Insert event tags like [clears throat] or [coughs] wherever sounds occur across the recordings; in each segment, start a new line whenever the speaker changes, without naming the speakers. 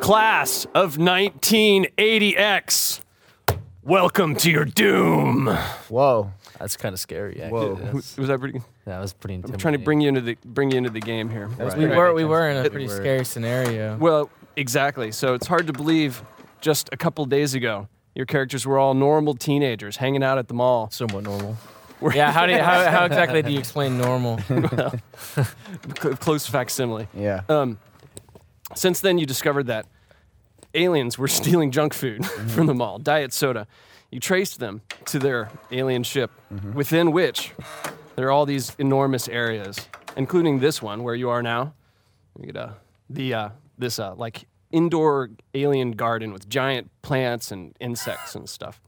class of 1980X. Welcome to your doom.
Whoa, that's kind of scary. Actually.
Whoa.
That's-
Was that pretty?
that was pretty.
I'm trying to bring you into the bring you into the game here.
was
We
Right.
were we were in a pretty
were.
scary scenario.
Well, exactly. So it's hard to believe just a couple days ago your characters were all normal teenagers hanging out at the mall.
somewhat normal.
yeah, how do you,
[laughs]
how, how exactly do you explain normal?
Cl- close facsimile.
Yeah.
Um, since then, you discovered that aliens were [laughs] stealing junk food from the mall, diet soda. You traced them to their alien ship, within which there are all these enormous areas, including this one where you are now. You get uh, the uh, this uh, like indoor alien garden with giant plants and insects and stuff.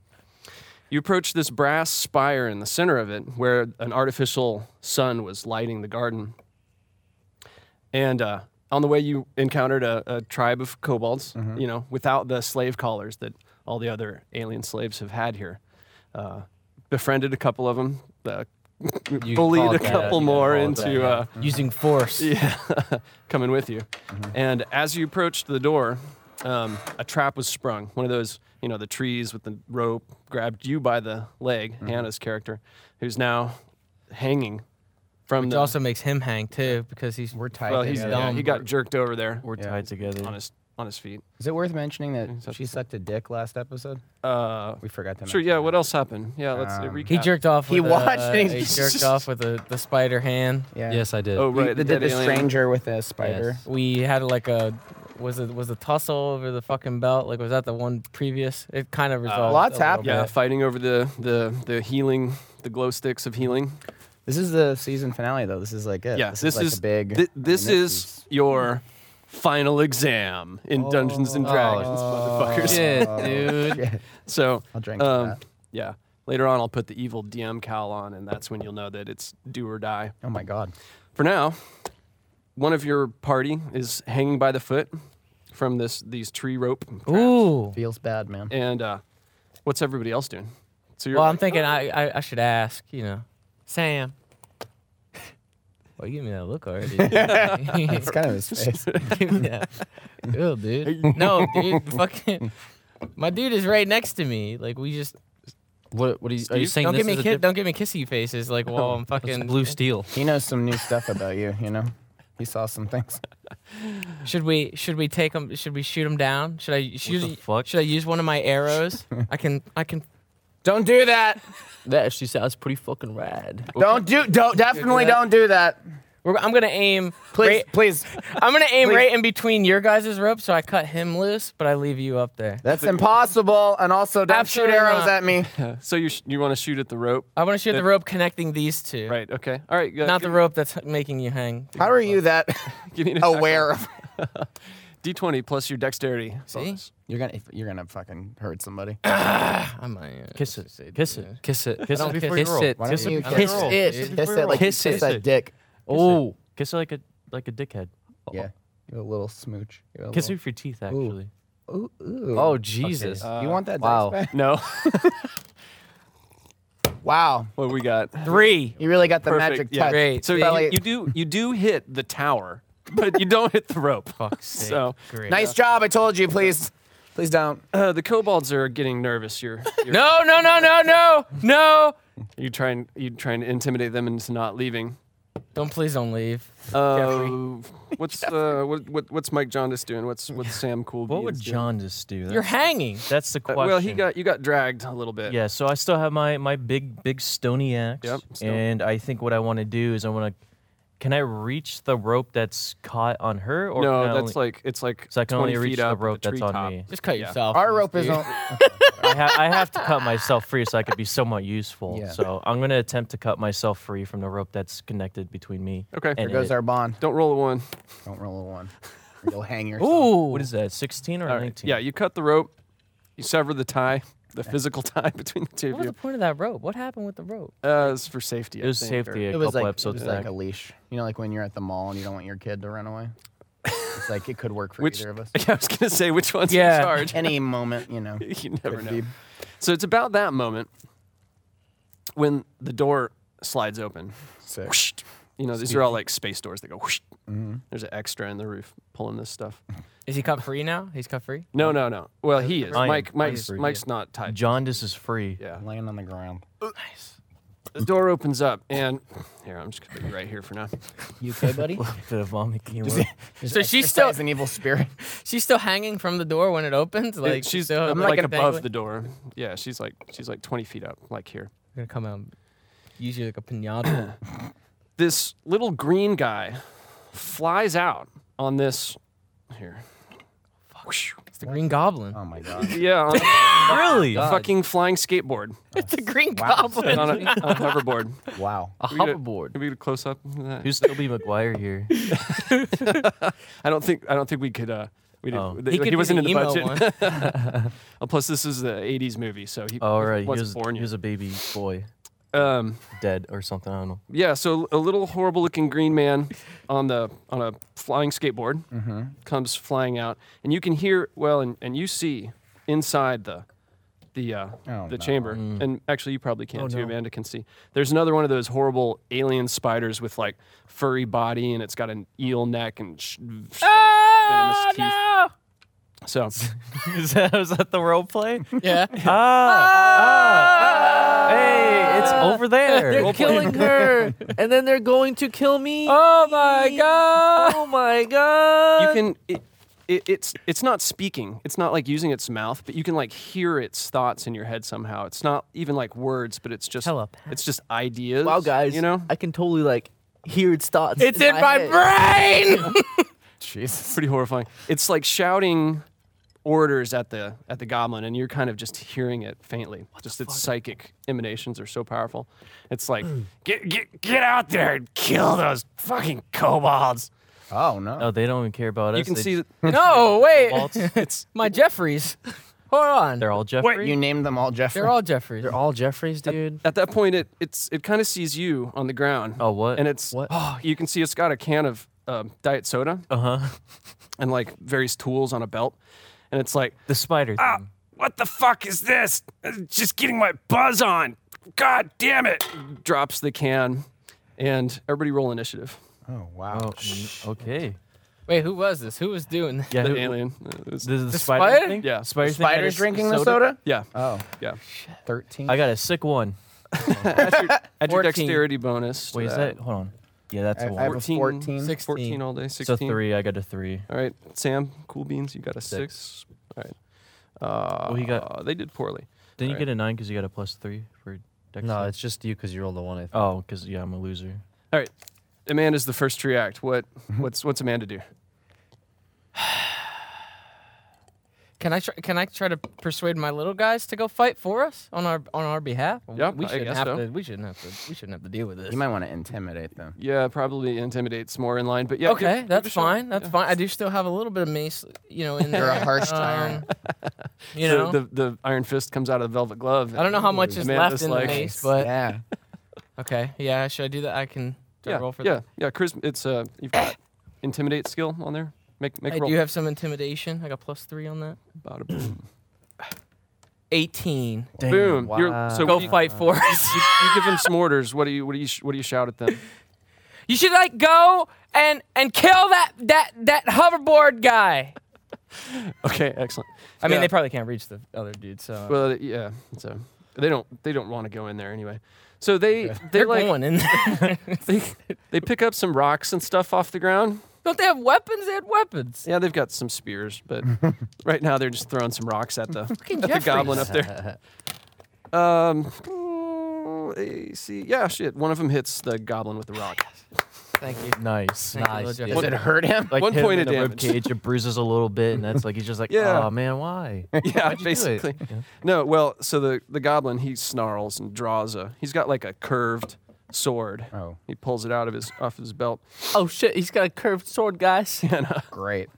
You approach this brass spire in the center of it, where an artificial sun was lighting the garden. And uh, on the way, you encountered a, a tribe of kobolds, you know, without the slave collars that all the other alien slaves have had here. Uh, befriended a couple of them, uh,
[laughs] You
bullied
call
a
it that,
couple
you can
more
call it
into
that, yeah.
uh,
Using force.
yeah, coming with you. And as you approached the door, um, a trap was sprung. One of those, you know, the trees with the rope grabbed you by the leg, Hannah's character, who's now hanging from
Which
the.
also makes him hang too because he's
We're tied
well, he's
together.
yeah,
dumb.
he got jerked over there
We're
Yeah.
tied together.
on his on his feet.
Is it worth mentioning that she sucked a dick last episode?
Uh,
We forgot to
sure.
mention
Yeah.
that.
What else happened? Yeah. Let's uh,
Um,
recap.
he jerked off.
He
with
watched
a,
and
He
he's
jerked
just-
off with a, the spider hand.
Yeah.
Yes, I did.
Oh
We-
right.
they
the
did
dead
the
alien.
stranger with the spider.
Yes.
We had like a was it was a tussle over the fucking belt. Like was that the one previous? It kind
Uh,
of resolved.
lots
a little
happened.
Yeah,
bit.
fighting over the the the healing, the glow sticks of healing.
This is the season finale, though. This is like it.
yeah,
this,
this,
is, like
is
a big.
thi-
I mean,
this is your final exam in Dungeons and
Oh,
Dragons, motherfuckers.
[laughs]
Shit,
Oh,
[laughs] dude.
shit.
So,
I'll drink to
um,
that.
yeah. Later on, I'll put the evil DM cowl on, and that's when you'll know that it's do or die.
Oh my god.
For now, one of your party is hanging by the foot from this these tree rope,
Ooh.
Feels bad, man.
and uh, what's everybody else doing? So you're
Well, I'm
like,
thinking I, I I should ask. You know, Sam. Well, you give me that look already.
It's kind of
[laughs]
his face.
[laughs] Give me that. Ew, dude. No, dude. Fucking. My dude is right next to me. Like we just
What, what are you, are you
Steve?
saying?
don't
this
give me
is a
ki-
diff-
don't give me kissy faces like while I'm
it's
fucking
blue steel.
he knows some new stuff about you. You know, he saw some things.
Should we should we take him? Should we shoot him down? Should I should,
the fuck?
should I use one of my arrows? I can I can.
Don't do that.
That actually sounds pretty fucking rad.
Don't do. Don't definitely don't do that.
We're, I'm gonna aim.
Please,
right-
please.
I'm gonna aim
please.
right in between your guys' rope, so I cut him loose, but I leave you up there.
[laughs]
That's impossible. And also, don't
Absolutely
shoot arrows
not.
at me.
uh, so you sh- you want to shoot at the rope,
I want to shoot the rope connecting these two,
right? Okay, all right. Uh,
not the
give-
rope that's making you hang.
How are you that
give me an
Oh,
attack
aware of?
D20 plus your dexterity.
See?
bonus.
You're gonna, you're gonna fucking hurt somebody.
I might
Kiss it. Kiss it. Kiss it. Kiss
don't
it
kiss
before
it.
you roll.
Why don't
Kiss
you
it.
kiss
Kiss
it?
it.
Kiss it like
Kiss
you
it.
kiss that dick.
Oh, kiss it like a like a dickhead.
Yeah, you're a little smooch. You're a
Kiss it
little,
with your teeth, actually.
Ooh, ooh.
Oh Jesus.
you want that?
wow.
Dice
No. [laughs]
back? Wow.
what we got?
Three.
You really got the
Perfect,
magic
yeah.
touch.
Great.
So you,
Belly-
you do you do hit the tower, but you don't hit the
[laughs]
rope.
Fuck's sake.
So
Great.
Nice job. I told you. Please, please don't.
uh, the kobolds are getting nervous. You're, you're
[laughs]
No no no no no no.
you trying you trying to intimidate them into not leaving.
Don't please don't leave.
Uh, [laughs] what's uh, what, what what's Mike Jaundice doing? What's what's Sam Cool?
What would John just do?
[laughs]
You're hanging.
That's the question.
Uh, well, he got you got dragged a little bit.
Yeah, so I still have my my big big stony axe.
Yep, stone.
And I think what I want to do is I want to. Can I reach the rope that's caught on her? Or
No,
can I
that's
only-
like it's like
So I can
20
only
feet
reach the
up at
rope that's
treetop.
on me.
Just cut
Yeah.
yourself.
Our
loose,
rope is
dude.
on.
I, ha- I have to cut myself free so I could be somewhat useful.
Yeah.
So I'm gonna attempt to cut myself free from the rope that's connected between me.
Okay.
and
There goes
it.
our bond.
Don't roll a one.
Don't roll a one. Or You'll hang yourself.
Ooh.
What is that? 16 or
All right.
19?
Yeah, you cut the rope, you sever the tie, the physical [laughs] tie between the two of
What was the
you.
point of that rope? What happened with the rope?
Uh, it's for safety.
It was safety a
It
couple
was like it
episodes
was like
back.
a leash. You know, like when you're at the mall and you don't want your kid to run away. It's like it could work for
Which [laughs]
either of us.
I was gonna say which one's
Yeah.
in charge.
Any moment, you know.
[laughs] you never
could
know.
be-
So it's about that moment when the door slides open.
Sick. Mm-hmm.
Whoosh. You know, these are all like space doors that go. Whoosh. There's an extra in the roof pulling this stuff.
Is he cut free now? He's cut free.
No, no, no. Well, he is.
I am.
Mike, Mike's,
free,
Mike's not tied.
Jaundice is
Mm-hmm.
free.
Yeah.
Laying on the ground.
The door opens up, and here I'm just gonna put you right here for now.
You okay, buddy?
[laughs] The vomit came up.
so she's still
an evil spirit.
she's still hanging from the door when it opens. Like
she's
still,
I'm like,
a
above
dangling-
the door. Yeah, she's like she's like 20 feet up, like here.
gonna come out. and Use you like a pinata.
This little green guy flies out on this here. Whoosh.
it's the Green Goblin.
[laughs] Oh my god.
Yeah, on a
[laughs] really?
fucking flying skateboard,
it's the Green
[laughs]
Wow.
Goblin.
[laughs]
on a, on a hoverboard.
Wow.
A
we get-
hoverboard.
Can we get a close up? of that?
Who's Toby McGuire here?
I don't think I don't think we could. Uh, we didn't.
Oh.
th-
He
like,
could
he
be
wasn't
the
in the
emo
budget.
one.
[laughs] Oh, plus, this is the '80s movie, so he
Oh, right. He
wasn't
was,
born
he
yet.
was a baby boy,
um,
dead or something. I don't know.
yeah, so a little horrible-looking green man on the on a flying skateboard comes flying out, and you can hear well, and, and you see inside the the uh,
Oh,
the
no.
chamber, and actually you probably can
Oh,
too.
no.
Amanda can see. There's another one of those horrible alien spiders with like furry body, and it's got an eel neck and sh- sh- venomous teeth.
Oh,
So
[laughs] is that, was that the role play?
no! Yeah.
ah, [laughs] ah, Hey, it's over there.
Role
Role
play.
play.
killing
her, and then they're going to kill me.
Oh my god! Oh my god!
you can it, it, it's it's not speaking it's not like using its mouth but you can like hear its thoughts in your head somehow it's not even like words but it's just
Telepath.
it's just ideas
Oh,
Wow, guys,
you know
I can totally like hear its thoughts.
It's in my
head.
brain.
Jesus.
pretty horrifying it's like shouting orders at the at the goblin and you're kind of just hearing it faintly just its psychic emanations are so powerful it's like
Mm.
[clears throat] get get get out there and kill those fucking kobolds
Oh no.
Oh, they don't even care about us.
you can
they
see that
no,
[laughs]
wait.
just waltz.
it's
My Jeffries. Hold on.
They're all Jeffrey.
You named them all Jeffrey.
They're all Jeffries.
They're all Jeffries, dude.
At that point, it it's it kind of sees you on the ground.
Oh, what?
And it's
What?
Oh, you can see it's got a can of uh, diet soda
uh huh.
and like various tools on a belt, and it's like,
The spider thing.
"Ah, what the fuck is this? It's Just getting my buzz on. God damn it! Drops the can, and everybody roll initiative.
oh wow.
Oh, mm, okay.
Wait, who was this? Who was doing this?
Yeah.
The
who-
alien. uh, it was-
This is the,
The
spider,
spider?
thing.
Yeah.
Spider thing.
Spiders
that is
drinking the soda?
yeah.
Oh.
yeah.
Thirteen.
I got a sick one.
Add your
14.
dexterity bonus. to
Wait, is that? Hold on. Yeah, that's a
I, I have
one.
a
14.
14.
16.
14 all day?
It's a
16.
three. I got a three.
All right, Sam, cool beans. You got a six. All right. Uh,
Oh, he got-
They did poorly. Alright.
Didn't you get a nine because you got a plus three for dex?
No, it's just you because you rolled the one. I think.
Oh, because yeah, I'm a loser.
All right, Amanda's the first to react. What? What's What's Amanda do?
Can I try, can I try to persuade my little guys to go fight for us on our on our behalf?
Yeah,
we
I
shouldn't
guess
have
so.
to. We shouldn't have to. We shouldn't have to deal with this.
You might want to intimidate them.
Yeah, probably intimidates more in line. But yeah, give-
okay,
give it
that's
a shot.
fine. That's fine. I do still have a little bit of mace, you know, in there.
You're a harsh tyrant.
Um, you
The- [laughs]
know,
the, the iron fist comes out of the velvet glove.
I don't know how much is
Amanda's
left in
like-
the mace, but
yeah.
okay, yeah. Should I do that? I can. Do
Yeah,
I roll for
yeah,
that?
yeah. Charisma. It's uh, you've got intimidate skill on there. Make make
I
a roll.
do have some intimidation. I got plus three on that.
Bada boom.
Eighteen.
Damn,
boom.
Wow.
You're, so
Go
when you,
fight for us.
you, you give them some orders. What do you What do you sh- What do you shout at them?
You should like go and and kill that that that hoverboard guy.
Okay, excellent.
I mean,
Yeah.
they probably can't reach the other dude, so
Well, th- yeah. So they don't they don't want to go in there anyway. So they they
they're
like
going in. there.
they they pick up some rocks and stuff off the ground.
Don't they have weapons? They had weapons.
Yeah, they've got some spears,
[laughs]
but right now they're just throwing some rocks at the,
Fucking
at the goblin up there. Um, ooh, AC. Yeah, shit. One of them hits the goblin with the rock.
Thank you.
Nice.
Thank you, little
Nice,
Jeff.
dude.
Does it hurt him?
Like
One
hit him
point
in
of
the
damage.
Cage, it bruises a little bit, and that's like he's just like,
Yeah.
oh man, why?
Yeah,
[laughs] Why'd you do it?"
basically.
Yeah.
No, well, so the the goblin he snarls and draws a. He's got like a curved sword.
Oh.
He pulls it out of his off his belt.
Oh shit, he's got a curved sword, guys.
[laughs]
Great.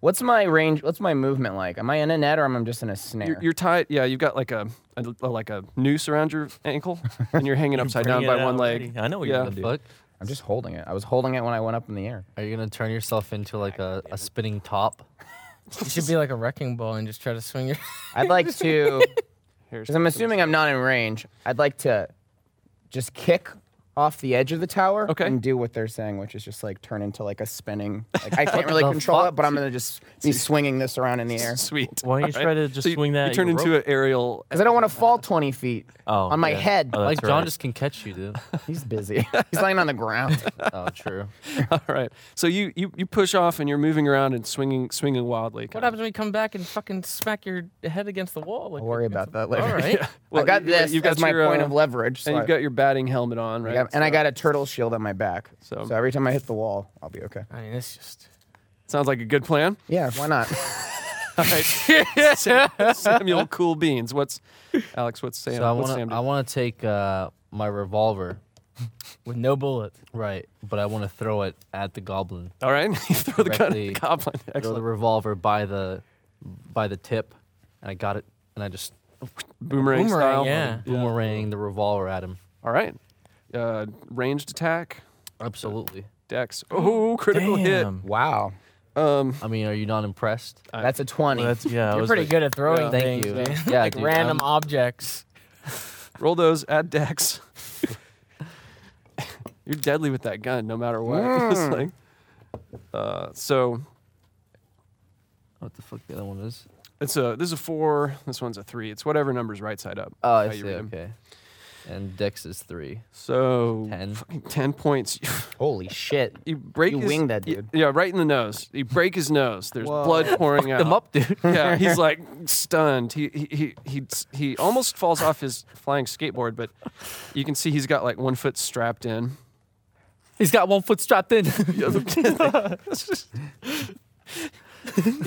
What's my range? What's my movement like? Am I in a net or am I just in a snare?
You're, you're tied. Yeah, you've got like a, a- a- like a noose around your
[laughs]
ankle, and you're hanging upside down
bringing
by
it
one
out
leg.
already. I know what you're
yeah.
gonna do.
Fuck.
I'm just holding it. I was holding it when I went up in the air.
Are you gonna turn yourself into like a, a spinning top?
You should be like a wrecking ball and just try to swing your. [laughs]
I'd like to,
Here's
because I'm assuming I'm not in range. I'd like to just kick off the edge of the tower
Okay.
and do what they're saying, which is just like turn into like a spinning. Like
[laughs]
I can't really control it, but I'm gonna just be swinging this around in the
[laughs]
air
Sweet.
Why don't you
All
try to just
So you-
swing that
You
at
turn
your
into an
rope?
aerial.
because I don't want to fall 20 feet
Oh,
on my
yeah.
head.
Oh,
Like
That's
John
right.
just can catch you, dude.
He's busy. He's laying on the ground.
oh, true.
[laughs] All right. So you, you you push off and you're moving around and swinging swinging wildly.
[laughs] What
kinda.
happens when you come back and fucking smack your head against the wall? Like,
I'll worry about that later.
All right.
[laughs]
Well,
I got
you-
this.
you've
You've
got
got as my
your,
point
uh,
of leverage. So
And
I-
you've got your batting helmet on, right?
I got- and I
So-
got a turtle shield on my back.
So-
So, every time I hit the wall, I'll be okay.
I mean, it's just.
Sounds like a good
[laughs]
plan. [laughs]
Yeah, why not?
All right. Sam- Samuel Cool Beans. What's Alex? What's Sam?
So I
what's
want
Sam
to
do?
I want to take uh, my revolver,
[laughs] With no bullet.
right? But I want to throw it at the goblin.
All right. [laughs] you throw the gun at
directly-
the goblin.
Throw the
Excellent.
revolver by the by the tip, and I got it, and I just
Boomerang,
Boomerang,
style.
yeah.
boomerang the revolver at him.
All right. Uh, ranged attack.
Absolutely.
Dex. Oh, critical Um,
Damn.
wow.
I mean, are you not
[laughs]
impressed?
That's a 20.
Well, that's yeah. I
You're
was
pretty
like-
good at throwing
Yeah.
Thank
things,
you.
man.
Yeah,
like
dude,
random
I'm-
objects.
hit. Roll those. Add Dex. [laughs] You're deadly with that gun, no matter what. [laughs] It's like- uh, so
What the fuck the other one is?
it's a this is a four. This one's a three. It's whatever number's right side up.
Oh,
How
I
you
see.
read 'em.
Okay. And Dex is three.
So
Ten.
fucking ten points. [laughs]
Holy shit.
You break
You
his,
winged that
y-
dude.
Yeah, right in the nose. You break his nose. There's
[laughs]
blood pouring out.
Them up, dude.
[laughs]
[laughs]
yeah, he's like stunned. He he he he he almost falls off his flying skateboard, but you can see he's got like one foot strapped in.
He's got one foot strapped
[laughs]
in.
You're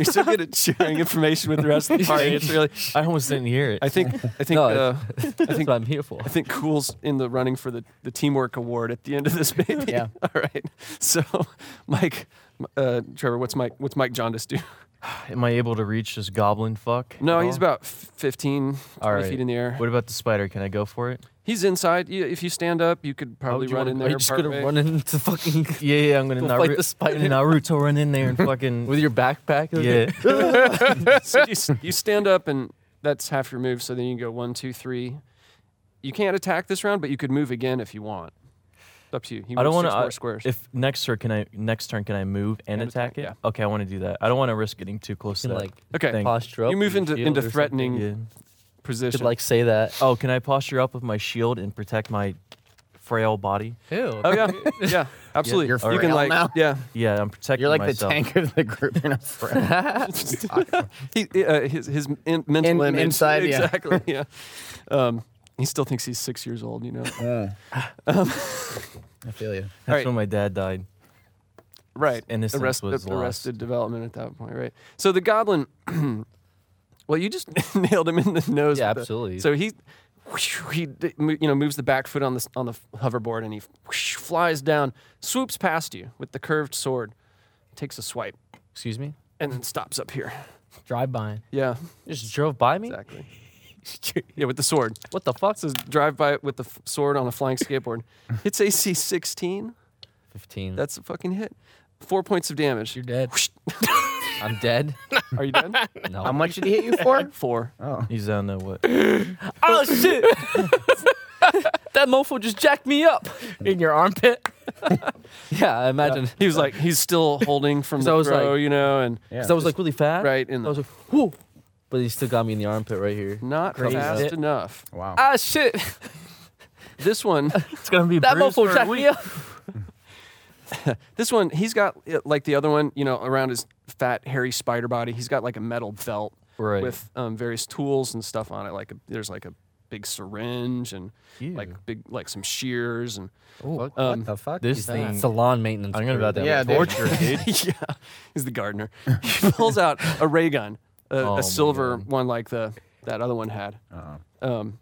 so good
[laughs]
at sharing information with the rest of the party. It's really.
[laughs] I almost didn't hear it.
I think I think
No,
uh, I
[laughs] That's
think
what I'm here for.
I think Cool's in the running for the, the teamwork award at the end of this baby.
Yeah.
[laughs] All right. So, Mike, uh, Trevor, what's Mike? What's Mike Jaundice do?
Am I able to reach this goblin fuck?
No,
at
he's
all?
about f- 15, 20
All right.
feet in the air.
What about the spider? Can I go for it?
He's inside. You, if you stand up, you could probably
Would you
run
wanna-
in
are
there.
you just gonna
partway.
run into
[laughs]
fucking [laughs]
Yeah, yeah. I'm gonna
Go
Naru-
fight the spider.
I'm gonna Naruto run in there and fucking.
with your backpack?
yeah.
[laughs] so you, s- you stand up, and that's half your move. So then you go one, two, three. You can't attack this round, but you could move again if you want. It's up to you. He
I don't
want
want
to. more
to.
squares.
If next turn can I next turn can I move and,
And
attack,
attack,
it? Okay, I want to do that. I don't want to risk getting too close
You
to
can,
that.
like,
okay.
thing.
Posture up.
You
with
move
your
into
shield
into
or something.
threatening
Yeah.
You
position.
could like say that.
Oh, can I posture up with my shield and protect my frail body?
Ew.
oh yeah,
[laughs]
yeah, absolutely.
You're
you can
frail
like
now? [laughs]
yeah.
Yeah, I'm protecting
You're like the
myself.
tank of the group. You're not [laughs] friend.
[laughs] He, uh, his his in, mental
In-
image
inside, yeah. [laughs]
exactly. Yeah. Um, he still thinks he's six years old. You know.
I feel you.
That's
Right.
when my dad died.
right
innocence
Arrest-
was
arrested development at that point right so the goblin [clears throat] well you just [laughs] nailed him in the nose
Yeah,
with the-
absolutely.
so he he d- mo- you know moves the back foot on the s- on the hoverboard and he flies down swoops past you with the curved sword takes a swipe
Excuse me.
and then stops up here
Drive by.
yeah
You just drove by me.
exactly [laughs] yeah with the sword
What the fuck?
so drive by it with the f- sword on a
[laughs]
flying skateboard hits ac 16
Fifteen.
that's a fucking hit four points of damage
You're dead.
[laughs] I'm dead.
are you
[laughs]
dead
No.
How much did he hit
[laughs]
you for?
four
He's down there. What?
oh shit! [laughs] that mofo just jacked me up.
In your armpit.
[laughs] Yeah, I imagine.
He was like, he's still holding from
[laughs]
'Cause
the
I was
throw,
like-
you know, and
Yeah.
Cause I was like really fat.
right in
I was
the
like, whoo. But he still got me in the armpit right here.
not
Crazy.
fast
Yeah.
enough.
Wow.
Ah shit!
This one,
It's gonna be
That mofo jacked me up.
this one, he's got uh, like the other one, you know, around his fat, hairy spider body. He's got like a metal belt
Right.
with um, various tools and stuff on it. Like a, there's like a big syringe and
Ew.
like big like some shears and
Fuck.
um,
the fuck?
This thing.
Salon maintenance.
I'm gonna
crew.
about that.
Yeah,
Yeah,
dude.
torture, dude.
[laughs] yeah, he's the gardener. [laughs] He pulls out a ray gun, a,
Oh, my
a silver
God.
one like the that other one had.
Uh-uh.
Um,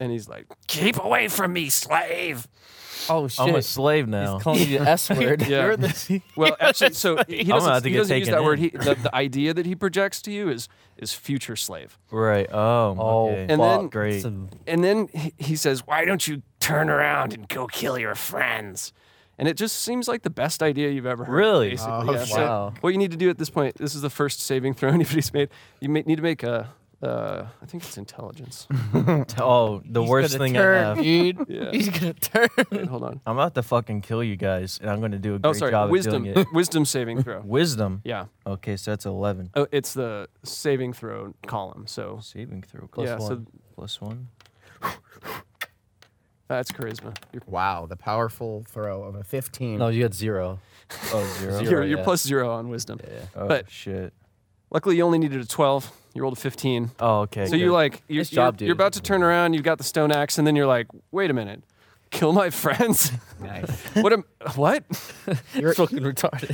and he's like, "Keep away from me, slave."
Oh shit!
I'm a [laughs] slave now.
He's calling you the S word.
[laughs]
Yeah. Well, actually, so he
I'm
doesn't,
about to
he
get
doesn't use
taken
that word.
in.
He, the, the idea that he projects to you is is future slave.
right. Oh.
Oh,
okay.
And then-
great.
Some-
And then he, he says, "Why don't you turn around and go kill your friends?" And it just seems like the best idea you've ever heard.
Really?
basically.
Oh,
Yeah, so
wow.
[laughs] what you need to do at this point, this is the first saving throw anybody's made. You may, need to make a Uh, I think it's intelligence.
[laughs] Oh, the
He's
worst
gonna
thing
turn,
[laughs]
I have.
dude.
Yeah.
He's gonna turn.
Wait, hold on.
I'm about to fucking kill you guys, and I'm gonna do a great
Oh, sorry.
job
Wisdom.
of doing it.
[laughs] Wisdom saving throw.
[laughs] Wisdom.
Yeah.
Okay, so that's 11.
Oh, it's the saving throw column. So
Saving throw. Plus
Yeah, so-
one. Plus one.
that's charisma. You're,
Wow, the powerful throw of a 15.
No, you
[laughs]
got zero.
Oh, zero.
Zero.
you're, you're
yeah.
plus zero on wisdom.
Oh,
But-
shit.
Luckily, you only needed a 12. You rolled a 15.
Oh, okay.
So you
good.
like you,
Nice
you're,
job, dude.
you're about to turn around. You've got the stone axe, and then you're like, wait a minute, kill my friends.
Nice.
what am what?
You're,
Fucking
[laughs]
retarded.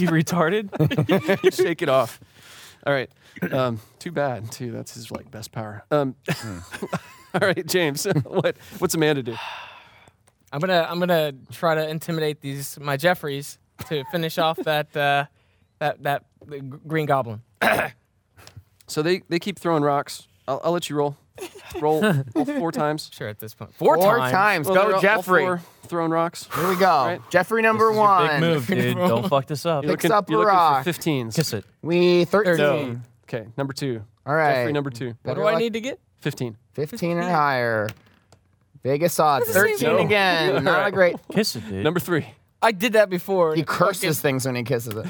you retarded?
you [laughs] shake it off. All right. Um, too bad. Too. That's his like best power. Um, [laughs] all right, James. [laughs] What what's Amanda do?
I'm gonna I'm gonna try to intimidate these my Jeffries to finish off that uh, that that the g- Green Goblin.
So they they keep throwing rocks. I'll, I'll let you roll. Roll all four times.
Sure, at this point,
four
four, times.
times.
Well, they're
Go,
all- all
Jeffrey.
four throwing rocks.
Here we go.
right.
Jeffrey number
This is your
one.
Big move, dude. Don't fuck this up.
[laughs] You're
Picks
looking,
up
you're looking
rock.
for 15s.
Kiss it.
We 13.
Okay, number two.
All right.
Jeffrey, number two.
What
Better
do I
luck-
need to get?
15.
15
[laughs]
or higher. Vegas odds.
the
13
same thing.
[laughs]
again. Not a great.
Kiss it, dude.
Number three.
I did that before. [laughs]
He
and it
curses things when he kisses it.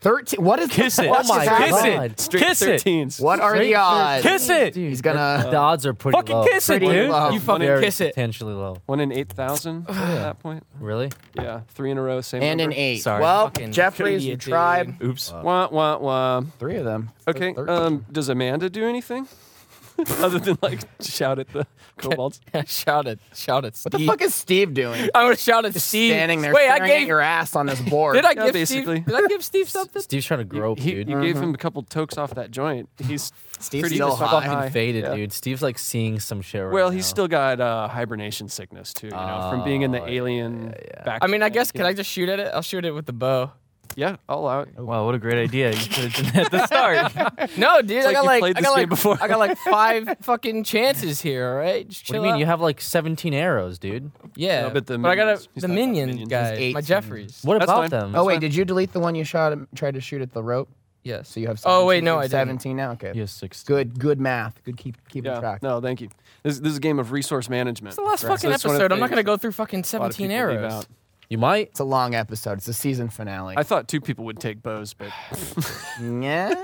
13. What is
Kiss it.
what is
Oh my
that?
Kiss
God.
it.
Straight
kiss it.
13s.
What are the odds?
Kiss it.
Dude,
He's gonna-
that- the odds are pretty
Fucking
low.
kiss it,
Pretty
dude.
low.
You fucking
Very
kiss it.
Potentially low.
One in 8,000 at that point.
Really?
Yeah, three in a row, same
And an
number.
eight.
Sorry.
Well,
Fucking
Jeffrey's
idiot, dude.
tribe.
Oops.
Wah, wah, wah.
Three of them.
Okay,
Thirteen.
um, does Amanda do anything? [laughs] Other than, like, shout at the kobolds?
shout it. Shout it.
What the fuck is Steve doing?
I'm gonna shout at Steve.
Standing there
Wait,
staring
I gave.
at your ass on this board.
did I
Yeah,
give
basically.
Steve? Did I give Steve something?
Steve's trying to grope,
He,
dude.
You gave him a couple tokes off that joint. He's
Steve's
pretty
still
fucking
high.
[laughs]
fucking faded,
yeah.
dude. Steve's like seeing some shit right
Well,
now.
he's still got uh, hibernation sickness, too, you know, from being in the
Oh,
alien back.
I mean, I guess. Can I just shoot at it? I'll shoot it with the bow.
Yeah, I'll allow it.
Oh, Wow, what a great idea. You could have done that
[laughs]
at the start.
No, dude. I
like
got
you
like
played
I
this
got
game
like
before.
I got like five fucking chances here. All right. Just
What do
chill
you mean?
out.
You have like 17 arrows, dude.
Yeah,
No, but the
I got
minions.
a,
He's
the
talking about
minion
minions.
guy,
There's eight
my
minions.
Jeffries.
What
That's
about
fine.
them?
Oh wait, did you delete the one you shot? him- Tried to shoot at the rope.
Yes.
So you have. 17,
Oh wait, no,
you
I
have
didn't.
Seventeen now. Okay.
He has 16.
Good. Good math. Good keep keeping
Yeah,
track.
no, thank you. This, this is a game of resource management.
It's the last
Right.
fucking
So that's one of the
episode. I'm not gonna
things
go through fucking
a lot of
17
people leave
arrows.
out.
You might.
It's a long episode. It's the season finale.
I thought two people would take bows, but
[laughs]
[sighs]
yeah.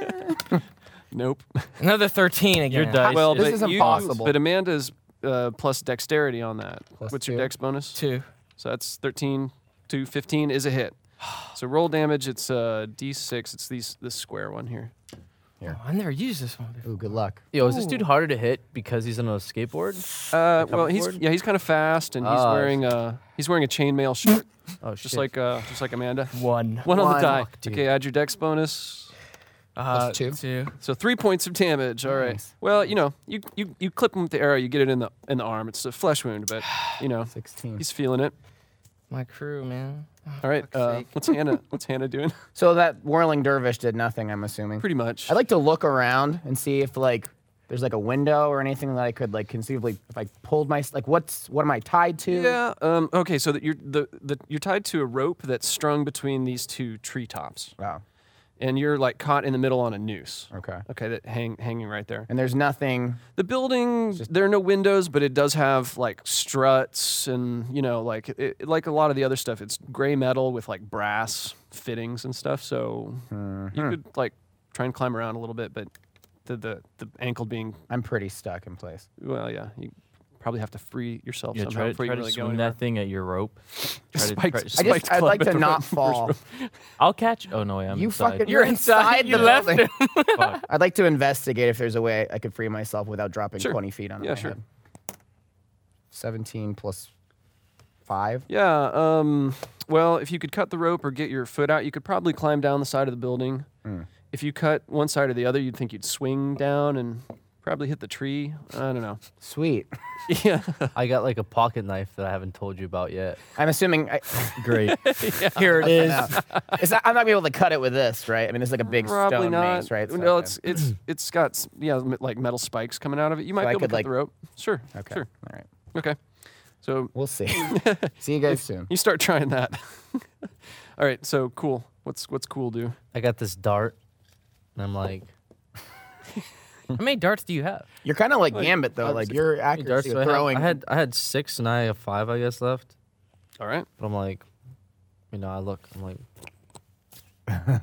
nope.
Another 13 again.
Your dice.
well,
this
but
is
you-
impossible.
But Amanda's uh, plus dexterity on that.
Plus
What's
two.
your dex bonus?
Two.
So that's 13 to 15 is a hit. So roll damage. It's uh, d6. It's these this square one here.
Oh, I never used this one. Before.
Ooh, good luck.
Yo, is this dude harder to hit because he's on a skateboard?
Uh, well, he's
board?
yeah, he's kind of fast, and he's
Ah.
wearing uh, he's wearing a chainmail
[laughs]
shirt,
Oh,
just
shit.
like uh, just like Amanda.
One.
One on the
One.
die.
Fuck, dude.
okay, add your dex bonus.
Uh,
two.
Two.
So three points of damage. All right.
Nice.
Well, you know, you, you you clip him with the arrow, you get it in the in the arm. It's a flesh wound, but you know,
Sixteen.
he's feeling it.
My crew, man.
All right.
Oh, fuck's
Uh,
sake.
what's Hannah? What's Hannah doing? [laughs]
So that whirling dervish did nothing. I'm assuming.
Pretty much.
I'd like to look around and see if like there's like a window or anything that I could like conceivably if I pulled my like what's what am I tied to?
Yeah. Um, okay. So that you're the, the you're tied to a rope that's strung between these two treetops,
Wow.
and you're like caught in the middle on a noose.
Okay.
Okay. That hang hanging right there.
And there's nothing.
The building, there are no windows, but it does have like struts and you know, like it, like a lot of the other stuff. It's gray metal with like brass fittings and stuff. So
Mm-hmm.
you could like try and climb around a little bit, but the the, the ankle being
I'm pretty stuck in place.
well, yeah, you probably have to free yourself
Yeah,
somehow
try to,
before
try
you
to
really go
swing
anywhere.
that thing at your rope.
[laughs]
Try
Spiked-
to, try to [laughs]
I
I
spike.
just-
just
Spiked I'd
I'd
club like
like
at to
to
the not
not
front fall.
fall.
I'll catch. Oh no, I'm
You
inside.
fucking.
You're inside
the
the left.
building. [laughs]
Fuck.
I'd like to investigate if there's a way I could free myself without dropping
Sure.
20 feet on
Yeah,
my
sure.
head. 17 plus five.
Yeah. Um, well, if you could cut the rope or get your foot out, you could probably climb down the side of the building.
Mm.
If you cut one side or the other, you'd think you'd swing down and probably hit the tree. I don't know. [laughs]
Sweet.
yeah.
[laughs] I got like a pocket knife that I haven't told you about yet.
I'm assuming I, [laughs]
Great.
here it is. [laughs] it's not, I'm not gonna be able to cut it with this, right? I mean, it's like a big
Probably
stone
not.
maze, right? So-
no, it's
[clears throat]
it's it's got s- yeah m- like metal spikes coming out of it. You might be
I
able to
could,
cut
like-
the rope. Sure.
okay.
Sure.
All right.
Okay. So [laughs]
We'll see. [laughs] see you guys soon.
you start [laughs] trying that. All right. So cool. What's what's cool do?
I got this dart, and I'm like,
How many darts do you have?
You're kind of like, Gambit though. Like your
Hey,
accuracy
Darcy, I
of
had-
throwing. [laughs]
I had I had six and I have five, I guess, left.
All right.
But I'm like, you know, I look, I'm
[laughs]
like,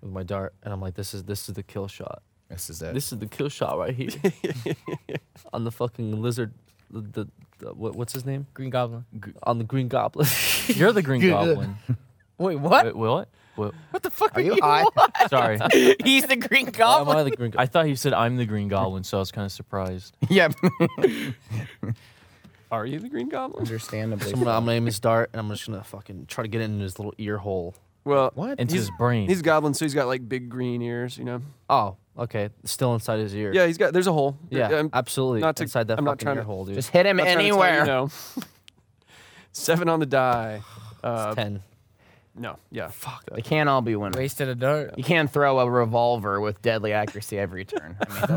with my dart, and I'm like, this is this is the kill shot.
This
[laughs]
is it.
This is the kill shot right here on the fucking lizard. The, the, the what, what's his name?
Green Goblin.
On the Green Goblin.
[laughs]
You're the Green
Good.
Goblin.
Wait, what?
Wait, what? What?
What the fuck
[laughs]
Are you high?
Sorry.
He's the Green
Why am
Goblin.
I the [laughs] Green
I
Goblin?
thought you said I'm the Green Goblin, so I was kind of surprised.
[laughs]
[laughs]
yeah.
Are you the Green Goblin?
Understandably.
So I'm, gonna, I'm gonna aim his dart, and I'm just gonna fucking try to get it in his little ear hole.
Well,
What?
Into
He's- [laughs]
his brain.
he's Goblin, so he's got like big green ears, you know?
Oh, okay, still inside his ear.
Yeah, he's got, there's a hole.
yeah,
I'm-
absolutely.
not to-
inside that
I'm not
fucking
trying
ear
to-
hole, dude.
[laughs] Just hit him
not trying to tell you
anywhere.
no. [laughs] Seven on the die.
It's
Uh, [laughs]
[laughs] ten.
no, yeah. Fuck.
They can't all be winners.
Wasted a dart.
You can't throw a revolver with deadly accuracy every turn. I mean, don't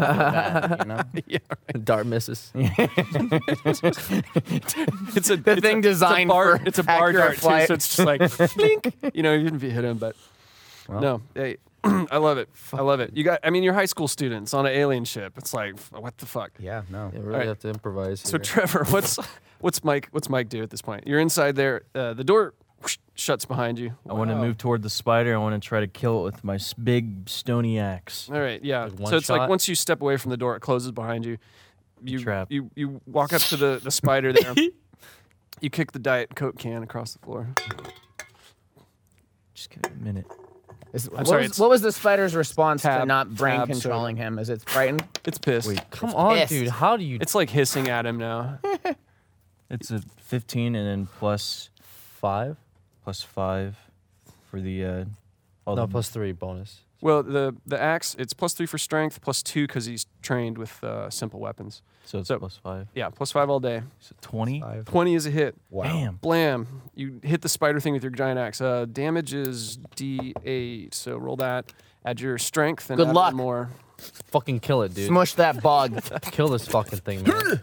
do that, you know?
Dart misses.
[laughs] It's a
The
it's
thing
a,
designed
it's a bar,
for
it's a bar
accurate
dart too,
flight.
so it's just like [laughs] flink. You know, even if you hit him, but no, hey, [clears throat] I love it. I love it. You got, I mean, you're high school students on an alien ship. It's like, f- what the fuck?
Yeah, no.
Yeah, really
right.
have to improvise.
So
here.
Trevor, [laughs] what's what's Mike? What's Mike do at this point? You're inside there. Uh, the door whoosh, shuts behind you.
I want to move toward the spider. I want to try to kill it with my s- big stony axe.
All right, yeah.
Like one
so it's like
shot?
once you step away from the door, it closes behind you. You
trap.
you you walk up to the the spider
[laughs]
there. you kick the diet coke can across the floor.
Just give it a minute.
This- what,
sorry,
was,
it's-
what was the spider's response to
Tab-
not brain
tab, sorry.
controlling him? Is it frightened?
It's pissed.
Come on,
pissed.
dude. How do you?
It's like hissing at him
[laughs]
now.
It's a 15 and then plus
five.
plus five for the uh, all
No,
the
plus three bonus.
Well, the the axe it's plus three for strength, plus two because he's trained with uh, simple weapons.
so it's
so-
plus five.
Yeah, plus five all day.
So 20.
Five.
Twenty is a hit.
wow.
Bam.
Blam! You hit the spider thing with your giant axe. Uh, damage is D8, so roll that. Add your strength and
Good
add
luck.
one more.
Fucking kill it, dude.
Smush
[laughs]
that [laughs] bug.
Kill this fucking thing, man.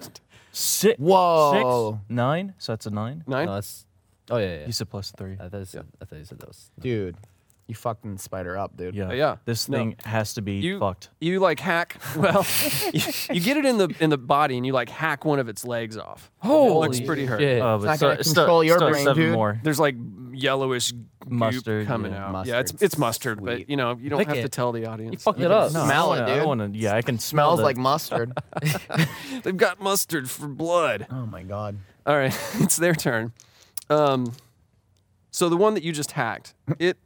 Six.
Whoa.
Six. Nine. So that's a nine.
Nine.
No, that's. Oh yeah, yeah. yeah.
You said plus three.
I thought, you said, I thought you said that was.
Dude, you fucking spider up, dude.
Yeah.
Uh, yeah.
This
No.
thing has to be
You-
fucked.
You like hack. [laughs] Well, you, you get it in the in the body and you like hack one of its legs off. Oh, it looks pretty hurt.
shit.
Uh,
not gonna control your brain,
seven
dude.
more.
There's like yellowish mustard
Mustard,
coming
yeah.
out. Yeah, it's
Mustard's
it's mustard, but
sweet.
you know you don't
Lick
have to
it.
tell the audience.
fucked it up.
No,
Smell
I
it,
wanna, I
dude.
wanna, yeah, I can smell
Smells
the-
like mustard.
They've got mustard for blood.
oh my god.
All right, [laughs] it's their turn. Um, so the one that you just hacked, it,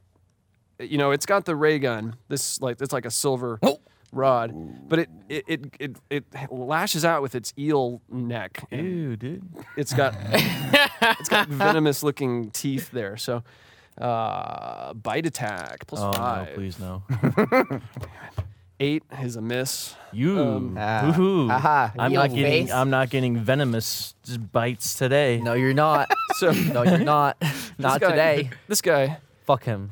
you know, it's got the ray gun. This like it's like a
[gasps]
silver
Oh.
rod, but it it, it it it lashes out with its eel neck. and
Ew, dude.
It's got it's got venomous looking teeth there. So uh, bite attack plus
Oh
five.
no, please
[laughs]
no.
Eight is a miss.
You,
Ah.
woohoo!
Aha,
I'm
you
not
like
getting,
face?
I'm not getting venomous bites today.
No, you're not.
So
no, you're [laughs] not. not
this guy-
today.
[laughs] This guy
Fuck him.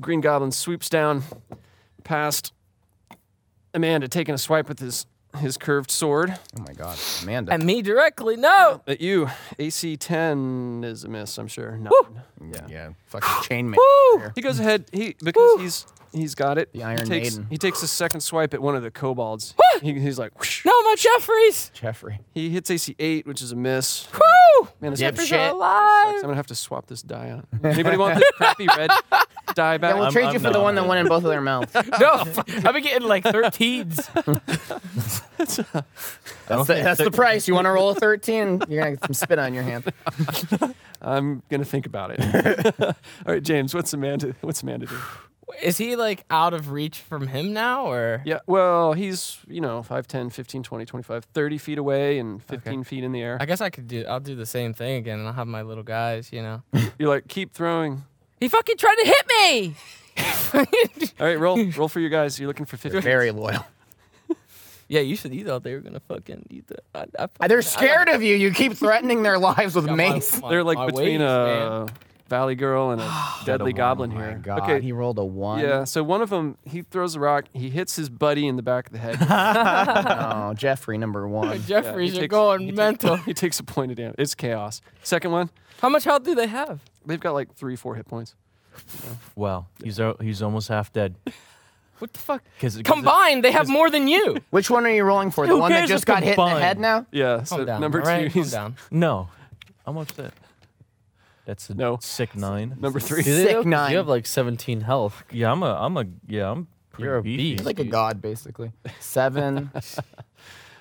Green Goblin swoops down past Amanda, taking a swipe with his his curved sword
Oh my god. Amanda.
And me directly. No.
at you. AC ten is a miss, I'm sure. No.
Yeah. yeah.
fucking chainmail. here.
He goes ahead. He because he's he's got it.
The Iron
he takes,
Maiden.
He takes a second swipe at one of the kobolds. He, he's like, whoosh.
No, my Jeffries.
Jeffrey.
he hits AC eight, which is a miss.
Woo!
Man, this
Yep.
sucks.
Jeffries
shit.
are alive.
I'm gonna have to swap this die out. Anybody want this crappy
[laughs]
red die back?
Yeah, we'll
I'm-
trade
I'm
you for the
not.
one that went in both of their mouths.
No, [laughs] I've been getting like 13s.
That's, the, that's the price. You want to roll a 13? You're going to get some spit on your hand.
I'm gonna think about it. [laughs]
[laughs]
All right, James, what's Amanda? What's Amanda do?
Is he like out of reach from him now or?
Yeah, well, he's, you know, 5, 10, 15, 20, 25, 30 feet away and 15 feet in the air.
I guess I could do. I'll do the same thing again, and I'll have my little guys. You know.
You're like, keep throwing.
[laughs] he fucking tried to hit me.
All right, roll. roll for your guys. You're looking for 50.
Very loyal.
[laughs] yeah, you should. You thought they were gonna fucking. You th- I, I fucking-
They're scared of you. You keep threatening their lives with
I got my-
mace.
my-
They're like
my
between uh,
ways, man.
a valley girl
[sighs]
and a deadly goblin
Oh My
here.
God.
okay.
He rolled a one.
yeah, so one of them, he throws a rock. He hits his buddy in the back of the head.
Oh, Jeffrey, number one.
Jeffries
he
are
takes- [laughs]
going mental.
he takes a point of damage. It's chaos. Second one,
How much health do they have?
they've got like three, four hit points.
Wow, he's al- he's almost half dead.
What the fuck?
'Cause it- 'cause it-
Combined, they have more than you.
Which one are you rolling for? The
Who
one that
cares
just
if
got hit in the
combined?
head now?
Yeah.
Calm
So
down.
number
all
two,
right? Calm
he's [laughs]
down.
No, I'm upset. That's a
No.
sick nine.
number three.
[laughs]
Do they
Sick
though? 'Cause
nine.
You have like 17
[laughs]
health.
Yeah, I'm a. I'm a. Yeah, I'm. pretty
You're a
beefy.
beast.
He's like a god, basically. [laughs] Seven.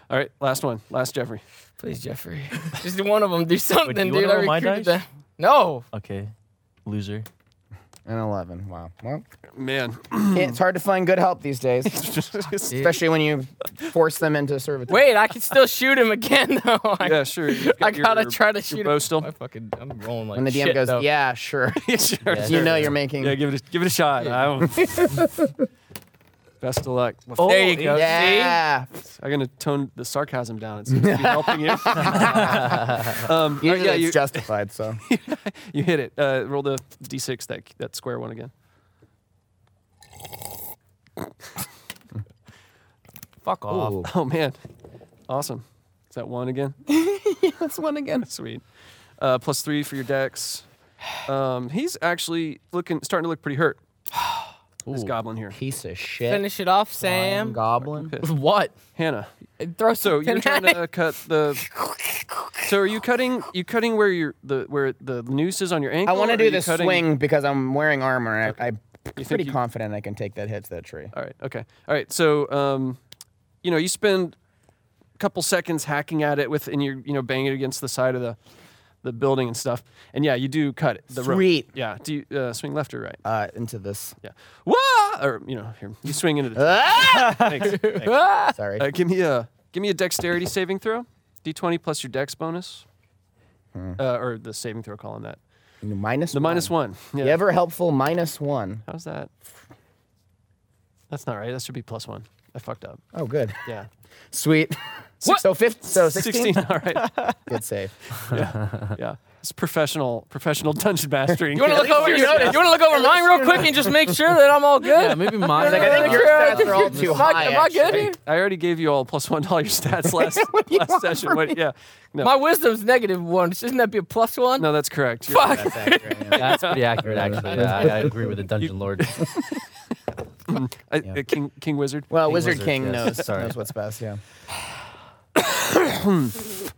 All right, last one. Last Jeffrey.
Please, Jeffrey. [laughs] Just one of them. Do something,
you wanna
dude. I
roll my
recruited
dice?
them. No.
Okay, loser.
and 11. Wow. [clears throat] Well,
Man. [laughs]
can't- it's hard to find good help these [laughs] days, especially when you force them into servitude.
Wait, I can still shoot him again, [laughs] though. I,
yeah, sure. You've
I
got
gotta
your-
try to
your
shoot
bow
him.
still.
I [laughs] fucking, I'm rolling like
When the DM
shit,
goes,
though.
yeah, [laughs] sure.
Yeah, sure.
you know you're
[laughs]
making.
Yeah, give it a, give it a shot. I don't- Best of luck.
Oh,
there you go. See?
yeah.
I'm gonna tone the sarcasm down. It's it's helping
[laughs]
you. [laughs] um, all right,
Usually
yeah,
it's
you,
justified, so.
you hit it. Uh, roll the d6 that that square one again.
Fuck off.
Ooh.
Oh man, awesome. Is that one
[laughs]
again?
That's one again.
[laughs] Sweet. Uh, plus three for your dex. Um, he's actually looking starting to look pretty
[sighs]
hurt. This goblin here,
[laughs] Piece of shit.
Finish it off,
Lion
Sam.
Goblin.
Fucking
What?
Hannah.
Throw
So
some
you're trying
[laughs]
to uh, cut the. So are you cutting? You cutting where your the where the noose is on your
I
ankle?
want
or
to
are
do
you
this
cutting-
swing because I'm wearing armor. and I, I'm
think
pretty
you-
confident I can take that hit to that tree.
All right. Okay. All right. So, um, you know, you spend a couple seconds hacking at it with, and you're, you know, banging it against the side of the, the building and stuff. And yeah, you do cut it. The rope.
Sweet.
Yeah. Do you uh, swing left or right?
Uh, into this.
Yeah. Wah! Or you know, here you swing into
Uh.
the. [laughs] Thanks.
[laughs]
Thanks.
Sorry.
Uh, give me a give me a dexterity saving throw, d20 plus your dex bonus,
Hmm.
uh, or the saving throw column that
minus
the
one.
minus one. Yeah.
You ever helpful minus one.
How's that? That's not right. That should be plus one. I fucked up.
Oh, good.
Yeah.
[laughs] Sweet. What? So, fifth, [laughs] so
[laughs]
16?
16 all right.
Good save.
Yeah, it's professional professional [laughs] dungeon mastering.
You want to look over your, you want to look over mine real quick and just make sure that I'm all good.
Yeah, maybe mine.
like, I think your stats are all too
Am I-
high.
am I good
actually.
here?
I already gave you all plus one dollar
[laughs]
stats last last session. What, yeah, no,
My wisdom's negative one. Shouldn't that be a plus one?
no, that's correct. You're-
[laughs] Fuck.
That's accurate, yeah.
That's pretty accurate, actually. Yeah, I, I agree with the dungeon lord.
I- uh, King King Wizard.
Well,
King
Wizard,
Wizard,
King
yes.
[laughs] knows,
Sorry.
knows what's best, yeah.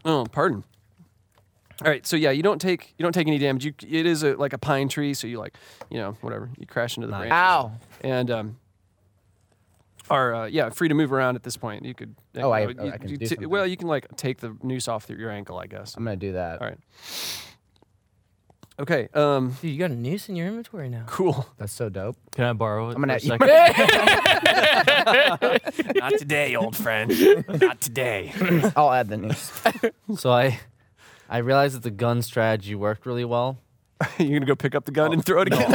Oh, pardon. All right, so yeah, you don't take you don't take any damage. You, it is a, like a pine tree, so you like you know whatever you crash into the branch.
Ow.
and um, are uh, yeah free to move around at this point. You could uh,
Oh, I-
you
oh, I can do
t-
something.
well, you can like take the noose off your ankle, I guess.
I'm going to do that.
All right. Okay. Um.
Dude, you got a noose in your inventory now.
Cool.
That's so dope. [clears throat]
Can I borrow it?
I'm going
for a
to.
second?
Not today, old
[laughs]
friend. Not today.
I'll add the news.
So I, I realized that the gun strategy worked really well.
[laughs] You're gonna go pick up the gun
Oh,
and throw it again.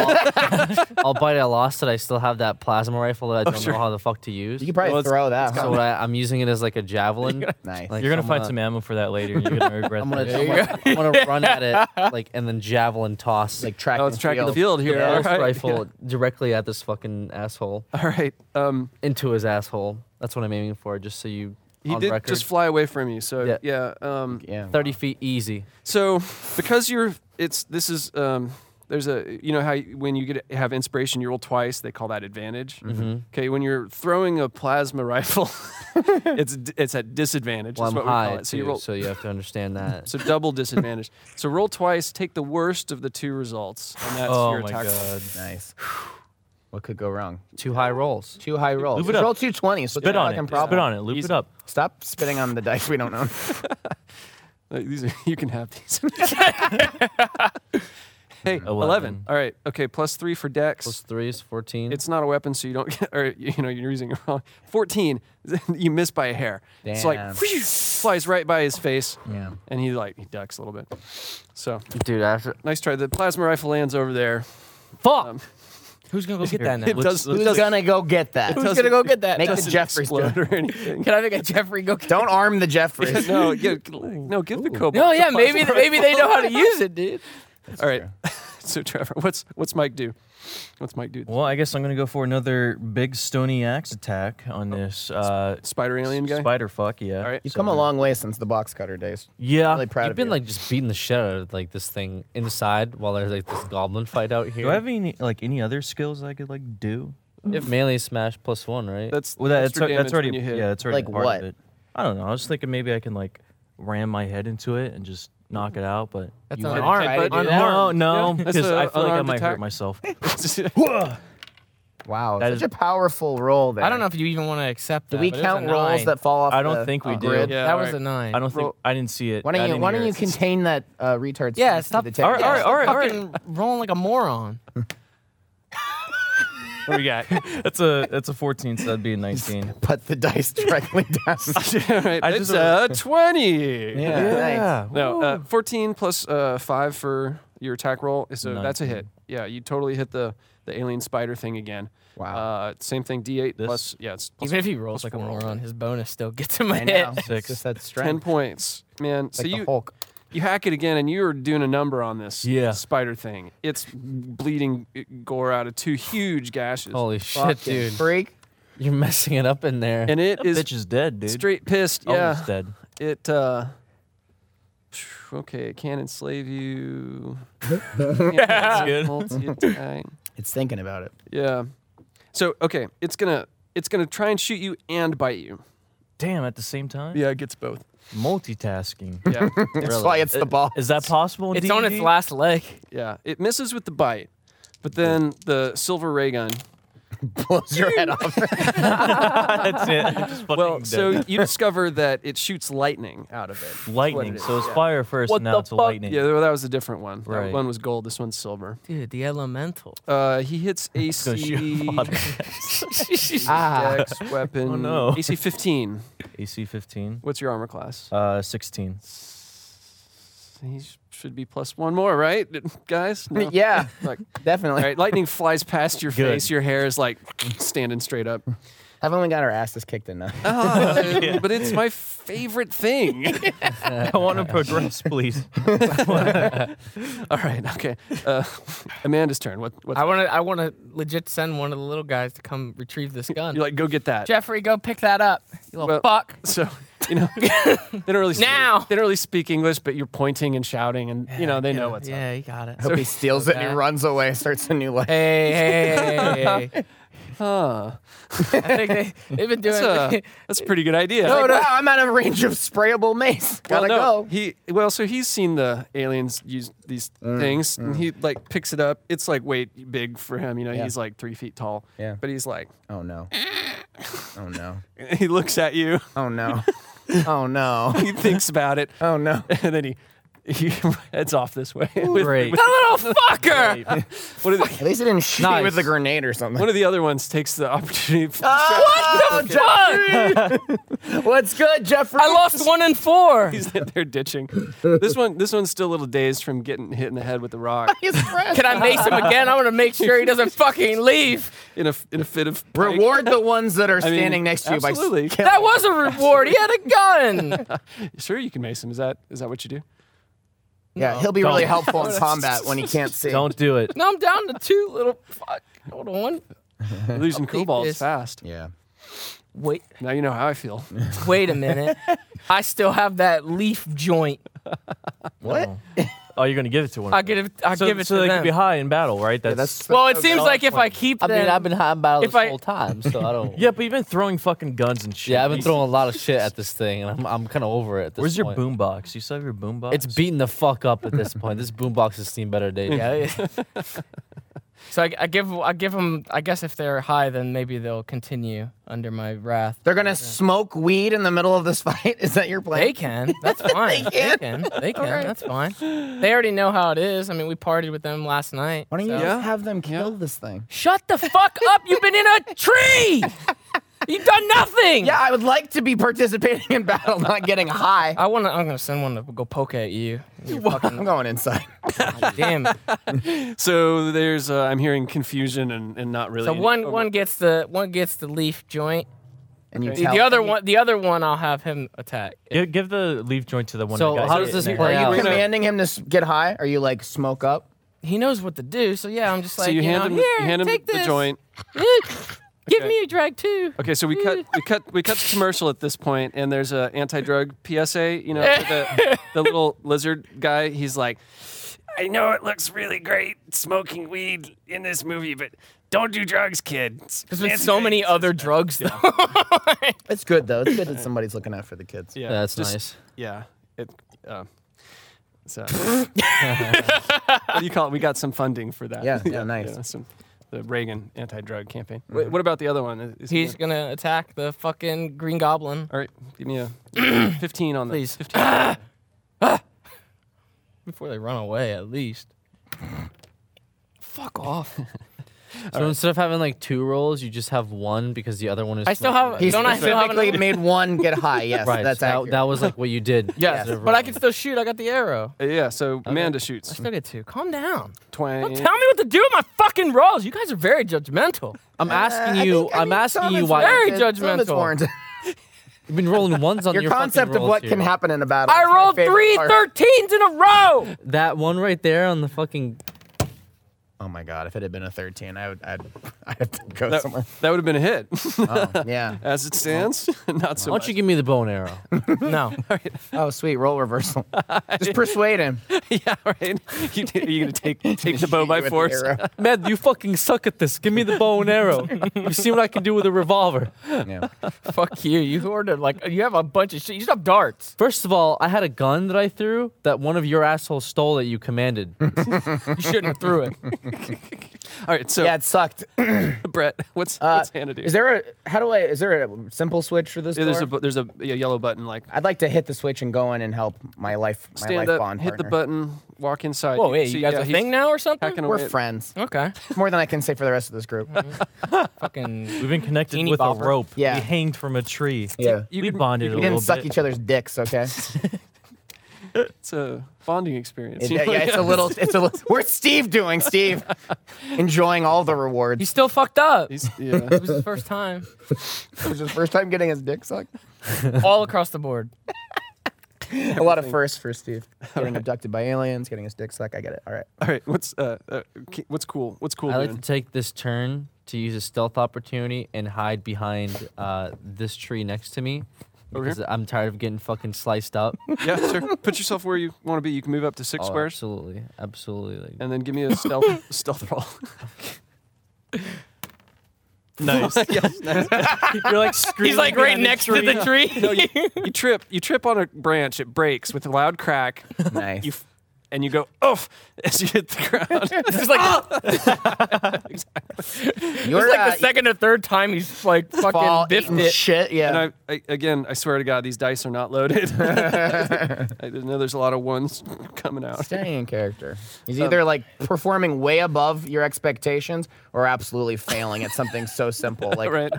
Albeit I lost it, I still have that plasma rifle that I don't
sure.
know how the fuck to use.
You could probably
Well, it's-
throw that.
so
huh?
what I, I'm using it as like a javelin.
Nice.
Like,
You're gonna
I'm
find some ammo for that later. and You're gonna regret
I'm
that.
gonna, I'm gonna, I'm gonna run at
[laughs]
it like and then javelin toss
like track
oh, it's
and
tracking the
field.
field here.
the
All
Gauss
right.
rifle directly at this fucking asshole
[laughs] All right. Um,
into his asshole. That's what I'm aiming for. Just so you
he
on
did
record.
just fly away from you. So yeah.
Yeah.
um,
Yeah.
thirty feet easy.
So because you're, it's this is um, there's a you know how you- when you get have inspiration you roll twice they call that advantage.
Mm-hmm.
Okay, when you're throwing a plasma rifle, [laughs] it's d- it's at disadvantage.
Well,
is
I'm
what we
high,
call it. So you
too,
roll
so you have to
[laughs]
understand that.
So double
[laughs]
disadvantage. so roll twice, take the worst of the two results, and that's
Oh
your
my
attack.
god.
Nice. [sighs] What could go wrong?
Two high rolls.
Two high rolls.
Loop it
Just
up.
Roll two twenties.
Spit on it. Spit on it. Loop
He's-
it up.
Stop spitting on the dice we don't own.
Like, these are, [laughs] you can have
[laughs]
these. hey, 11.
Eleven.
All right. Okay, plus 3 for dex.
Plus three is fourteen.
it's not a weapon, so you don't get, [laughs] or you know, you're using it wrong. 14, [laughs] you miss by a hair. It's like,
Damn.
whew, flies right by his face.
Yeah.
And he like, he ducks a little bit. So
dude. After
nice try. The plasma rifle lands over there. Um,
Fuck.
Who's gonna go get that now?
It does, it
Who's
does
gonna go get that?
Who's gonna go get that?
Make
now?
the Jeffries do
explode
it.
or [laughs]
[laughs]
anything.
[laughs] Can I make a Jeffrey go? Get
Don't arm the [laughs] Jeffries.
no, yeah, no, give the cobalt.
No,
the
yeah,
plasma
maybe maybe they know how [laughs] to use it, dude.
[laughs] All right. [laughs] so Trevor, what's what's Mike do? What's Mike do?
Well, I guess I'm gonna go for another big stony axe attack on this uh,
Spider alien guy.
spider fuck. Yeah.
All right.
You've come a long way since the box cutter days.
Yeah.
Really proud
you've
of
been
you.
like just beating the shit out of like this thing inside while there's like this goblin fight out here.
Do I have any like any other skills I could like do?
If melee smash plus one, right?
That's
Well, that, that's,
extra
al- that's
damage when
already
you hit. [laughs]
yeah, that's already
Like
part
what?
of it. I don't know. I was thinking maybe I can like ram my head into it and just knock it out, but
That's
you
an
would-
arm.
Alright,
but-
dude.
No, no,
Yeah, that's
because
a
I feel like I
unarmed
might
attack.
hurt myself.
Wow,
That
such
is-
a powerful roll there.
I don't know if you even want to accept
Do
that,
we
but it was
count
a
rolls
nine.
that fall off?
I don't
the
think we
uh,
do.
grid?
Yeah.
that was
alright.
a nine.
I don't think I didn't see it.
Why don't
I
you?
didn't
Why
hear
don't you
it.
contain that uh, retard?
Yeah,
speech to
stop.
The
yeah,
table?
Alright, alright,
stop
alright, alright.
fucking rolling like a moron.
What we got? [laughs] that's a that's a 14, so that'd be
[laughs]
a 19.
[laughs] Put the dice directly down.
[laughs] All right,
I
it's
just-
a twenty.
[laughs]
Yeah.
No, uh, fourteen plus uh, five for your attack roll. So that's a hit. Yeah, you totally hit the the alien spider thing again.
Wow.
Uh, same thing. D eight
This?
plus yeah, it's plus
Even if he rolls like a moron, his bonus still gets him a
I know.
[laughs] hit.
It's
Six.
just that
ten
strength.
points, man. so
like
you
the Hulk.
you hack it again, and you're doing a number on this
Yeah.
spider thing. It's bleeding uh, gore out of two huge gashes,
Holy
Fucking
shit, dude!
Freak.
You're messing it up in there.
and it
That
is
bitch is dead, dude.
straight pissed.
Almost
Yeah,
dead.
it. uh Okay, it can enslave [laughs] you.
That's good.
Multi-attack.
It's thinking about it.
Yeah. So okay, it's gonna it's gonna try and shoot you and bite you.
Damn, at the same time?
Yeah, it gets both. [laughs]
Multitasking.
Yeah,
That's why it's the ball. [laughs]
Is that possible? in
It's on its
D&D?
last leg.
yeah. It misses with the bite, but then the silver ray gun.
blows your head off.
[laughs] That's it. I'm just fucking
Well,
dead. [laughs]
so you discover that it shoots lightning out of
[laughs]
it. [laughs]
lightning.
is,
so it's fire first,
What
and now
the
it's a
fuck?
lightning.
Yeah, well, that was a different one. That
Right.
one was gold. This one's silver.
Dude, the elemental.
Uh, he
[laughs]
hits
So shoot
AC
him up. [laughs]
[laughs]
ah.
dex weapon.
Oh, no.
AC 15.
AC 15.
What's your armor class?
Uh, 16.
He should be plus one more, right, [laughs] guys?
[laughs]
No.
Yeah,
Like,
definitely.
All right, lightning flies past your
Good.
face. Your hair is like [laughs] standing straight
[laughs]
up.
I've only got our asses kicked enough.
Ah, But it's my favorite thing.
[laughs]
[laughs]
I want to progress, please.
All right, okay. Uh, Amanda's turn. What? What?
I want to. I want to legit send one of the little guys to come retrieve this gun.
you like? Go get that.
Jeffrey, go pick that up. You
Well-
little fuck.
So you
[laughs]
know they don't really speak,
Now.
they don't really speak English, but you're pointing and shouting, and you know they know what's up.
yeah, you got it.
Hope he steals it and he runs away, starts a new life.
Hey,
[laughs]
hey, hey, hey.
Huh.
I think they, they've been doing.
[laughs] That's
[laughs]
a [laughs] that's a pretty good idea.
Like, wow, I'm out of range of sprayable mace.
Well,
Gotta
no,
go.
He well, so he's seen the aliens use these
Mm,
things. And he like picks it up. It's like way big for him. You know,
Yeah.
he's like three feet tall.
Yeah.
But he's like, [laughs]
Oh [laughs] no. Oh no.
he looks at you. [laughs]
Oh [laughs] no. Oh no.
He thinks about it, [laughs]
Oh no.
and then he [laughs] he heads off this way. with-
Great.
with-
that little Oh, fucker.
one, of
[laughs]
the,
At least it didn't shoot
Nice.
with a grenade or something.
one
[laughs]
of the other ones takes the opportunity. [laughs] f-
Ah!
what the [laughs]
[laughs]
fuck?
What's good, Jeffrey?
I lost one in four.
He's that they're ditching. This one, this one's still a little dazed from getting hit in the head with a
[laughs]
rock
[laughs] He's fresh.
Can I mace him again? I want to make sure he doesn't fucking leave.
[laughs] in a in a fit of panic.
[laughs] Reward the ones that are
I mean,
standing next to you
absolutely.
by
That was a reward. He had a gun.
[laughs] Sure, you can mace him. Is that is that what you
[laughs]
do?
Yeah, he'll be really helpful in combat when he can't see.
[laughs] Don't
[laughs]
do it.
Now I'm down to two little fuck. Hold on.
You're losing cool balls
this.
fast.
Yeah.
Wait,
Now you know how I feel.
wait a minute. I still have that leaf joint.
What?
Oh, you're going to give it to one.
I
of them.
give it. I
so,
give it
so
to
they
them.
can be high in battle, right? That's,
that's-
well, it seems
Oh,
like if I keep.
I mean,
them-
I've been high in battle
If
this
I-
whole time, so
[laughs]
I don't.
yeah, but you've been throwing fucking guns and shit.
Yeah, I've been
You-
throwing a lot of shit at this thing, and I'm, I'm kind of over it. At this
Where's your
point.
boombox? You still have your boombox?
It's beating the fuck up
[laughs]
at this point. This boombox has seen better days.
Yeah, yeah. [laughs] so I, I give I give them. I guess if they're high, then maybe they'll continue under my wrath.
They're gonna smoke weed in the middle of this [laughs] fight. Is that your plan?
They can. That's [laughs] fine. they can. They can. That's fine. They already know how it is. I mean, we partied with them last night.
Why don't you
so-
Yeah.
just have them kill this thing?
Shut the fuck up! You've been in a [laughs] tree. You've done nothing.
Yeah, I would like to be participating in battle, [laughs] not getting high.
I want to. I'm gonna send one to go poke at
[laughs]
you. You
I'm
fucking
going inside.
damn.
So there's uh, I'm hearing confusion and, and not really.
So
any-
one
oh,
one gets the one gets the leaf joint.
And you
The,
tell
the other one the other one I'll have him attack.
Give, give the leaf joint to the one.
So
that got
how
hit
does this
in there.
play
Are
out?
you commanding him to s- get high? Are you like smoke up?
He knows what to do. So yeah, I'm just
So
like
you,
you
hand
know,
him
here,
you hand him
take
the
this.
joint.
Give me a drag too.
Okay, so we cut we cut we cut the commercial at this point, and there's a anti-drug PSA. You know, for
[laughs]
the the little lizard guy. He's like, I know it looks really great smoking weed in this movie, but Don't do drugs, kids.
There's been so many other drugs though.
It's good though. It's good that somebody's looking out for the kids.
Yeah,
That's
just-
nice.
Yeah, it. Uh, so, what do you call it? We got some funding for that.
Yeah,
[laughs]
yeah, nice. Mm-hmm.
some, the Reagan anti-drug campaign. Wait, what about the other one? Is- is he
He's
good?
gonna attack the fucking Green Goblin. Ah!
All right, give me a fifteen on the. Please, 15.
Before they run away, at least. Fuck off.
So instead of having like two rolls, you just have one because the other one is.
I still
like-
have-
He
Don't I still have
specifically
another-
made one get high. Yes,
[laughs] Right.
that's
so that,
accurate.
that was like what
[laughs]
you did.
Yes,
instead of
but I
rolling.
can still shoot. I got the arrow.
Uh, yeah, so Amanda
I
shoots
still get two. Calm down. Don't
twenty.
tell me what to do with my fucking rolls. You guys are very judgmental.
I'm asking
I
you.
think- I
I'm
mean, some
asking you
is
why
Very
warranted, some is
judgmental.
warranted.
you've been rolling ones on your,
Your
fucking
concept of
rolls
what
here.
can happen in a battle.
I
is my
rolled
favorite
three
part.
13s in a row.
That one right there on the fucking.
Oh my god! If it had been a thirteen, I would. I'd, [laughs] I'd have to go
That,
[laughs]
somewhere.
that would have been a hit. [laughs]
Oh, yeah.
As it stands, [laughs] not so
Why
much.
don't you give me the bone [laughs] arrow?
No.
Oh sweet, roll
[laughs]
reversal. Just persuade him.
yeah, right. You, are you gonna take take the bow by
[laughs] With the
force?
[laughs]
arrow.
Man, you fucking suck at this. Give me the bow and arrow. You see what I can do with a revolver.
Yeah.
[laughs] Fuck you. You ordered like you have a bunch of shit. You just have darts.
First of all, I had a gun that I threw that one of your assholes stole that
[laughs]
you commanded.
You shouldn't have threw it.
[laughs] All right, so
yeah, it sucked.
Brett, [laughs] what's
Uh,
what's Hannah do?
Is there a how do I? Is there a simple switch for this?
Yeah, there's a
door?
bu- there's a, yeah, yellow button like
I'd like to hit the switch and go in and help my life. My
stand
life
up,
bond
hit
partner.
the button, walk inside.
Whoa, wait,
can
you
see-
guys
yeah,
a
he's
thing now or something?
hacking
We're
away at-
friends.
[laughs] Okay.
It's more than I can say for the rest of this group.
Fucking [laughs]
We've been connected
Teeny
with
bopper.
a rope.
Yeah.
We hanged from a tree.
Yeah.
we bonded
We
a little
didn't suck
bit. [laughs]
each other's
[laughs]
dicks, okay?
It's a bonding experience.
It-
you
yeah,
know?
it's a little. It's a. li- Where's Steve doing?
[laughs]
Steve, enjoying all the
You
rewards.
still fucked
[laughs]
up. It
He's- yeah.
was his first [laughs] time.
It was his first time getting his dick sucked.
All across the board.
[laughs] A lot of firsts for Steve. [laughs] Getting abducted by aliens, getting his dick sucked. I get it. All right.
All right, what's uh, uh K- what's cool? What's cool?
I like to
doing?
take this turn to use a stealth opportunity and hide behind uh, this tree next to me.
Over here?
Because I'm tired of getting fucking sliced up.
yeah,
[laughs]
sure. Put yourself where you want to be. You can move up to six
Oh,
[laughs] squares,
Absolutely. Absolutely.
and then give me a
[laughs]
stealth stealth roll. [laughs]
Nice.
[laughs]
You're like screaming.
He's like right next
[laughs]
to the tree. [laughs]
you trip. You trip on a branch. It breaks with a loud crack.
Nice.
You f- and you go oof [laughs] as you hit the
[laughs]
ground.
It's just like [laughs]
You're
it's like the
uh,
second or third time he's like fucking
fall
biffed
eating
[laughs] it.
shit.
And
Yeah.
I, I again, I swear to God, these dice are not loaded. [laughs] I know there's a lot of ones [laughs] coming out.
Staying in character. He's either like performing way above your expectations or absolutely failing at something so simple.
[laughs]
Like
[laughs]
right.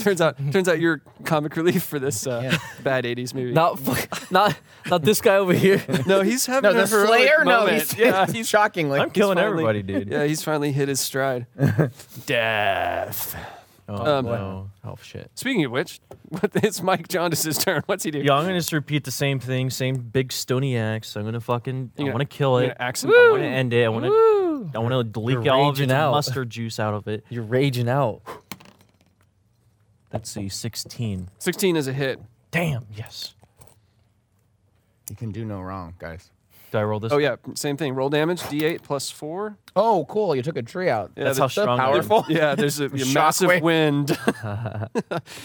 turns out, turns out you're comic relief for this uh,
Yeah.
bad '80s movie.
Not, fuck, not, not this guy over here.
no, he's having
no,
a [laughs]
the
heroic
Slayer. No,
moment.
he's, [laughs]
yeah, he's
shockingly.
I'm killing
finally-
everybody, dude.
yeah, he's finally hit his
[laughs]
stride. Death.
Oh,
Um,
no.
Oh, shit.
Speaking of which, [laughs] what, it's Mike Jaundis's turn. What's he do?
Yeah, I'm gonna just repeat the same thing, same big stony axe. I'm gonna fucking,
You're
I
gonna-
want to kill
you're
it.
gonna axe it.
I
Woo!
want to end it. I want to, I want to leak all of
raging
its
out.
mustard juice out of it.
You're raging out.
Let's see, 16.
16 is a hit.
Damn, yes.
You can do no wrong, guys.
Do I roll this?
Oh yeah, same thing. Roll damage, D8 plus four.
Oh, cool! You took a tree out.
Yeah,
That's
the-
how
so
strong. I am.
powerful.
Yeah, there's
[laughs]
a, a
Shockwave.
massive wind.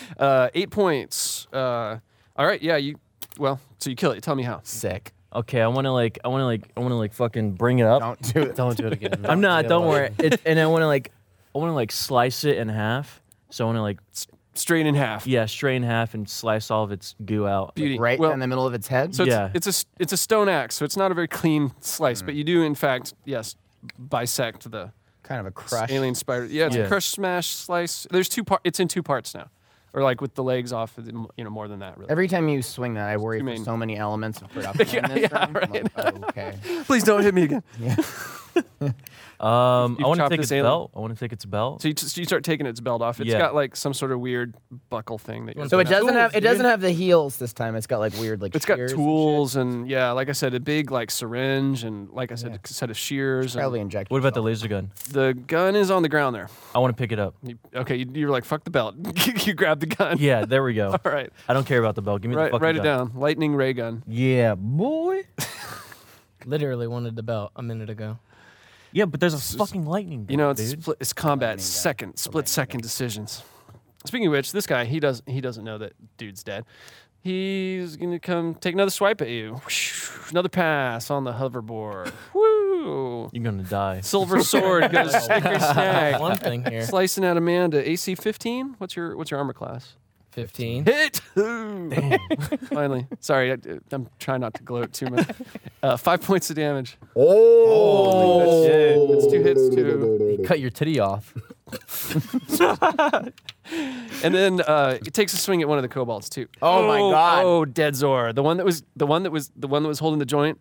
[laughs] uh, eight points. Uh, all right, yeah, you. Well, so you kill it. Tell me how.
Sick.
Okay, I want to like, I want to like, I want to like fucking bring it up.
Don't
[laughs]
do it.
Don't do it again.
I'm not.
do it
Don't
again.
worry. It, and I want to like, I want to like slice it in half. So I want to like,
S- Straight in half.
yeah, stray in half and slice all of its goo out.
Beauty.
Right
Well,
in the middle of its head.
so it's,
Yeah.
it's a s- it's a stone axe, so it's not a very clean slice,
Mm.
but you do in fact, yes, bisect the
kind of a crush.
alien spider. Yeah, it's a
Yeah.
crush, smash, slice. There's two parts. It's in two parts now, or like with the legs off. of the- You know, more than that really.
Every time you swing that, I worry
You
for
mean-
so many
[laughs]
elements of production. in this
yeah,
room. I'm like, oh,
[laughs]
okay.
Please don't hit me again.
Um,
You've
I want to
chopped
take
this
its
alien.
belt. I want to take its belt.
So you, just, you start taking its belt off. It's
Yeah.
got like some sort of weird buckle thing that you're.
So it
putting out.
doesn't have it
dude.
doesn't have the heels this time. It's got like weird like.
It's got
shears and shit.
tools and, yeah, like I said, a big like syringe and like I said, a set of shears.
Probably
And
inject.
What about the laser gun?
the gun is on the ground there.
I want to pick
[laughs]
it up.
You, okay, you, you're like fuck the belt. [laughs] you grab the gun.
Yeah, there we go.
All right,
I don't care about the belt. Give me the
right,
fucking
write it
gun.
down. Lightning ray gun.
Yeah, boy.
[laughs] Literally wanted the belt a minute ago.
Yeah, but there's a fucking lightning bolt,
You know, it's
dude.
split, it's combat second, split second decisions. Speaking of which, this guy he doesn't he doesn't know that dude's dead. He's gonna come take another swipe at you. Another pass on the
[laughs]
hoverboard. Woo!
You're gonna die. [laughs]
Silver sword goes snicker snack.
One thing here.
Slicing at Amanda. AC 15. What's your what's your armor class?
15.
[laughs]
Hit! Finally. Sorry, I, I'm trying not to gloat too much. Uh, five points of damage.
Oh,
That's, that's two hits too.
cut your titty off.
[laughs] And then uh, it takes a swing at one of the kobolds too.
Oh my God.
Oh, dead Zor. The one that was the one that was the one that was holding the joint.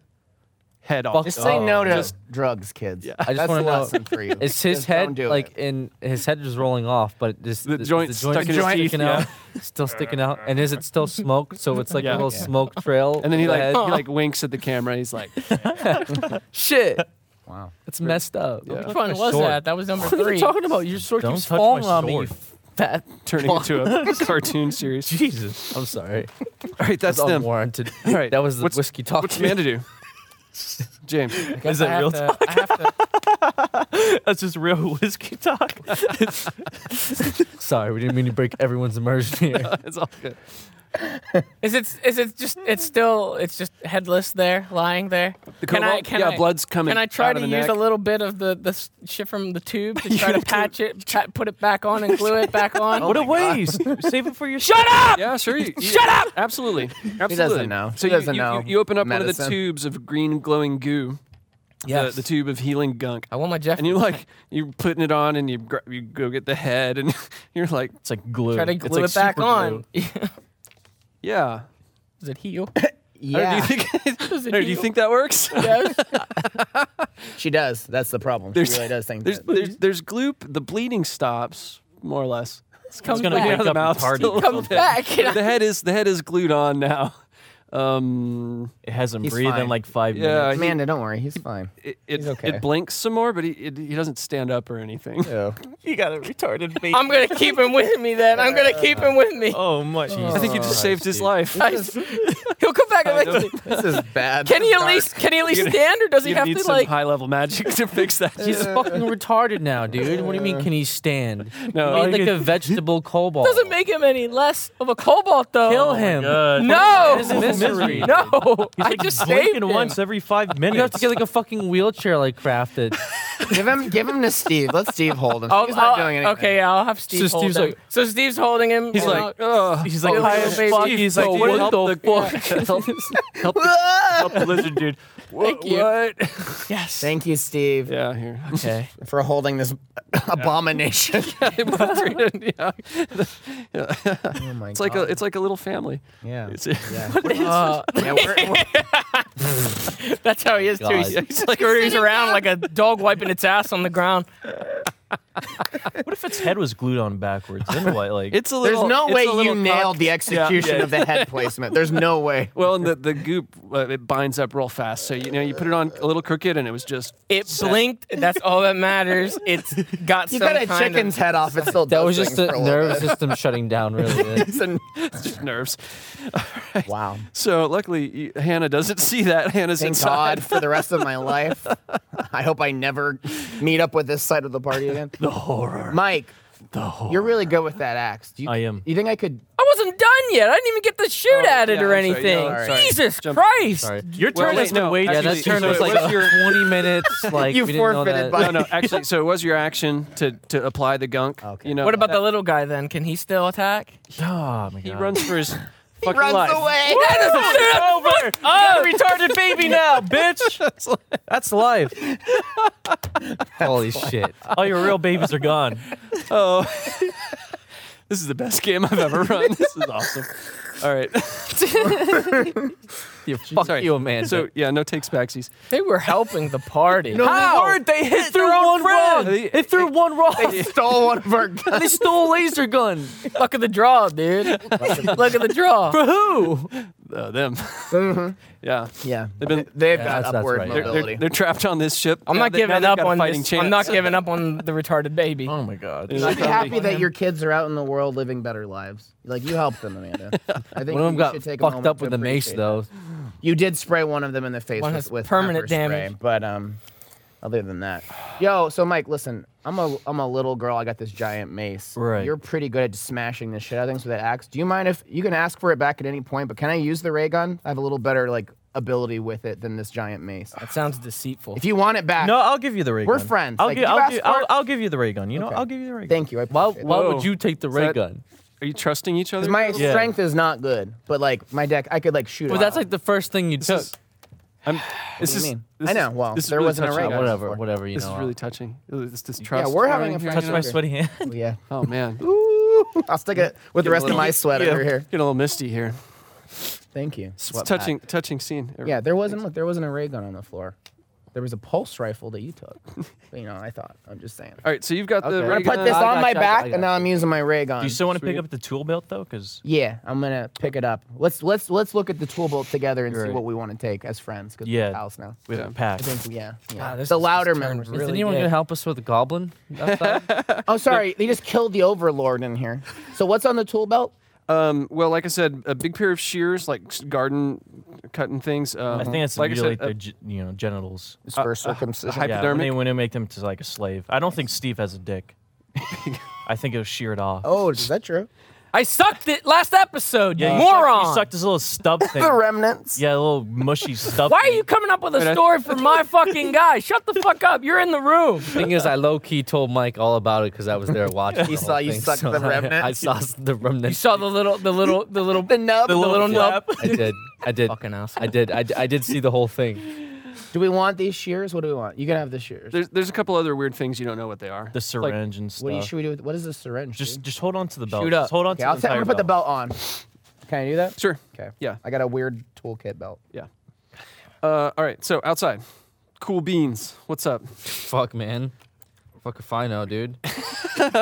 Head off.
Fuck.
Oh, Just say no to
Just-
drugs, kids.
Yeah.
I just
That's
wanna
a
know,
lesson for you.
It's his
Just don't
head
do
like
it.
in his head is rolling off, but just
The joint's stuck in his
joint
teeth,
sticking out, still sticking out, and is it still smoke? So it's like
Yeah.
a little smoke trail.
And then he
over
like [laughs] oh,
the
he
[laughs] head.
like winks at the camera. He's like, [laughs]
shit.
Wow.
It's messed up.
yeah,
Which one was that? That was number
[laughs] What are
three.
you talking about? Your sword
Don't
keeps
touch my
falling on me.
sword.
you Fat.
turning into a [laughs] cartoon series.
[laughs]
Jesus. I'm sorry.
All right, that's
That's
them.
unwarranted.
All right,
That was the
what's-
whiskey talk.
What's Amanda do? James.
Is it real talk? I have to,
That's just real whiskey talk.
[laughs] Sorry, we didn't mean to break everyone's immersion here.
[laughs] it's all good.
is it is it just it's still it's just headless there, lying there?
The
Can I-
cobalt?
can
yeah,
I-
blood's coming.
Can I try
out
to
of the
use
neck.
a little bit of the, the s- shit from the tube
[laughs]
to try
You
to
do.
patch it, pat, put it back on, and glue
[laughs]
it back on?
what a waste. Save it for your. Shut up.
Yeah, sure. You, Shut up! Absolutely. Absolutely.
know.
So
He
you,
doesn't
you,
know
You, you open up one of the
medicine.
tubes of green glowing goo. Yeah. The,
Yes.
the tube of healing gunk.
I want my Jeff.
And you're like, you're putting it on and you, gra- you go get the head and [laughs] you're like,
It's like glue.
try to
It's
glue
like
it back
super
on.
glue.
[laughs]
yeah.
Does
[laughs]
it heal?
Or do you
Yeah,
think, [laughs]
Does it
or do you
heal?
think that works?
[laughs]
[laughs]
Yes.
she does. That's the problem. She
There's-
really does think
There's,
that.
there's, there's gloop. The bleeding stops, more or less.
It's gonna
Yeah,
wake
the
up and
mouth's
party.
still-
or
Come
something.
back. [laughs]
The head is the head is glued on now. Um,
It hasn't
He's
breathed in
fine.
like five
yeah,
minutes.
he-
Amanda, don't worry. He's fine.
it, it,
he's okay.
it blinks some more, but he it, he doesn't stand up or anything.
Oh.
You got a retarded baby.
I'm gonna keep him with me then. I'm gonna keep him with me.
Oh
[laughs]
my.
I think you just saved his life.
I- [laughs] he'll come
[laughs]
back and like,
This is bad.
can he at least can he at least stand or does he
You
have
need
to
some
like?
high level magic to fix that.
He's fucking retarded now, dude. What do you mean? Can he stand?
No.
He made like
[laughs]
a vegetable cobalt.
Doesn't make him any less of a cobalt though.
Kill him.
No. [laughs]
This is misery.
No.
He's
I
like
just saved
blinking
him.
once every five minutes.
You have to get like a fucking wheelchair like crafted.
give him, give him to Steve. Let Steve hold him.
I'll-
He's not
I'll-
doing anything.
Oh, Okay, yeah, I'll have Steve.
So
hold
Steve's
him.
like-
so Steve's holding
[laughs]
him.
He's
and
like, ugh.
He's like
Oh,
high
little
as
baby.
fuck. He's like,
Like,
what
help
the
the-
[laughs] Help us.
Help
[laughs]
the, help
[laughs]
the lizard, dude. What?
you.
what?
I'll- yes.
Thank you, Steve,
Yeah, here.
Okay.
for holding this abomination.
yeah.
oh my
It's like a it's like a little family.
yeah.
It's,
yeah.
Uh,
yeah we're, we're,
[laughs] that's how he is too. He's,
God.
he's like hurries around like a dog wiping its ass on the ground.
What if its head was glued on backwards? Then what? Like,
it's a
there's
little.
no
it's
way
a little
you
cock-
nailed the execution of the head placement. There's no way.
Well, and the the goop uh, it binds up real fast. So you know you put it on a little crooked, and it was just [laughs]
It blinked. That's all that matters. It's got
You
some
got a
kind
chicken's
of.
head off. It still
That
does
was just
things
the
for a little
nervous
bit.
system shutting down, [laughs] really.
It's an-
it's just nerves.
wow.
So luckily you, Hannah doesn't [laughs] see that. Hannah's
Thank
inside.
God for the rest of my life. I hope I never meet up with this side of the party again.
The horror.
Mike, you're really good with that axe. Do you,
I am.
You think I could?
I wasn't done yet. I didn't even get to shoot
Oh,
at it
yeah,
or
I'm sorry.
anything.
Yeah, all right.
Jesus
Jump-
Christ!
Sorry.
your
Well,
turn
wait,
is to
no,
wait.
Yeah,
actually-
that turn
so
was
it
like
was your-
20 [laughs] minutes. Like
You
we didn't know
forfeited
that. [laughs]
by- [laughs]
No, no, actually, so it was your action to, to apply the gunk.
Okay.
You know,
What about the little guy then? Can he still attack?
Oh my god.
he runs for his
[laughs] He
fucking
runs
life.
away.
[laughs]
over. You got a retarded baby now, bitch.
[laughs] That's life. [laughs] Holy shit.
All your real babies are gone.
Oh, this is the best game I've ever
[laughs]
run. This is awesome. All right,
[laughs] You fuck
Sorry.
you, man.
so yeah, no takes backsies.
They were helping
[laughs]
the party.
no,
How?
they weren't. They [laughs] hit through
own
one wrong.
friend.
They threw one wrong.
Stole one of our guns.
[laughs] They stole a laser gun.
Look at the draw, dude. Look at the
[laughs]
draw.
For who?
Uh, them,
Mm-hmm.
[laughs] yeah,
Yeah,
They've been-
they've got
Yeah, that's- that's
upward
right. They're-
they're,
mobility.
they're, they're trapped on this ship.
I'm
Now
not
they- now
giving
they've
up
got a
on
fighting
this.
chance.
I'm not giving up on the retarded baby.
Oh my
[laughs]
god.
Yeah.
One
I'd be happy that
him.
your kids are out in the world living better lives. Like you helped them,
[laughs]
Amanda. I think
of them
you
got
should take a
fucked
moment
up
to
with the mace,
appreciate
though.
that. You did spray one of them in the face
One
with,
has
with
permanent
pepper spray,
damage.
but um, Other than that, yo. So Mike, listen, I'm a I'm a little girl. I got this giant mace.
Right.
You're pretty good at just smashing the shit out of things with that axe. Do you mind if you can ask for it back at any point? But can I use the ray gun? I have a little better like ability with it than this giant mace.
That sounds deceitful.
If you want it back,
No, I'll give you the ray
We're
gun.
friends.
I'll,
Like,
gi-
you
I'll,
asked
gi-
for
I'll,
it.
I'll give you the ray gun. You know,
Okay.
I'll give you the ray gun.
Thank you. I
Why,
appreciate it.
why
Whoa.
would you take the ray
that-
gun?
Are you trusting each other?
'Cause my
Yeah.
strength is not good, but like my deck, I could like shoot.
But
it
that's
out.
like the first thing you took.
I'm, this
do you
is,
mean?
This
I
is-
know, well,
this is
there
really
wasn't a
touching.
ring.
Yeah,
guys
whatever,
before.
whatever. You
This is
know.
really touching. This distrust.
we're having
growing
a
here,
Touch
you
my
know?
sweaty hand.
yeah.
Oh man,
I'll stick
[laughs]
it with the rest of my sweat
Yeah,
over here.
Get a little misty here.
Thank you.
It's
Sweat
touching,
back.
touching scene.
Yeah, there wasn't. Look, there wasn't a ray gun on the floor. There was a pulse rifle that you took. But, you know, I thought. I'm just saying.
All right, so you've got the. ray
I'm gonna put
gun.
this
I
on
got
my
you, I got
back,
you, I
and
got
now I'm using my ray gun.
Do you still want to pick
Sweet.
up the tool belt though? Because
yeah, I'm gonna pick it up. Let's let's let's look at the tool bolt together and see
Right.
what we want to take as friends. Cause
Yeah.
we're pals now.
we
Yeah.
have a pack.
I think yeah. yeah.
Wow, this
the
has
louder
just turned
members.
really
Is anyone
gay.
gonna help us with the goblin? [laughs] outside?
Oh, sorry. They just killed the overlord in here. So what's on the tool belt?
Um, well, like I said, a big pair of shears, like s- garden cutting things. Um,
I think that's
like
like
I
mutilate
said,
their
a-
ge- you know genitals.
It's for circumcision.
hy-
Yeah, when
Hypodermic?
they want to make them to like a slave. I don't think Steve has a dick. I think it was sheared off.
oh, is that true?
I sucked it last episode,
yeah,
you
you
moron.
Sucked, you sucked this little stub thing.
The remnants.
yeah, a little mushy stub.
Why are
thing.
you coming up with
Wait,
a
I-
story for my fucking guy? Shut the fuck up. You're in the room.
thing is, I low key told Mike all about it because I was there
[laughs]
watching. He
saw you suck the remnant?
[laughs] I, saw s- the remnant.
You saw the little, the little, the little,
The nub.
the little nub.
I did. I did.
Fucking
[laughs]
asshole.
I did. I, d- I did see the whole thing.
Do we want these shears? What do we want? You can have the shears.
there's, there's a couple other weird things you don't know what they are.
the syringe and stuff?
What do you, should we do? With, what is the syringe?
Uh. just
dude?
just hold on to the belt.
Shoot up.
Just hold on
okay,
to
I'll
the
t- I'm
entire
gonna put the belt on. Can I do that?
Sure.
Okay.
Yeah.
I got a weird toolkit belt.
Yeah. Uh, all right. So outside, cool beans. What's up?
Fuck, man. Fuck if I know, dude.
Uh,
Take
okay.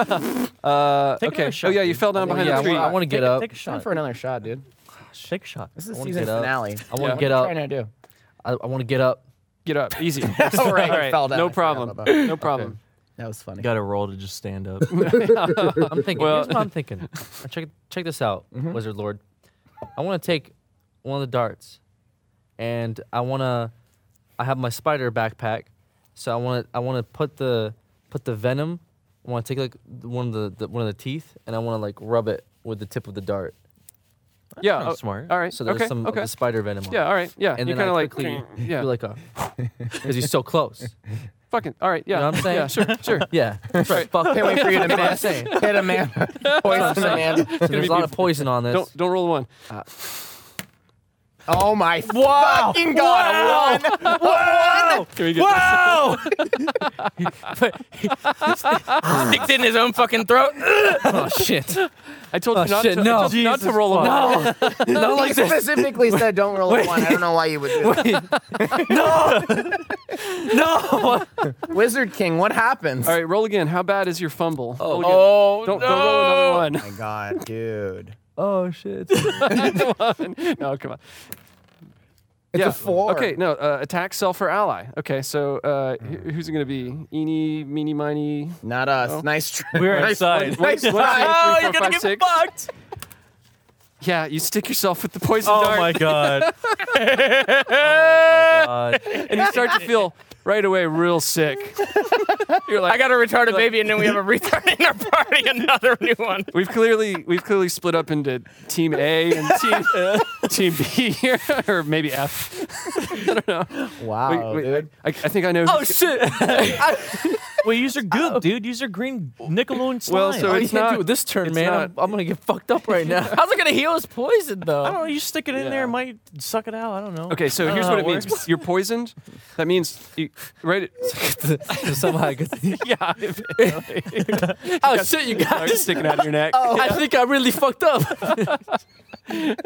another shot,
oh yeah, you
dude.
fell down
Well,
behind
yeah,
the tree.
I want to
Take
get
a-
up.
Take a
Time
shot.
for another shot, dude.
Take a shot.
This is
I
the
wanna
season
get up.
finale.
I wanna
What
get
are you
up.
Trying [laughs] to do.
I, I want to get up.
Get up.
[laughs]
Easy.
Oh, right, I
All right,
fell down. I
No
forgot
problem.
about that.
No problem.
That was funny.
You got to roll to just stand up.
I'm thinking.
Well-
here's what I'm thinking. Uh, Check check this out, Wizard Lord. I want to take one of the darts, and I want to. I have my spider backpack, so I want to. I want to put the put the venom. I want to take like one of the, the one of the teeth, and I want to like rub it with the tip of the dart.
yeah.
sounds
oh,
smart.
All right.
So there's
okay.
some of
okay.
the spider venom. On
yeah.
it.
All right. Yeah.
And
you
then
kind
I
of like.
quickly [laughs]
Yeah.
do
[laughs]
like a because he's so close.
Fucking. All right. Yeah.
know what I'm saying?
Yeah.
[laughs]
Sure. Sure.
Yeah, that's right. Fuck.
Can't wait for you to
That's what I'm
miss.
saying.
Hit a man. [laughs] Poison a man.
So There's a lot of poison on this.
Don't don't roll one.
Oh
[laughs]
my fucking god! a one.
Can we get
Whoa! Sticked it in his own fucking throat.
oh
[laughs]
shit.
I told you
Oh,
not
shit,
to.
no.
I told you not to
Jesus
roll a one.
No. Not
He
like this.
specifically said don't roll a one. I don't know why you would do that.
[laughs]
No.
[laughs] Wizard King, what
[laughs]
happens?
All right. Roll again. How bad is your fumble? Oh.
[laughs] Oh,
Don't, don't roll another one.
Oh my god, dude.
Oh
[laughs]
shit.
no, come on.
It's
yeah.
a four.
Okay, no, uh, attack self or ally. Okay, so uh,
Hmm.
who- who's it going to be? Eeny, meeny,
[laughs]
miny.
Not us. Nice try.
We're
nice
inside.
one. Nice try.
Oh,
you're gonna get
fucked. Yeah, you stick yourself with the poison
oh
dart,
my god. oh my god.
and you start to feel right away real sick. You're
I
like,
got to retard a baby, and then we have a retard in our party. [laughs] Another new
[laughs]
one.
we've clearly we've clearly split up into team A and
[laughs]
team team B here, or maybe F.
Oh,
Wow,
Wait, wait,
dude.
I, I think I know.
Oh
who's-
shit.
Well, use your goop, dude. Use your green Nickelodeon slime.
Well, so
Oh,
it's
[laughs] you can't
not-
do it this turn,
it's
man.
not-
I'm, I'm gonna get fucked
[laughs]
up right now.
How's it gonna heal his poison though?
I don't know. You stick it in there,
Yeah.
it might suck it out. I don't know.
Okay, so
I don't
here's
know
what it
how it
means. You're poisoned. That means you
[laughs]
right.
[laughs] Somehow
[laughs]
I could-
Yeah.
Oh shit,
Sorry,
you guys.
sticking out of your
Oh.
neck.
I think I really fucked
[laughs]
up. [laughs]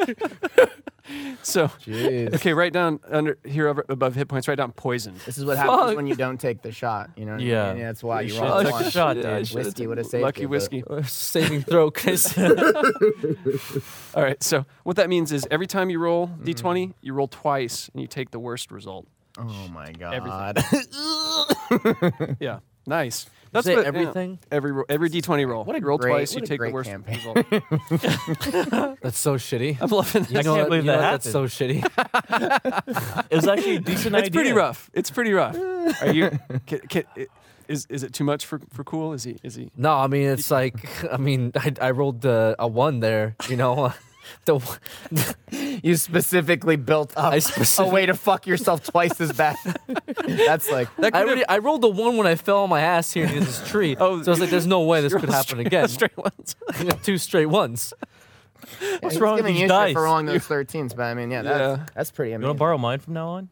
So
Jeez.
okay, write down under here over, above hit points. Write down poisoned.
This is what happens
Fuck.
when you don't take the shot. You know what I
Yeah.
mean? That's why you
Shit,
roll
took
one.
the shot,
shit,
dude.
I should've
Whiskey would have saved
Lucky
you, but-
whiskey.
done- Saving throw, Chris.
All right. So what that means is every time you roll
Mm-hmm.
d20, you roll twice and you take
[laughs]
the worst result.
Oh my god.
Yeah. Nice. That's
Say
what- yeah.
everything.
Every ro- every d20 roll.
What a
roll
great-
twice. You
what a
take the
great
worst
campaign.
result.
That's so shitty.
I'm loving it.
You know
can't
what-
believe
you know
that
what? That's so shitty. [laughs]
It was actually a decent
[laughs]
idea.
[laughs] It's pretty rough. It's pretty rough. Are you? Can, can, i- is is it too much for for cool? Is he? Is he? [laughs]
No, I mean it's like I mean I, I rolled uh, a one there. You know, [laughs] the
[laughs] You specifically built up
I
a
specific-
way to fuck yourself twice as
[laughs]
bad. That's like
[laughs] I, already, I rolled a one when I fell on my ass here
[laughs]
into this tree.
Oh,
Oh, so I was like,
[laughs]
there's no way this could happen again.
Straight
[laughs]
ones.
Two straight ones.
what's
wrong with
giving
these
you shit
dice?
for rolling those thirteens, but I mean, yeah, that's,
Yeah.
that's pretty
You want
amazing.
to borrow mine from now on?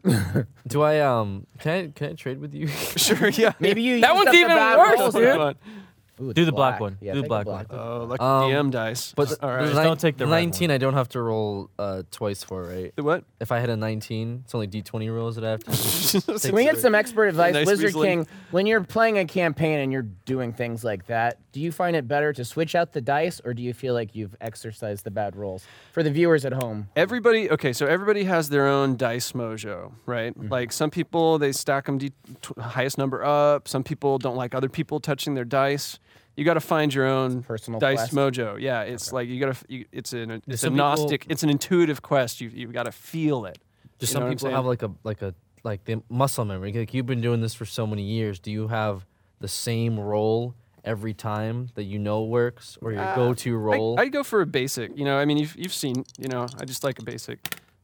Do I um can I can I trade with
[laughs]
you?
Sure. Yeah.
Maybe you
That
used
one's
up the
even
bad
worse,
rolls.
Oh,
dude.
God.
Ooh, it's
Do the black one.
Yeah,
Do the
take
black one.
Oh, lucky
Um,
DM dice.
But
all right.
there's
Just don't take the red one.
nineteen. I don't have to roll uh twice for right.
The what?
If I had a nineteen, it's only D twenty rolls that I
[laughs]
have to.
Can we get some expert advice,
Nice
Lizard
Weasley.
King? When you're playing a campaign and you're doing things like that, do you find it better to switch out the dice, or do you feel like you've exercised the bad rolls for the viewers at home?
Everybody, okay, so everybody has their own dice mojo, right?
Mm-hmm.
Like some people, they stack them d- tw- highest number up. Some people don't like other people touching their dice. You got to find your own
personal
dice
quest.
mojo. Yeah, it's like you got to. It's an it's a
some people-
gnostic. it's an intuitive quest. You you got to feel it.
Just
You know
some
what I'm
people
saying?
have like a like a like the muscle memory. Like you've been doing this for so many years. Do you have the same roll every time that you know works, or your go-to roll?
Uh, I, I'd go for a basic. You know, I mean, you've you've seen. You know, I just like a basic.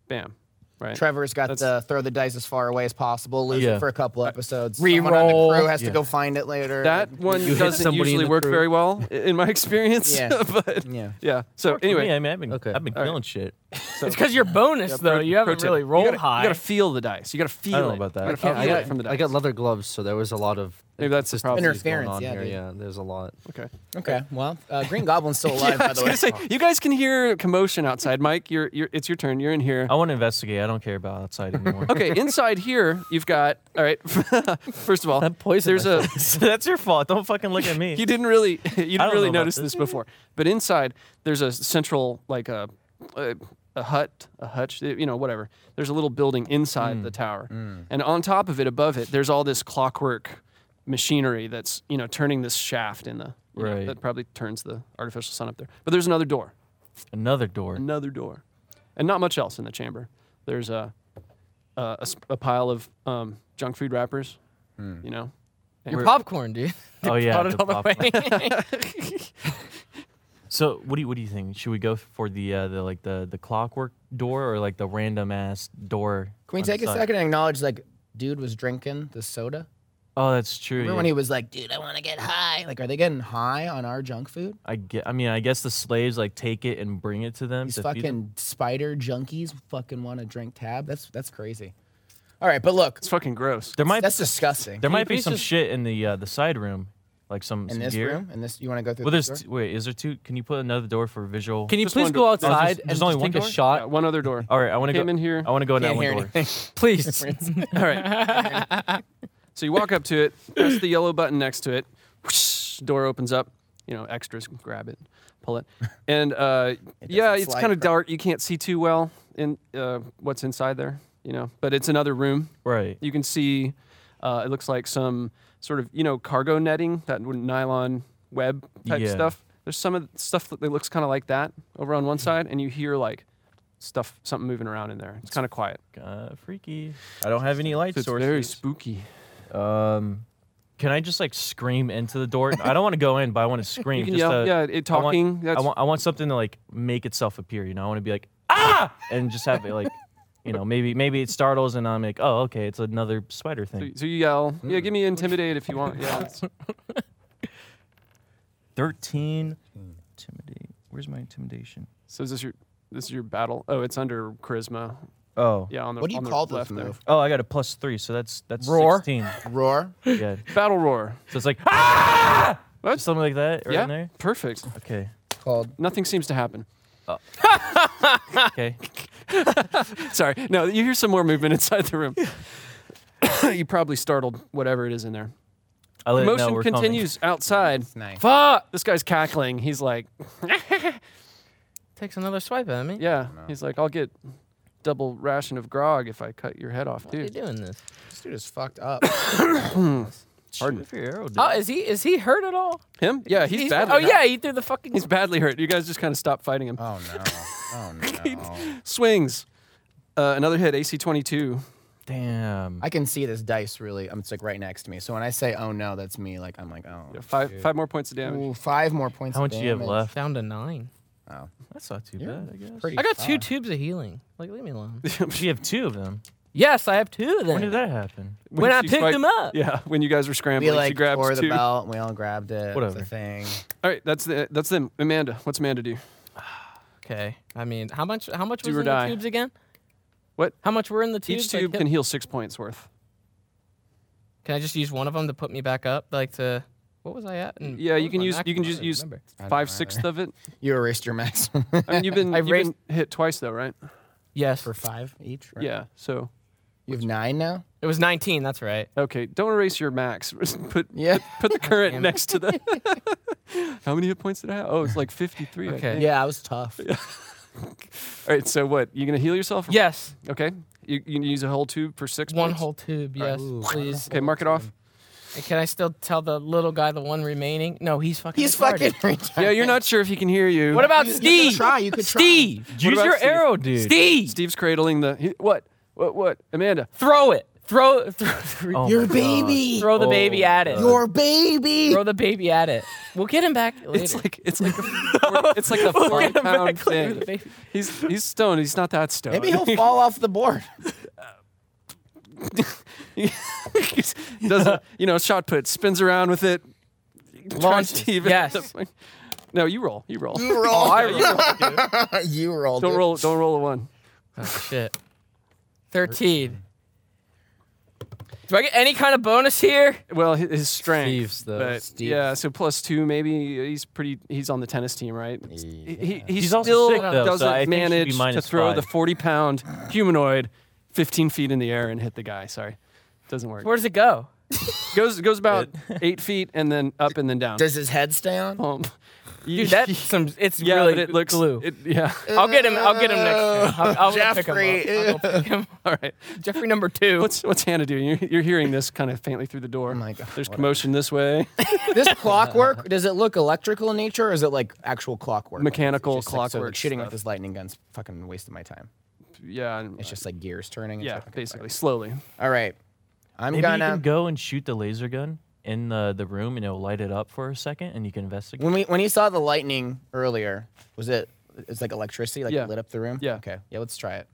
Bam, right?
Trevor's got
That's- Uh,
to throw the dice as far away as possible, lose
Yeah.
it for a couple episodes. Someone on
Reroll.
the crew has to go find it later.
that one
hit
doesn't
somebody in
usually
the
work
crew.
very well i- in my [laughs] experience.
Yeah.
but
Yeah.
yeah. So
For
anyway,
me, I mean, I've been,
Okay.
I've been
All right.
killing shit.
It's because you're bonus though.
pro-
you
pro
haven't
tip.
really
You
rolled
gotta-
high. Oh,
You gotta feel the dice. You gotta feel
know
it.
about
You
that.
gotta feel
I,
the
got,
hit from the dice.
I got leather gloves, so there was a lot of
Maybe that's the problem.
inconsistencies going
Interference,
on
yeah,
here.
dude.
Yeah, there's a lot.
Okay.
Okay. Well, uh, Green
[laughs]
Goblin's still alive,
I
by
was
the way.
gonna say you guys can hear commotion outside. Mike, you're, you're it's your turn. You're in here.
I want to investigate. I don't care about outside anymore.
Okay, inside here you've got all right. [laughs] First of all,
I'm poisoning
there's a
So [laughs] That's your fault. Don't fucking look at
[laughs]
me.
you didn't really you didn't
don't know
really
about
notice this.
this.
before, but inside there's a central like a a, a hut a hutch eh, you know whatever. There's a little building inside
Mm.
the tower, and on top of it, above it, there's all this clockwork machinery that's you know turning this shaft in the you know,
Right.
that probably turns the artificial sun up there. But there's another door,
Another door.
another door, and not much else in the chamber. There's a a, a s- a pile of um, junk food wrappers,
Hmm.
you know. and-
Your popcorn, dude.
Oh yeah.
Brought it
the
all the
popcorn.
way.
So what do you what do you think? Should we go for the uh, the like the the clockwork door or like the random ass door?
Can we
on the
take a
side?
second and acknowledge, like, dude was drinking the soda?
Oh, that's true.
Remember
yeah.
when he was like, dude, I want to get high? Like, are they getting high on our junk food?
I get. I mean, I guess the slaves like take it and bring it to them.
These
to feed them.
fucking spider junkies fucking want to drink tab. That's that's crazy. All right, but look,
It's fucking gross.
There might
that's disgusting.
there might be
please
some
just-
shit in the uh, the side room, like some,
In
some
this
gear.
room, in this, you want to go through?
Well,
this
there's
door?
t- wait. Is there two? Can you put another door for visual?
Can you
Just
please
one
go
door. Oh,
there's
outside
just-
and
there's
just
only one
take a
door?
Yeah,
shot?
one other door.
All right, I want to
Came
go
in here.
I want to go in that
Can't hear
one door.
Please.
All right. so you walk up to it, press the yellow button next to it. Whoosh, door opens up. You know, extras grab it, pull
[laughs]
it, and uh, yeah,
doesn't
it's
slide
kind of
correct.
dark. You can't see too well in uh, what's inside there. You know, but it's another room.
[laughs] Right.
You can see uh, it looks like some sort of you know cargo netting, that nylon web type
Yeah.
stuff. There's some of the stuff that looks kind of like that over on one
Hmm.
side, and you hear like stuff, something moving around in there. It's kind of quiet.
Uh, freaky. I don't have any light
So it's
sources.
very spooky.
um, can I just like scream into the door? I don't want to go in, but I want to scream.
You can
just
yell,
to-
yeah, it,
I want-
talking.
I
that's,
want, I want something to like make itself appear. You know, I want to be like ah, and just have it like, you know, maybe maybe it startles and I'm like, oh, okay, it's another spider
so,
thing.
so you yell. Yeah, give me intimidate if you want. Yeah, it's-
Thirteen, intimidate. Where's my intimidation?
so is this your this is your battle? Oh, it's under charisma.
Oh,
Yeah, on the
What do you
on the
call this
left
move?
oh, I got a plus three, so that's that's
Roar.
sixteen.
Roar.
Yeah,
there. Battle roar.
so it's like ah,
What?
something like that right
yeah,
in there.
perfect.
Okay,
Called.
Nothing seems to happen.
okay.
Sorry. No, you hear some more movement [laughs] inside the room. [coughs] you probably startled whatever it is in there.
I let it know
Motion
we're coming.
continues outside.
nice.
Fuck! This guy's cackling. He's like,
[laughs] Takes another swipe at me.
yeah. He's like, I'll get double ration of grog if I cut your head off,
Why are you
too.
Oh,
doing this?
This dude is fucked up.
Pardon
If your arrow did.
Oh, is he is he hurt at all?
him? Yeah, Uh, he's, badly.
Oh
hurt.
yeah, he threw the fucking.
he's badly hurt. You guys just kind of stop fighting him.
Oh no. Oh no.
Swings. Uh, another hit, AC 22.
Damn.
I can see this dice really. um, It's like right next to me. So when I say "oh no," that's me. Like I'm like oh.
Five, five more points of damage. [laughs]
Ooh, five more points.
How
of
much do you have
damage.
left?
Down to nine.
That's not too
You're
bad, I guess.
pretty
I got two
far.
tubes of healing. Like, leave
[laughs]
me alone.
You have two of them.
yes, I have two of them.
When did that happen?
When I
she
picked
swiped-
him up.
Yeah, when you guys were
We
scrambling, she
like
grabs
tore the
two.
belt. and We all grabbed it. Whatever.
Whatever.
It's a thing.
All right, that's the that's them. Amanda, what's Amanda do?
Okay. I mean, how much? How much
Do
was
or
in
die.
the tubes again?
What?
How much were in the tubes?
Each
Like,
tube
hit-
can heal six points worth.
Can I just use one of them to put me back up? Like to what was I at? And
Yeah,
what
you
was
can
my
use-
max?
you can
I don't
just use-
remember.
I don't
Five
know
sixths of it.
You erased your max
I
[laughs]
mean, you've been,
I
you've been hit twice though, right?
Yes,
for five each. Right?
Yeah. So
You have nine now.
it was 19. That's right.
okay, don't erase your max. [laughs] put
Yeah. [laughs]
put the current
Damn.
next to the. [laughs] How many hit points did I have? Oh, it's like fifty-three. I
Okay.
think.
Yeah, I was tough.
All right. So what? You gonna heal yourself? or-
Yes,
Okay. You you can use a whole tube for six.
one
points?
whole tube. Yes,
Ooh.
please.
Okay, mark it off.
And Can I still tell the little guy the one remaining? No, he's fucking.
He's
retarded.
fucking. retarded.
Yeah, you're not sure if he can hear you.
What about
You could
Steve?
try, you could try.
Steve,
Use
about
your
Steve?
arrow, dude.
Steve,
Steve's cradling the he- what? What? What? Amanda.
throw it. Throw, [laughs] throw,
Oh
Your
my God.
baby.
throw the
Oh,
baby at it.
Your baby.
Throw the baby at it. We'll get him back later.
It's like it's
[laughs]
like a four, it's like a four
get him
pound
back later, the
thing.
baby.
He's he's stoned. He's not that stoned. [laughs]
Maybe he'll fall off the board.
does a you know shot put spins around with it.
Launches,
Trying to even-
yes.
[laughs] No, you roll. You roll.
You roll. Uh, you rolled.
Don't
it.
roll. Don't roll a one.
Oh, shit. 13. Do I get any kind of bonus here?
Well, hi- his strength.
Steve's the-
but
Steve's.
Yeah, so plus two maybe. He's pretty. He's on the tennis team, right? He, he, he
He's
still
also sick, though, so
doesn't
I think he should be
manage to
minus
throw
five.
the forty-pound humanoid fifteen feet in the air and hit the guy. Sorry, doesn't work.
Where does it go?
goes goes about
[laughs]
eight feet and then up and then down.
Does his head stay on?
Um, you- [laughs]
Dude, that's some. It's
yeah,
really
but it looks
glue.
It,
[laughs]
yeah.
I'll get him. I'll get him next. Time. I'll, I'll go pick
Jeffrey,
him up. [laughs] I'll go pick him.
All right.
Jeffrey number two.
What's what's Hannah doing? You're, you're hearing this kind of faintly through the door.
Oh my God,
There's
whatever.
commotion this
[laughs]
way.
this clockwork does it look electrical in nature or is it like actual clockwork Like, is it
Mechanical
just, like, so, like,
clockwork
shooting with
stuff.
this lightning gun's fucking wasting my time
yeah. and-
it's just like gears turning and
yeah.
stuff. Okay,
Basically, slowly.
fine. all right i'm
Maybe
gonna
you can go and shoot the laser gun in the, the room and it'll light it up for a second and you can investigate.
when we when he saw the lightning earlier was it it's like electricity like
Yeah.
it lit up the room
Yeah.
okay yeah let's try it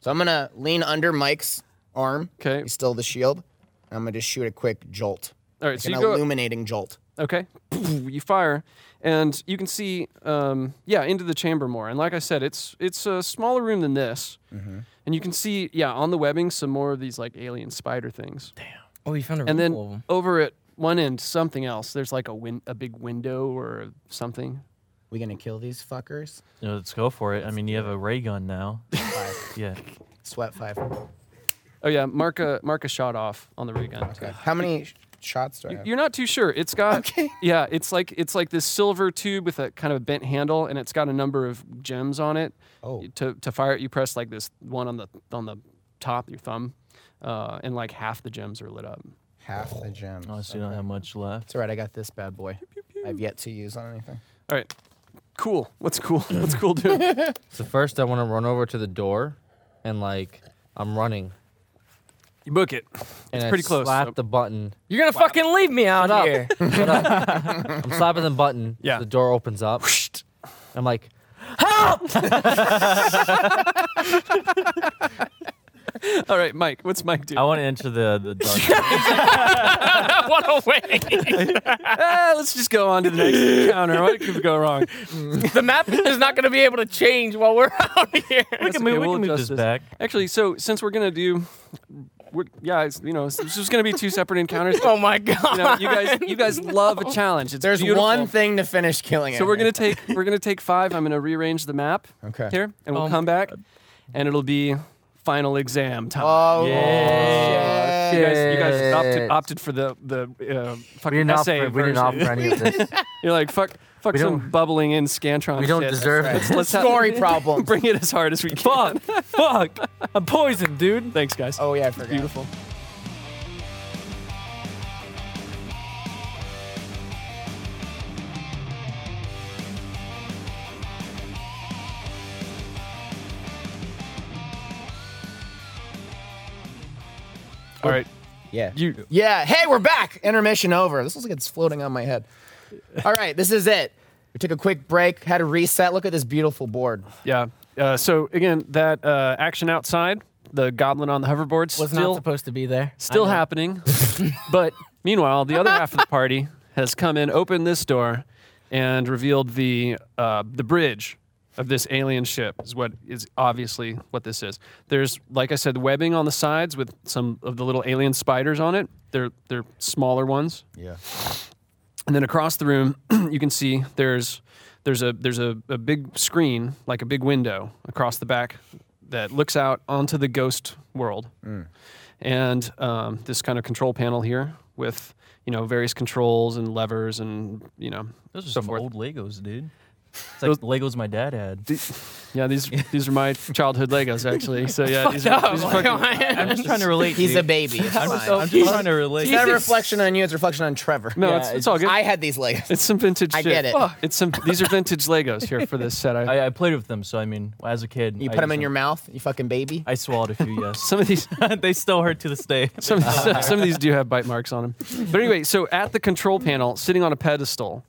so i'm gonna lean under mike's arm
'Kay.
he's still the shield and i'm gonna just shoot a quick jolt
All right.
like
so
an
you go.
illuminating jolt
Okay. You fire, and you can see, um, yeah, into the chamber more. And like I said, it's it's a smaller room than this, and you can see, yeah, on the webbing some more of these like alien spider things.
Oh, you found a
and
room full of
then over at one end, something else. There's like a win- a big window or something.
we gonna kill these fuckers
You know, let's go for it. I mean, you have a ray gun now.
five.
Yeah.
sweat five
Oh yeah, mark a mark a shot off on the ray gun.
okay how many sh- shots do i have
You're not too sure. It's got yeah, it's like it's like this silver tube with a kind of bent handle, and it's got a number of gems on it.
Oh.
To to fire it, you press like this one on the on the top, your thumb, uh, and like half the gems are lit up.
Half the gems.
Honestly, you don't have much left.
It's all right. I got this bad boy. I've yet to use on anything.
All right, cool. What's cool? [laughs] What's cool
[laughs]
doing?
So first, I want to run over to the door, and like I'm running.
you book it. [laughs]
And
It's
I
pretty close.
Slap
Oh.
the button.
You're gonna [laughs] fucking leave me out Oh.
up.
here. [laughs]
Shut up.
[laughs]
I'm slapping the button.
Yeah.
The door opens up. I'm like,
All right, Mike. What's Mike doing?
I want to enter the, the dark.
what a way.
[laughs] Ah, let's just go on to the
[laughs]
next encounter. What could go wrong?
The map is not gonna be able to change while we're out here.
we can move,
okay,
we
we'll
can move
adjust
this
this.
back.
Actually, so since we're gonna do, we're, yeah, it's, you know, it's- this is gonna be two separate encounters.
[laughs]
Oh my god.
You, know, you guys, you guys love a challenge. It's
There's
beautiful.
one thing to finish killing.
So we're gonna take we're gonna take five. I'm gonna rearrange the map.
Okay.
Here, and we'll
Oh my
come back, and it'll be final exam time.
Oh
Yeah.
You guys, you guys
shit.
opted, opted for the the uh, fucking
we didn't
essay
offer. We didn't
version.
offer any of this.
[laughs] You're like fuck, fuck
We
some bubbling in scantron.
We don't
shit.
deserve
right.
it.
Let's have-
Story
[laughs]
problem.
Bring it as hard as
[laughs]
we can.
Fuck! Fuck! I'm
Oh,
poisoned, dude.
Thanks, guys.
Oh yeah, I forgot.
beautiful. All right.
oh.
Yeah.
You.
Yeah. Hey, we're back. Intermission over. This looks like it's floating on my head. All right, this is it. We took a quick break, had a reset. Look at this beautiful board.
Yeah. Uh, so again, that uh, action outside, the goblin on the hoverboard,
Was
still
not supposed to be there.
still
I know.
happening.
[laughs]
but meanwhile, the other half of the party has come in, opened this door, and revealed the uh, the bridge of this alien ship is what is obviously what this is. There's like I said, webbing on the sides with some of the little alien spiders on it. They're they're smaller ones.
Yeah.
And then across the room, [clears throat] you can see there's there's a there's a, a big screen, like a big window across the back that looks out onto the ghost world.
Mm.
And um, this kind of control panel here with you know various controls and levers and you know
Those are
so
some
forth.
old Legos, dude. It's like Legos my dad had.
Yeah,
[laughs]
these these are my childhood Legos actually. So yeah, these are, these are fucking-
[laughs] I'm just trying to relate.
He's a
dude.
baby. It's,
I'm
fine.
just, I'm just trying to relate.
It's
[laughs]
not a reflection on you, it's a reflection on Trevor.
no, it's, it's all good.
I had these Legos.
it's some vintage
I
shit.
get it. Fuck.
It's some these are vintage Legos here for this
[laughs]
set. I,
I, I played with them, so I mean, as a kid,
You
I
put them
used
in your mouth, you fucking baby.
I swallowed a
[laughs]
few. Yes, [laughs]
some of these
they still hurt to this day. [laughs]
Some, some, some of these do have bite marks on them. But anyway, so at the control panel, sitting on a pedestal,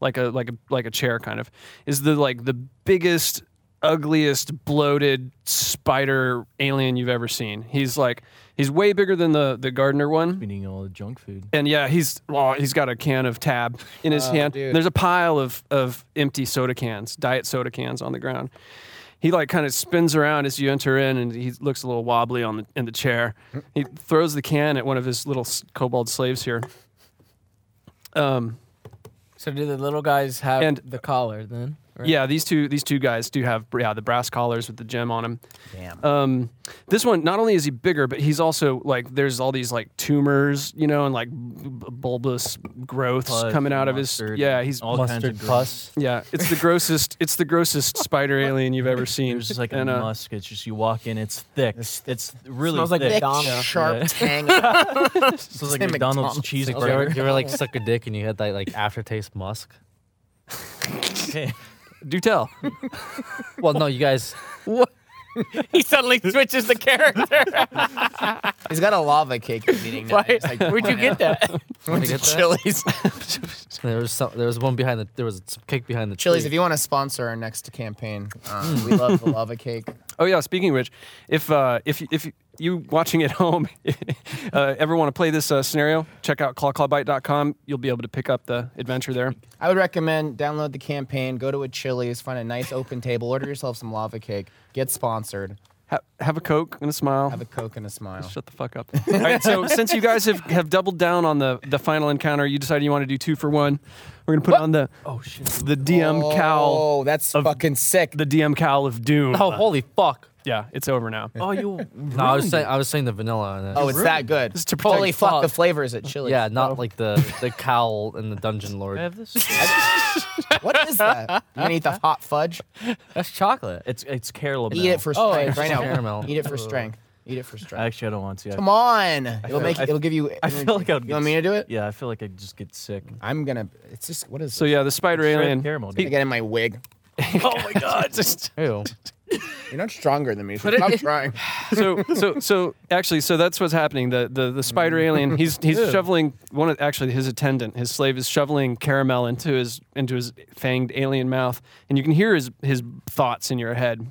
like a like a like a chair kind of, is the like the biggest, ugliest, bloated spider alien you've ever seen. He's like he's way bigger than the the gardener one.
Been eating all the junk food.
And yeah, he's oh, he's got a can of tab in his hand.
dude.
There's a pile of of empty soda cans, diet soda cans on the ground. He like kind of spins around as you enter in, and he looks a little wobbly on the in the chair. He throws the can at one of his little s- kobold slaves here. Um,
So do the little guys have
And-
the collar then? Or-
yeah, these two these two guys do have yeah the brass collars with the gem on them.
Damn.
Um, this one not only is he bigger, but he's also like there's all these like tumors, you know, and like b- b- bulbous growths
Pus,
coming out of his.
mustard,
Yeah, he's
all kinds of
Mustard
gross.
plus.
yeah. It's the grossest. It's the
[laughs]
grossest spider alien you've ever seen.
There's just like
And,
a
uh,
musk. It's just you walk in, it's thick. It's, really
smells like
thick.
McDonald's.
Thick, sharp
Yeah.
tang. [laughs]
It smells like
Tim McDonald's.
McDonald's
Like, you, ever,
cheeseburger.
you ever like suck a dick and you had that like aftertaste musk?
Hey,
do tell.
Well, no, you guys.
[laughs] he suddenly switches the character.
He's got a lava cake he's eating now.
Why-
He's like,
Where'd you get [laughs] that?
went to
get that?
Chili's.
[laughs]
There was some, there was one behind the there was some cake behind the
Chili's,
tree.
if you want to sponsor our next campaign, um,
[laughs]
we love the lava cake.
Oh yeah, speaking of which, if uh, if if you watching at home [laughs] uh, ever want to play this uh, scenario, check out clawclawbite.com. You'll be able to pick up the adventure there.
I would recommend download the campaign, go to a Chili's, find a nice open table, order yourself some lava cake, get sponsored,
Ha- have a coke and a smile.
have a Coke and a
[laughs]
smile.
Shut the fuck up. All right,
[laughs]
so since you guys have, have doubled down on the, the final encounter, you decided you want to do two for one. We're gonna put on the
oh shit.
the DM cowl,
Oh, that's
of
fucking sick.
the DM cowl of doom.
oh, holy fuck!
Yeah, it's over now.
Oh, you.
No, I was saying I was saying the vanilla on it.
oh, it's that good.
Just to
Holy
protect-
fuck, the flavors at Chili's.
yeah, not like the
[laughs]
the cowl and the dungeon
I
lord.
have this.
What is that? You gonna eat the hot fudge?
That's chocolate.
It's it's caramel.
Eat it for
Oh,
strength
it's
right now.
caramel.
Eat it for strength. Eat it for strength.
Actually, I don't want to. I-
Come on. It'll
feel-
make.
I-
it'll give you.
I feel like I would.
You want me to do it?
Yeah, I feel like I'd just get sick.
I'm gonna. It's just. What is?
So yeah, the spider alien.
Caramel.
I
Dude.
get in my wig.
[laughs] oh my god. Just,
Ew.
You're not stronger than me. So stop trying.
so so so actually so that's what's happening the the, the spider alien he's he's shoveling one of actually his attendant his slave is shoveling caramel into his into his fanged alien mouth and you can hear his his thoughts in your head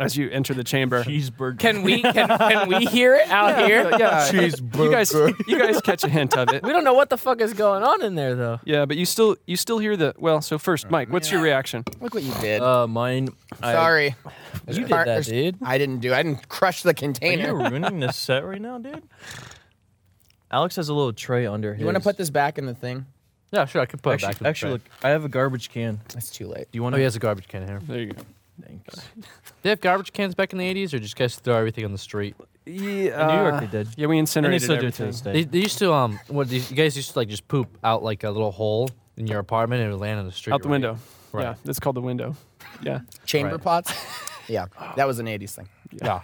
as you enter the chamber
Cheeseburger.
Can we can, can we hear it out here?
[laughs] yeah [laughs] you guys you guys catch a hint of it [laughs]
We don't know what the fuck is going on in there though.
yeah but you still you still hear the well so first mike what's your reaction
Look what you did.
Uh, mine.
Sorry. There's
You did
part-
that,
there's-
dude.
I didn't do. I didn't crush the
I, you're
container. [laughs]
ruining this set right now, dude. Alex has a little tray under his.
You want to put this back in the thing?
Yeah, sure. I could put it back. in
Actually,
the
actually,
tray.
look. I have a garbage can. Do
It's too late.
you want
oh,
to?
he has a garbage can here.
there you go
Thanks.
They have garbage cans back in the '80s, or just guys throw everything on the street.
yeah,
In New
uh,
York, they did.
yeah we
And they
incinerated
still do it to
everything
this
They,
day.
they used to um, what these- you guys used to like just poop out like a little hole in your apartment and it would land on the street.
out the
right?
window
Right.
yeah that's called the window yeah
Chamber
Right.
pots. Yeah, that was an '80s thing.
Yeah.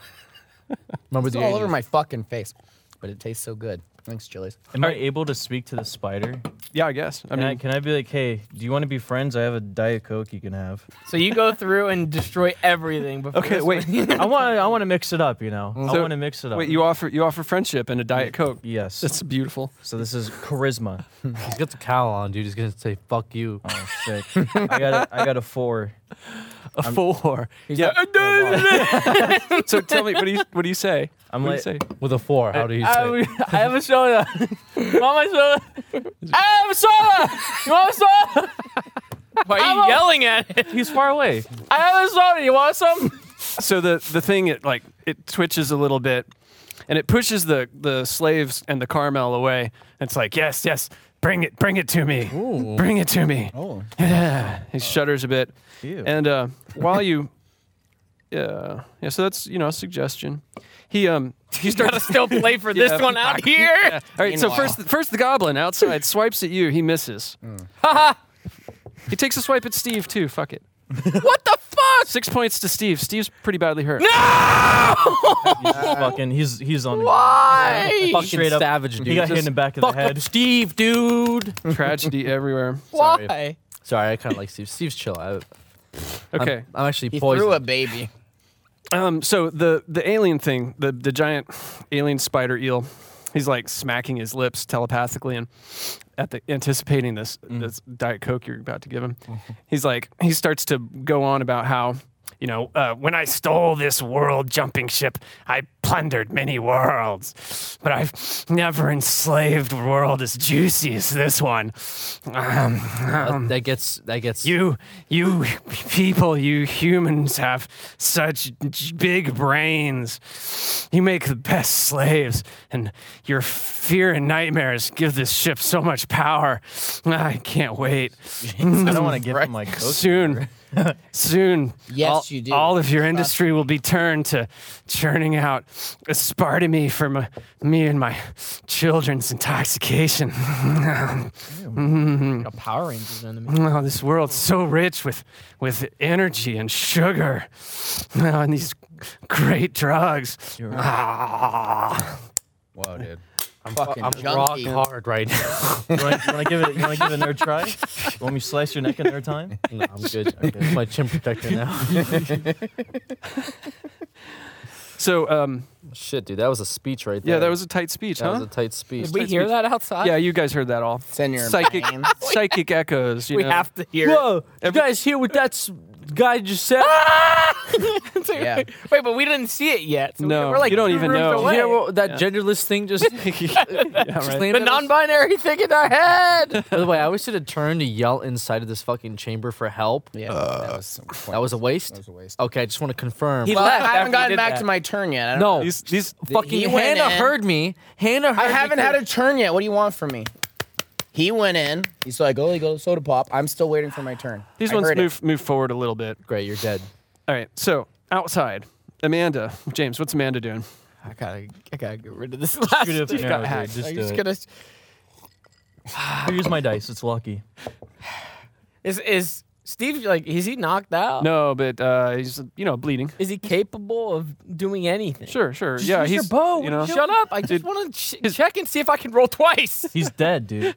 Remember
It's
the
all over
80s?
my fucking face, but it tastes so good. Thanks, Chili's.
Am I able to speak to the spider?
Yeah, I guess. I
Can I,
mean,
can I be like, hey, do you want to be friends? I have a diet coke you can have.
So you go through and destroy everything before.
okay,
this
wait,
one.
I want I want to mix it up, you know. I
So-
want to mix it up.
wait. You offer you offer friendship and a diet coke.
yes.
That's beautiful.
so this is charisma.
He's got the cow on, dude. He's gonna say "fuck you."
Oh shit! I got a, I got a four.
A four.
He's
Yeah.
like, "Uh, duh, duh, duh,
[laughs] so tell me, what do you what do you say?
I'm
what
like,
do you say?
With a four, how do you say?
I, I have a soda. Mama soda. I have a soda. You want a soda?
duh." Why are you yelling at it?
he's far away.
I have a soda. You want some?
So the the thing it like it twitches a little bit, and it pushes the the slaves and the Carmel away. It's like yes, yes, bring it, bring it to me, bring it to me.
Oh.
[laughs] He shudders a bit,
Ew.
and uh, while you, yeah, yeah. So that's you know a suggestion. He um he starts.
Gotta still play
[laughs]
for this
Yeah.
one out here.
All right, so
Meanwhile.
first, first the goblin outside swipes at you. He misses. he takes a swipe at Steve too. Fuck it.
What the fuck?
Six points to Steve. Steve's pretty badly hurt.
He's "Ah, fucking. He's he's on. the
Why?
Fucking
Straight up,
savage,
[laughs]
dude.
He got hit in
Just
the back of the
fuck up
head.
Steve, dude.
Tragedy everywhere.
Why?
Sorry, I kind of like Steve. Steve's chill. I, I'm-
Okay.
I'm, actually
He
poisoned.
threw a baby.
Um. So the the alien thing, the the giant alien spider eel, he's like smacking his lips telepathically and at the anticipating this this diet coke you're about to give him. He's like he starts to go on about how. You know, uh, when I stole this world jumping ship, I plundered many worlds, but I've never enslaved a world as juicy as this one. Um,
That, that gets that gets
You, you [laughs] people, you humans have such j- big brains. You make the best slaves, and your fear and nightmares give this ship so much power. Ah, I can't wait.
[laughs] I don't want to give him my coke.
Soon, [laughs] soon,
Yes,
all,
you do.
All of your industry will be turned to churning out aspartame for my, me and my children's intoxication. [laughs] Mm-hmm.
A Power Rangers enemy.
Oh, this world's so rich with with energy and sugar, oh, and these great drugs. Ah.
Whoa, dude.
I'm fucking
I'm rock
junkie.
hard right now.
You want to give it? You want to give it another try? You want me to slice your neck another time?
no, I'm good. It's my chin protector now.
So, um,
[laughs] Shit, dude, that was a speech right there.
yeah, that was a tight speech,
that
huh?
was a tight speech.
Did we hear that outside?
yeah, you guys heard that all.
It's in your
Psychic,
brain.
psychic echoes. You
we
know?
have to hear. it.
Whoa, you guys hear what that s- guy just said?
[laughs] It's like,
Yeah.
Wait, but we didn't see it yet. So
No,
we're like
you don't
two
even
rooms
know.
away.
hear what that genderless thing just, [laughs] just
right.
landed
the
on us?
non-binary thing in our head.
By the way, I always should have turned to yell inside of this fucking chamber for help.
Yeah, that was some point.
That was a waste.
That was a waste.
Okay, I just want to confirm.
He
Well,
left
I
after
haven't
we
gotten
did
back
that.
to my turn yet. I don't-
no,
These, these,
fucking
he went
Hannah
in.
heard me. Hannah heard
I haven't
me
had a turn yet. What do you want from me? He went in. He's like, oh, he goes soda pop. I'm still waiting for my turn.
these
I
ones
heard it.
move move forward a little bit.
Great, you're dead.
All right, so outside, Amanda, James, what's Amanda doing?
I gotta, I gotta get rid of this last.
Shoot it up
thing.
your nose, dude.
hacked.
Just
I'm
do
just
it.
gonna.
Here, Here's my dice. It's lucky.
Is is Steve like? Is he knocked out?
No, but uh, he's you know bleeding.
Is he capable of doing anything?
Sure, sure.
Just
yeah,
use
he's
your bow.
you know.
Shut up! I just
Dude,
want to ch- check and see if I can roll twice.
He's dead, dude.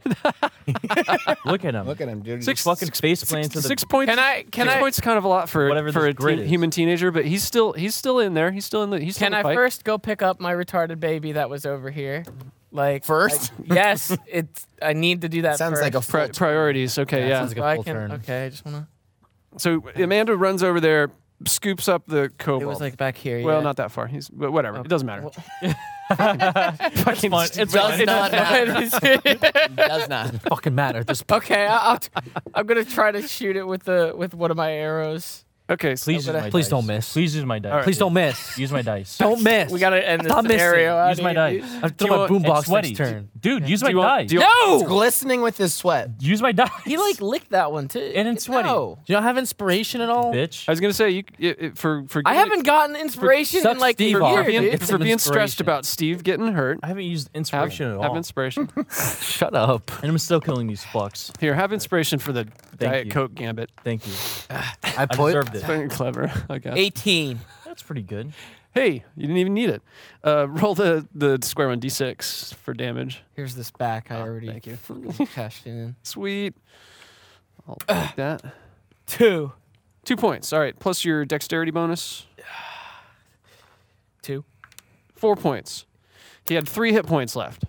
Look at him.
Look at him, dude.
Six
Fucking face plant to the
six points.
Can I? Can
six
I?
points is kind of a lot for
Whatever
for
this
a
grid
teen,
is.
human teenager, but he's still he's still in there. He's still in the he's still
Can
in
I
the fight.
first go pick up my retarded baby that was over here? Like
First?
I- [laughs] yes, it's. I need to do that.
sounds
first.
like a
Pri-
full
priorities. Okay, yeah.
sounds like
So
a
I
full
can,
turn.
okay, I just wanna.
So Amanda runs over there, scoops up the cobalt.
It was like back here.
well,
yeah. [laughs]
not that far. He's but whatever. It doesn't matter. [laughs]
Well-
Fucking
fine.
st-
It's
[laughs]
fine.
not does not.
Fucking matter at this
[laughs]
point.
okay, I- I'll t- I'm gonna try to shoot it with the with one of my arrows.
okay. so-
Please use
gonna-
my
Please
dice.
don't miss.
Please use my dice.
right.
Please don't miss.
[laughs] use my dice.
Don't miss.
We gotta end this
Stop missing.
scenario. out
use my
of here,
dice.
dude.
I've done my
It's
boombox
sweaty,
next turn.
dude. Use my
you want-
dice.
do you-
[laughs] It's glistening with his sweat.
Use my dice.
He [laughs] like licked that one too.
And it's sweaty.
No.
Do you not have inspiration at all?
bitch.
I was gonna say you it, it, for for
I
getting-
haven't gotten inspiration
Suck
in like
Steve
a
off.
for
year,
being, [laughs]
dude.
It's
for
an
being stressed
inspiration.
about Steve getting hurt.
I haven't used
Have,
inspiration at
have
all,
inspiration.
Shut up.
and I'm still killing these fucks.
Here, have inspiration for the diet
you.
coke gambit.
Thank you.
I
I
put.
deserved it.
Very clever, [laughs] I guess.
Eighteen.
That's pretty good.
Hey, you didn't even need it. Uh, [laughs] roll the, the square one d6 for damage.
Here's this back. I already
Oh, thank you.
[laughs] cashed it in.
Sweet. I'll take that.
Two.
Two points. All right. Plus your dexterity bonus.
Two.
Four points. He had three hit points left.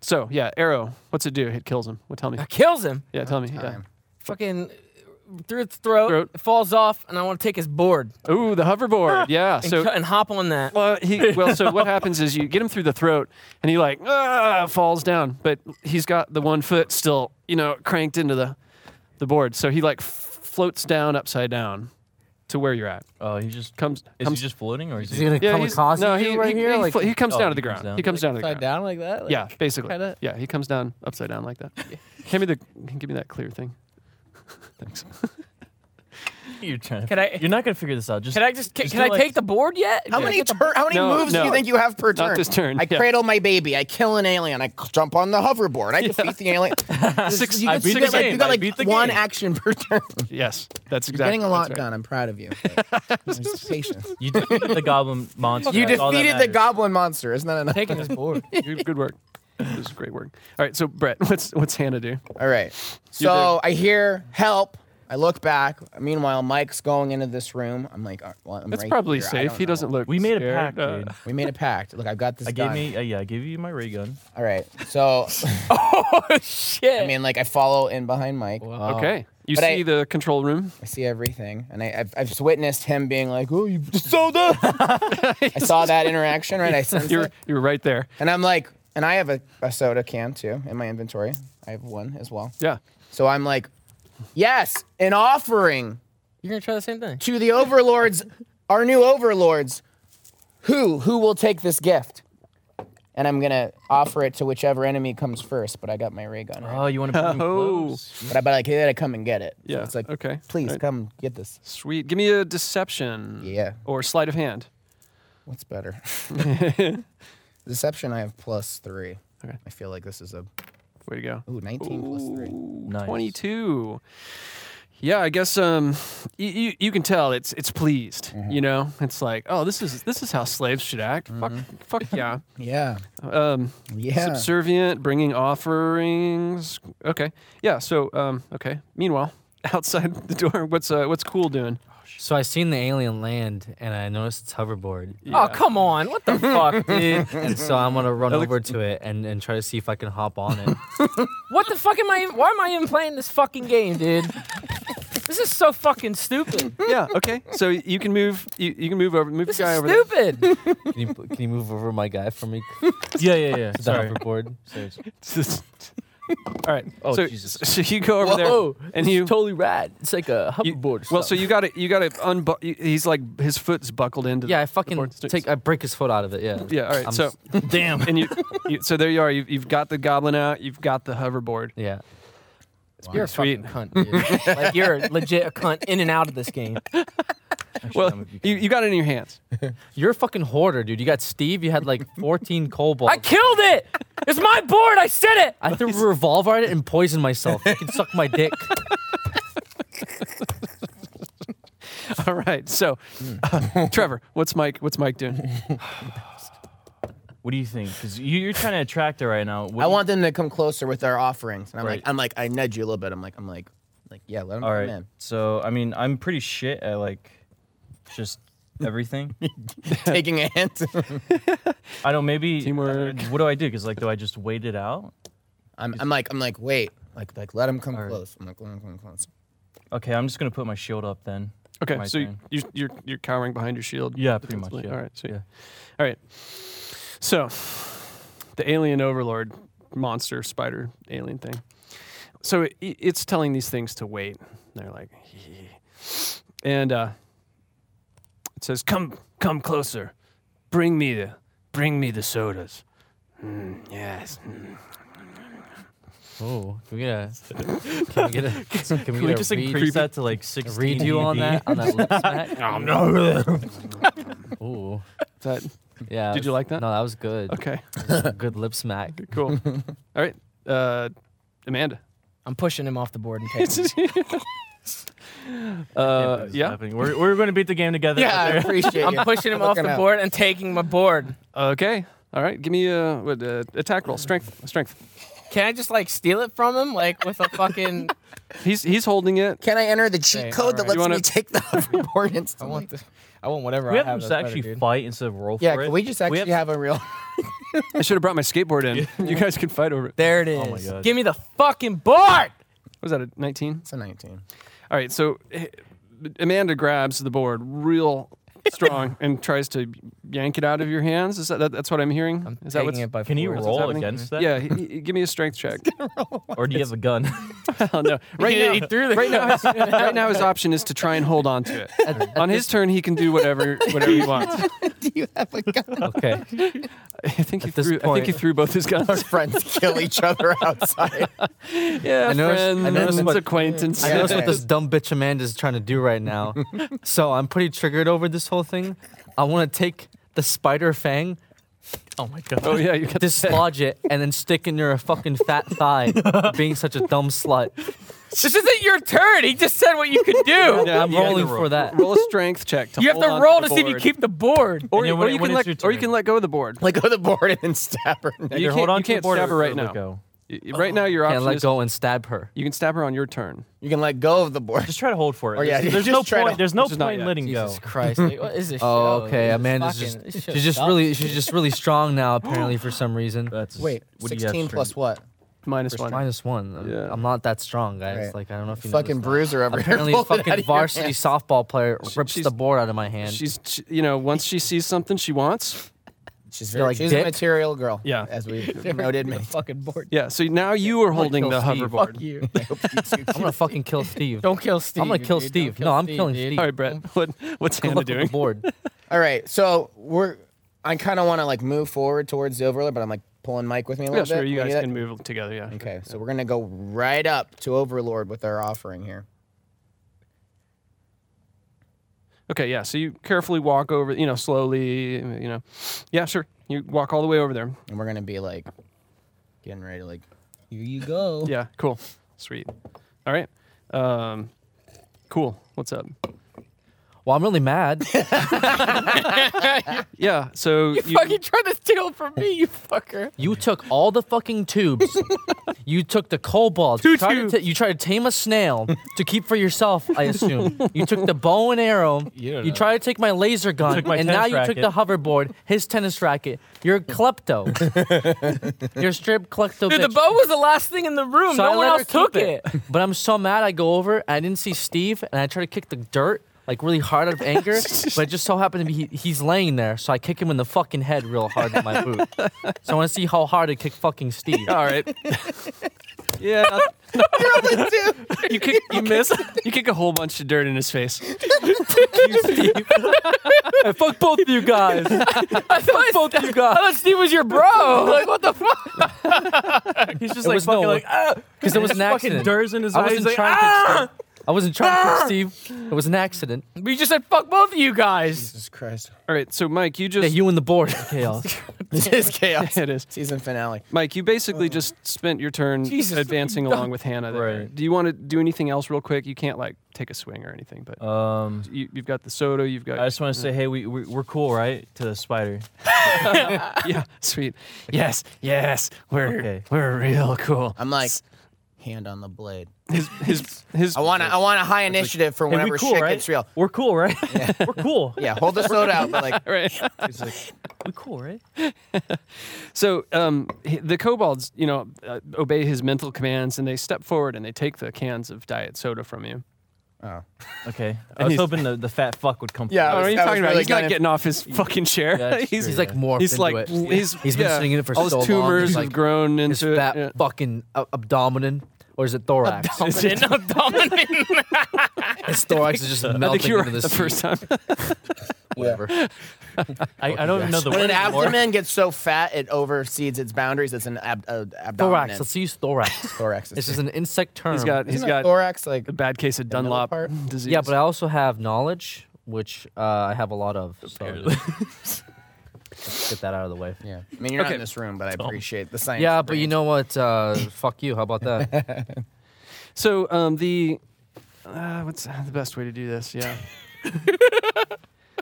So yeah, arrow. What's it do? It kills him. What? Tell me.
That kills him.
Yeah, tell me. Yeah.
Fucking uh, through its throat,
Throat.
It falls off, and I want to take his board
Ooh, the
[laughs]
hoverboard. Yeah.
and,
So
cut- and hop on that.
Well, he well. So what happens is you get him through the throat, and he like ah, falls down, but he's got the one foot still, you know, cranked into the the board. So he like f- floats down upside down to where you're at.
Oh, he's just
Comes
is he
comes
just floating or is
Is
he?
he gonna come
he's-
across
no,
you
he,
right
he,
here?
he
like,
fl- he comes
oh,
down to the
he comes
ground.
down.
He comes down to the
Upside
ground.
down like that. Like,
Yeah, basically.
kinda-
Yeah, he comes down upside down like that. Hand me the give me that clear thing. Thanks.
you're trying. To,
Can I?
You're not gonna figure this out. Just
Can I just? Can,
Just
can
do
I
like-
take the board yet?
How
Can I
many
get the-
tur- how many
No,
moves
no.
do you think you have per
Not
turn?
this turn,
I
yeah.
cradle my baby. I kill an alien. I c- jump on the hoverboard. I defeat the
[laughs]
alien.
Six.
You,
I
get
beat
six-
the
like,
game.
you got
I
like
beat the
one
game.
action per
[laughs]
turn.
[laughs] Yes, that's
You're
exactly.
getting a lot
that's right.
done. I'm proud of you. But There's patience.
you defeated
[laughs]
the goblin monster.
You
That's all that
defeated the
matters.
goblin monster. Isn't that enough?
Taking his board.
Good, good work. This is great work. All right, so Brett, [laughs] what's what's Hannah do?
All right. So I hear help. I look back. Meanwhile, Mike's going into this room. I'm like, "All right, well, I'm
That's
right
probably
here. I
safe.
don't
He
know."
doesn't look.
We made a
scared.
pact,
Uh,
dude.
We made a pact. Look, I've got this.
I gave
done.
me, uh, yeah, I gave you my ray gun.
All right. So [laughs]
oh [laughs] shit!
I mean, like, I follow in behind Mike.
Okay. You
Oh. But
see
I-
the control room.
I see everything, and I, I've, I've just witnessed him being like, "Oh, you [laughs] sold up." I saw that interaction, right?
[laughs]
I sensed
You're
it,
you're right there.
and I'm like, and I have a, a soda can too in my inventory. I have one as well.
Yeah.
So I'm like, "Yes, an offering
You're gonna try the same thing.
to the overlords, [laughs] our new overlords. Who who will take this gift?" And I'm gonna offer it to whichever enemy comes first. But I got my ray gun, right?
Oh, you want
[laughs]
to put him
Oh.
close?
but I but like, hey, gotta come and get it. So
Yeah,
it's like,
okay.
please
Alright.
come get this.
Sweet. Give me a deception.
Yeah.
Or sleight of hand.
What's better? [laughs] Deception, I have plus three.
Okay.
I feel like this is a
Way to go.
ooh 19 plus three.
Ooh,
Nice.
22. Yeah, I guess um, you, you, you can tell it's it's pleased.
Mm-hmm.
You know, it's like, oh, this is this is how slaves should act. Fuck, fuck yeah.
Yeah,
Um,
Mm-hmm. yeah.
Subservient, bringing offerings. Okay, yeah. So, um, okay. Meanwhile, [laughs] outside the door, what's uh, what's cool doing?
So I seen the alien land and I noticed its hoverboard.
Oh come on! What the fuck, dude?
[laughs] And so I'm gonna run over to it and, and try to see if I can hop on it.
What the fuck am I? Even, why am I even playing this fucking game, dude? this is so
[laughs]
fucking stupid.
yeah. Okay. So you can move. You, you can move over. Move
This
the guy
is
over
stupid.
[laughs] Can you can you move over my guy for me?
Yeah, yeah, yeah.
The
Sorry.
[laughs] hoverboard.
there. [laughs] All right.
Oh,
so,
Jesus.
So you go over there and you.
totally rad. It's like a
you- well, so you got to you got to unbu- you- He's like his foot's buckled into.
yeah, I
the
fucking
board. So-
take. I break his foot out of it. Yeah.
yeah. All right.
I'm
so
s-
[laughs] Damn.
and you, you. So there you are. You've, you've got the goblin out. You've got the hoverboard.
yeah.
You're a
Sweet.
fucking cunt, dude. like you're legit a cunt in and out of this game.
that
Well,
would be
you, you got it in your hands.
You're a fucking hoarder, dude. You got Steve. You had like 14 cobalt.
I killed it. It's my board. I said it.
I threw a revolver at it and poisoned myself. You can suck my dick.
All right. So,
Hmm.
uh, Trevor, what's Mike? What's Mike doing?
What do you think? Because you, you're trying to attract her right now. What
I
do you-
want them to come closer with their offerings, and I'm
Right.
like, I'm like, I nudge you a little bit. I'm like, I'm like, like yeah, let them
All
come
right. [laughs]
in.
So I mean, I'm pretty shit at like
[laughs]
just everything.
Taking a hint. [laughs]
I
[laughs]
don't. Maybe uh,
Teamwork.
What do I do? Because like, do I just wait it out?
I'm, I'm like, I'm like, wait, like, like, let them come
right.
close. I'm like, let them come close. [laughs]
Okay, I'm just gonna put my shield up then.
Okay,
My
so you,
turn.
you, you're you're cowering behind your shield.
Yeah, pretty much,
defensively.
yeah.
All right. So,
Yeah.
All right. So, the alien overlord, monster, spider, alien thing. So it, it's telling these things to wait. They're like, and uh, it says, "Come, come closer. Bring me the, bring me the sodas." Mm, yes.
Oh, can we get a? Can we get a? Can we,
Can
get
we
a
just
read,
increase that to like 16?
redo on that
[laughs]
on that lip smack? Ooh,
Is that
yeah.
Did you like that?
No, that was good.
okay?
Good
[laughs]
lip smack.
[laughs]
Cool. All right, uh, Amanda.
I'm pushing him off the board and taking. him.
Uh, yeah.
Happening. We're, we're going to beat the game together.
Yeah, I
out there.
appreciate it.
I'm pushing him off
Looking
the
out.
board and taking my board.
Okay. All right. Give me a what, uh, attack roll. Strength. Strength.
Can I just like steal it from him, like with a fucking?
He's he's holding it.
Can I enter the cheat
Okay,
code that
alright.
lets
You wanna-
me take the hoverboard
I
instantly?
want this. I want whatever
we
I
have
have.
them just
that's better,
actually
dude.
fight instead of roll
yeah,
for it.
can we just actually have, a real? [laughs]
I should have brought my skateboard in. You guys can fight over it.
There it is.
Oh my God.
Give me the fucking board.
Was that a 19?
It's a 19.
All right. So eh, Amanda grabs the board real strong and tries to yank it out of your hands. Is that, that that's what I'm hearing?
I'm
Is that what's
taking it by
Can you
force. [laughs]
roll
happening?
against that?
Yeah, he, he- give me a strength check.
Or do you have a gun?
oh, no. Right now,
[laughs]
right, now his, right now his option is to try and hold on to it. on his turn, he can do whatever whatever he
[laughs]
wants.
Do you have a gun?
Okay.
I think he
this
threw. I think
point-
he threw both his
[laughs]
guns.
Friends kill each other [laughs] outside.
Yeah,
I noticed- I
friends,
noticed what-
acquaintances.
I noticed what
Okay.
this dumb bitch Amanda's trying to do right now. so I'm pretty triggered over this whole thing. I want to take the spider fang,
oh my god.
Oh yeah, you got this.
dislodge it, and then stick in your fucking fat thigh, for being such a dumb slut.
This isn't your turn. He just said what you could do.
Yeah,
I'm
you gotta
rolling
roll.
for that.
Roll a strength check. To
You have
hold
to
on
roll
the
to see if you
board.
keep the board.
or,
And then
or
when-
you
when
can let,
it's your
or you
turn.
can let go of the
[laughs]
board.
Like go to the board and then stab her.
you
Either
can't,
hold on
you
to the
can't
board
stab her
or
right
let
now.
go.
Y- y- Right now, your
And
option
let
is
go and stab her.
you can stab her on your turn.
You can let go of the board.
Just try to hold for it.
Or yeah,
there's, there's
just
no
try to-
point. there's no
Just not
point
yet.
letting
Jesus
go.
Christ! like, what is this?
Oh,
show?
okay.
This
Amanda's
fucking-
just
this show
she's just
sucks.
really she's just really strong now apparently for some reason.
[laughs]
That's
Wait,
what do you have
16
strength?
plus what?
Minus one.
Minus one. I'm,
Yeah.
I'm not that strong, guys.
Right.
Like I don't know if you
Fucking
noticed
bruiser over [laughs]
that.
here.
Apparently,
pulling out
fucking
of your
varsity
hand.
softball player rips
she's-
the board out of my hand.
She's she, you know once she sees something she wants.
She's,
You're
very,
like
she's a
dick.
material girl.
Yeah.
As [laughs] we noted, me.
fucking board.
Yeah. So now you are holding
kill
the
Steve.
hoverboard.
you.
I'm gonna fucking kill Steve.
Don't kill Steve.
I'm gonna kill
dude.
Steve.
Don't kill
no, I'm
Steve,
killing
dude.
Steve.
All right, Brett. [laughs] What what's
Good
Hannah
luck with
doing?
The board.
All right, so we're. I kind of want to like move forward towards the overlord, but I'm like pulling Mike with me a little
Yeah, sure.
bit.
You
Can we
guys
do that?
can move together. Yeah.
Okay, so we're gonna go right up to Overlord with our offering here.
Okay, yeah. So you carefully walk over, you know, slowly, you know. Yeah, sure. You walk all the way over there.
and we're gonna be like getting ready to like here you go
Yeah, cool. Sweet. All right. Um, cool. What's up?
Well, I'm
[laughs]
really mad.
Yeah, so you,
Fucking trying to steal from me, you fucker.
You took all the fucking tubes. you took the cobalt. you, tried to ta- you tried to tame a snail to keep for yourself, I assume. you took the bow and arrow.
[laughs] You
You,
don't know.
tried to take my laser gun.
took my
and now
tennis
you took the hoverboard, his tennis racket. You're
[laughs]
a klepto. You're a strip klepto
Dude,
[laughs] bitch.
the bow was the last thing in the room. [laughs]
So
no
I
one
let her
else took
keep
it.
[laughs] But I'm so mad I go over and I didn't see Steve and I try to kick the dirt like really hard out of anger. but it just so happened to be he, he's laying there, so I kick him in the fucking head real hard with my boot. So I wanna see how hard I kick fucking Steve.
all right. yeah. not- you kick
[laughs]
you miss [laughs] you kick a whole bunch of dirt in his face.
I [laughs] fuck both of you guys.
I thought,
both of you
[laughs]
guys.
I thought Steve was your bro. Like, what the fuck?
He's just
It
like
was no
fucking
one.
like ah,
Because it was an
fucking
accident.
dirt in his
I
eyes.
wasn't
He's like,
trying
ah!
to kick Steve. I wasn't trying to kick Steve. It was an accident.
But you just said fuck both of you guys.
jesus christ
All right, so Mike, you [laughs]
Yeah,
just
you and the board. [laughs] Chaos.
this is chaos
it is.
season finale
Mike, you basically just spent your turn
Jesus,
advancing along with Hannah there.
Uh, Right.
Do you want to do anything else real quick? You can't like take a swing or anything, but
Um,
you, you've got the soda, you've got
I just want to say, hey, we, we we're cool, right? To the spider.
[laughs] Yeah, sweet. Yes, yes. We're
Okay.
we're real cool.
i'm like hand on the blade
His his
[laughs]
his
i want to i want a high initiative for
Hey,
whenever
we cool,
shit
right?
gets real
We're cool, right? we're cool.
yeah hold the soda out but [laughs] like
right.
He's like, we cool, right?
[laughs] So um, h- the kobolds, you know, uh, obey his mental commands, and they step forward and they take the cans of diet soda from you.
Okay. I was
he's-
hoping the, the fat fuck would come.
Yeah, I
Oh, what
was-
are you
I was
talking about?
really
he's not
gonna-
getting off his fucking chair.
Yeah,
[laughs]
that's
he's
true.
He's like morphed
he's
into
like
it.
he's
He's been
yeah,
sitting in it for
all
so
his
long.
tumors
He's
have
like-
grown
His
into
fat
it.
fucking uh, abdomen or is it thorax?
Dominant, dominant.
[laughs] His thorax is just melting
Yeah. I think you were
into
right the
the sea.
first time.
Whatever.
I, I don't
[laughs]
even know the
when
word
an
for it.
abdomen gets so fat it oversees its boundaries it's an ab- uh, abdomen
Thorax. Let's use [laughs] thorax.
thorax
This
is
is an insect term.
He's got he's
Isn't a
got
thorax like
a bad case of
middle
Dunlop
part?
disease.
Um, Yeah, but uh, I also have knowledge, which uh, I have a lot of. So [laughs] let's get that out of the way.
yeah i mean you're not
Okay.
in this room but i appreciate the science
Yeah,
of
but you
brains.
[laughs] know what? Uh, fuck you. How about that?
so um, the uh, what's the best way to do this?
[laughs]
Yeah.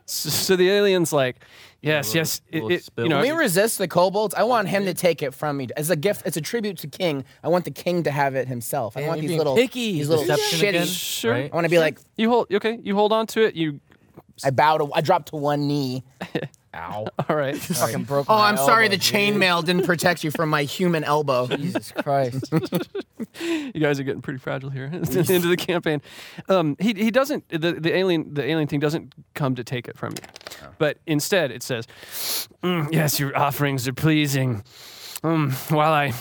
so, so the alien's like, yes,
little-
yes, it,
little
it- you
spill.
know,
When we
it-
resist the kobolds, I want him to take it from me as a gift. It's a tribute to King. I want the king to have it himself. I
Damn,
want
you're
these
being
little,
picky.
these little
Deception
shitty.
again.
sure.
right?
I want to be like,
You hold okay. You hold on to it. You
I bow to, I drop to one knee.
all right.
Fucking broke
Oh,
my
I'm sorry.
elbow,
The chainmail didn't protect you from my human [laughs] elbow.
Jesus Christ.
[laughs]
you guys are getting pretty fragile here [laughs] at the end of the campaign. Um, he, he doesn't the, the alien the alien thing doesn't come to take it from you, but instead it says, "Mm, "Yes, your offerings are pleasing. Um, while I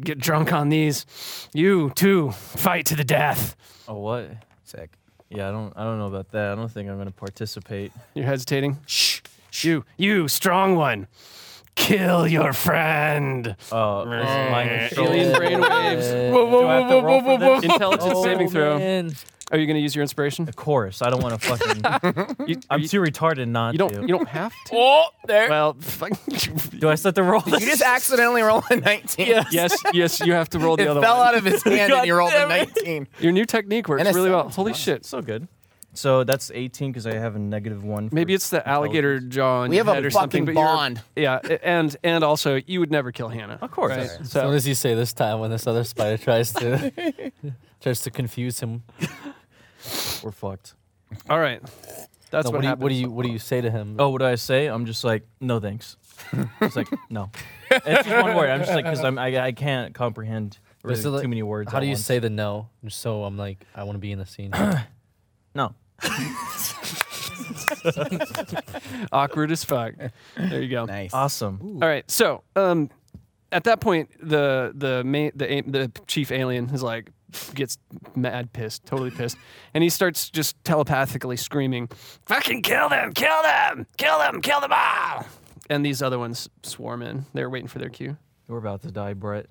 get drunk on these, you too fight to the death."
Oh what?
Sick.
Yeah, I don't I don't know about that. I don't think I'm gonna participate.
You're hesitating. Shh, you you strong one, kill your friend.
Oh, is it my control?
Alien brainwaves. Oh,
Whoa,
Do I have to roll for this?
[laughs] Intelligence saving throw. Are you going to use your inspiration?
Of course, I don't [laughs] want to fucking.
You,
I'm
you,
too retarded not
you don't
to.
you don't have to.
Oh, there.
Well, fuck. [laughs]
Do I set the roll?
[laughs] You just accidentally roll a 19.
yes, yes, you have to roll the
It
other
fell
one.
out of
[laughs]
his hand and he rolled a 19.
Your new technique works
And a
really well.
seven.
Holy shit.
[laughs] so good. So that's 18 because I have a negative one. for
Maybe it's the alligator
intelligence.
jaw on
We
your
have a
head or something.
fucking
but you're-
bond.
Yeah, a- and and also you would never kill Hannah. Of
course.
As soon
So
as you say this time when this other spider tries [laughs] to tries to confuse him,
We're fucked.
all right, that's
no,
what,
what, do you,
happened.
what do you what do you say to him?
Oh, what do I say? I'm just like, no thanks. It's like, no. It's just one word. I'm just like, because I'm I, I can't comprehend
But
really
so, like,
too many words.
How
at
do you
once.
say the no? So I'm like, I want to be in the [coughs] scene.
no?
Awkward as fuck. There you go.
Nice.
Awesome.
All right, so um, at that point, the the main the a- the chief alien is like gets mad, pissed, totally pissed, and he starts just telepathically screaming, "Fucking kill them! Kill them! Kill them! Kill them all!" And these other ones swarm in. They're waiting for their cue.
We're about to die, Brett.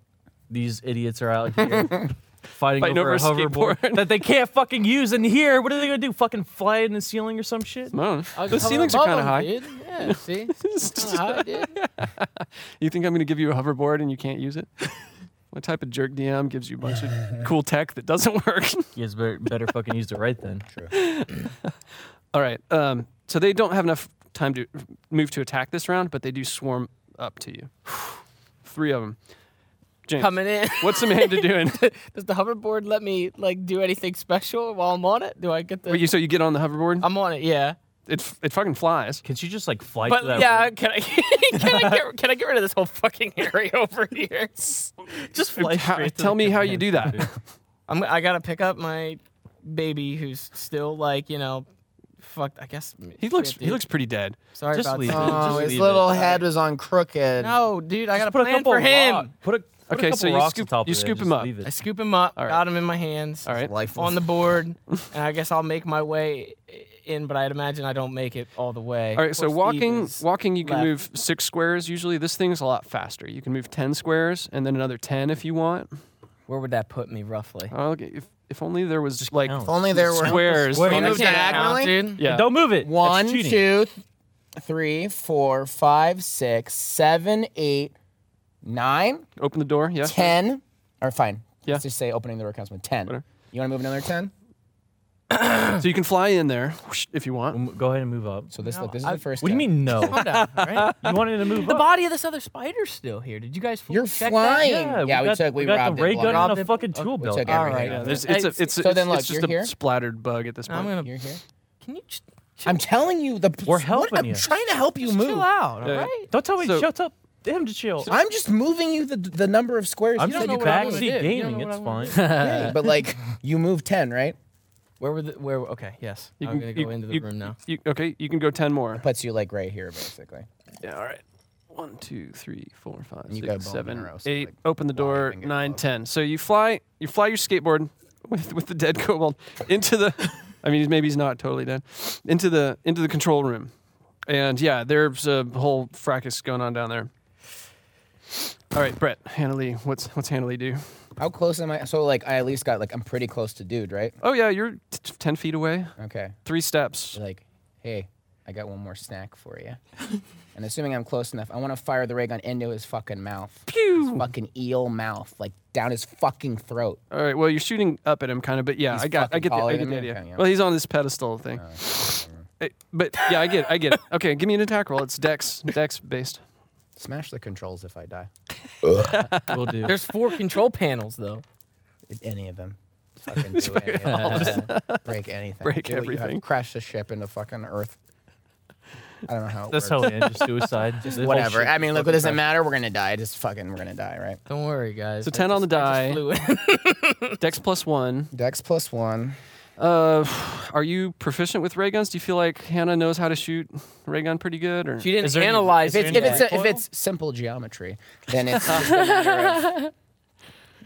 These idiots are out here fighting
Fighting over
over, a
a
hoverboard
skateboard.
that they can't fucking use in here. What are they gonna do? Fucking fly it in the ceiling or some shit?
I don't know.
I'll
Those
just
ceilings are kind
hover
of high.
above
[laughs]
'em, dude. Yeah, see? Kinda high, dude.
You think I'm going to give you a hoverboard and you can't use it? what type of jerk DM gives you a bunch of cool tech that doesn't [laughs] work?
You guys better, better fucking use it right then.
All right. Um, so they don't have enough time to move to attack this round, but they do swarm up to you. [sighs] Three of them. James,
Coming in.
what's Amanda doing?
[laughs] Does the hoverboard let me like do anything special while I'm on it? Do I get the?
Wait, you, so you get on the hoverboard?
[laughs] I'm on it, yeah.
it, f- it fucking flies.
[laughs] Can you just like fly
But
to that?
yeah, can I [laughs] can I get can I get rid of this whole fucking [laughs] area over
[laughs]
here?
just fly
How-
straight to
tell
the
me how you
command
do that.
center.
I'm I gotta pick up my baby who's still like you know, fucked. I guess
He looks
fifty.
he looks pretty dead.
Sorry
just
about
leave
that.
it.
[laughs]
Just
Oh, his
leave
little
it.
head was on crooked.
No, dude, I got
Just
a plan for him.
rock- Put a put
Okay,
A couple
so you
rocks
scoop-
on top
you
of it,
scoop
just
him up.
leave it.
I scoop him up,
right.
got him in my hands.
All right.
Life
on the [laughs] board, and I guess I'll make my way in, but I'd imagine I don't make it all the way.
All right, so
Poor Steve
walking,
is-
walking, you can
left.
move six squares usually. This thing's a lot faster. You can move ten squares and then another ten if you want.
Where would that put me roughly?
Oh, okay, if if only there was just like
count.
If only there were
squares.
Can
on
you
the
move
map.
diagonally?
dude.
Yeah.
Don't move it. That's
One,
cheating.
two, three, four, five, six, seven, eight, nine,
Open the door. Yeah. sure.
ten. Or fine.
Yeah.
Let's just say opening the door counts with ten.
Whatever.
You want to move another ten?
So you can fly in there whoosh, if you want.
M- Go ahead and move up.
So this
No,
look, this
I-
is the first.
What do you
10.
mean no?
[laughs]
Calm down, right?
you wanted to move
The
up.
body of this other spider's still here. Did you guys
You're
check
flying.
That?
Yeah, we,
got,
took we,
got
robbed
the ray
it.
gun
blind.
and a fucking tool
we
belt.
took
All
everything.
right.
Yeah,
Okay.
there's, it's a,
Hey,
it's, a,
so
it's,
then look,
it's just
you're
a
here?
splattered bug at this point.
I'm gonna.
You're here.
Can you just
I'm telling you, the
We're
what-
helping you.
I'm trying to help you
chill
move.
out? All
Yeah.
right.
Don't tell me.
So-
shut up. Damn, to chill.
I'm just moving you the the number of squares.
I'm
you
just
said you
what I wanna
backseat
do. You don't know
gaming.
what I
It's
wanna
fine.
could, but like you move ten, right?
Where were the? Where? Okay. Yes.
You
I'm
can-
gonna
you-
go into the
you-
room now.
[laughs] You, okay, you can go ten more.
Puts you like right here, basically.
Yeah, all right. One, two, three, four, five,
you
six,
got bow and
seven,
arrow, so,
eight.
like,
Open the
fly up
door.
and get
Nine,
close.
ten. So you fly, you fly your skateboard with with the dead kobold into the. [laughs] I mean, maybe he's not totally dead. Into the into the control room, and yeah, there's a whole fracas going on down there. All right, Brett, Hannah Lee, what's what's Hannah Lee do?
How close am I? So like I at least got like I'm pretty close to dude, right?
Oh yeah, you're t- t- ten feet away,
Okay.
three steps.
Like, hey, I got one more snack for you. and assuming I'm close enough, I want to fire the ray gun into his fucking mouth. Pew! His fucking eel mouth, like down his fucking throat.
All right. Well, you're shooting up at him, kind of, but yeah,
He's
I got, I
fucking
get the, I
taller
get
than
the
me?
idea.
Okay, yeah.
Well, he's on this pedestal thing. Eh, but yeah, I get, it, I get it. [laughs] Okay, give me an attack roll. It's Dex, Dex based.
Smash the controls if I die.
Will do.
There's four control panels though.
If Any of them. Fucking do any of them. break anything.
Break
Do what you have-
everything.
Crash the ship into fucking Earth. I don't know how it
That's how
works.
we end your suicide. Just
Whatever. I mean, look, it doesn't matter. We're gonna die. Just fucking, we're gonna die, right?
Don't worry, guys.
So
I
10 on
just-
the
I
die.
just flew in.
Dex plus one.
Dex plus one.
Uh, are you proficient with ray guns? Do you feel like Hannah knows how to shoot ray gun pretty good? Or
[laughs] She didn't
Is there any-
analyze
is
If
there
it.
it's,
any
if it's,
recoil?
if it's simple geometry, then it's just a matter of,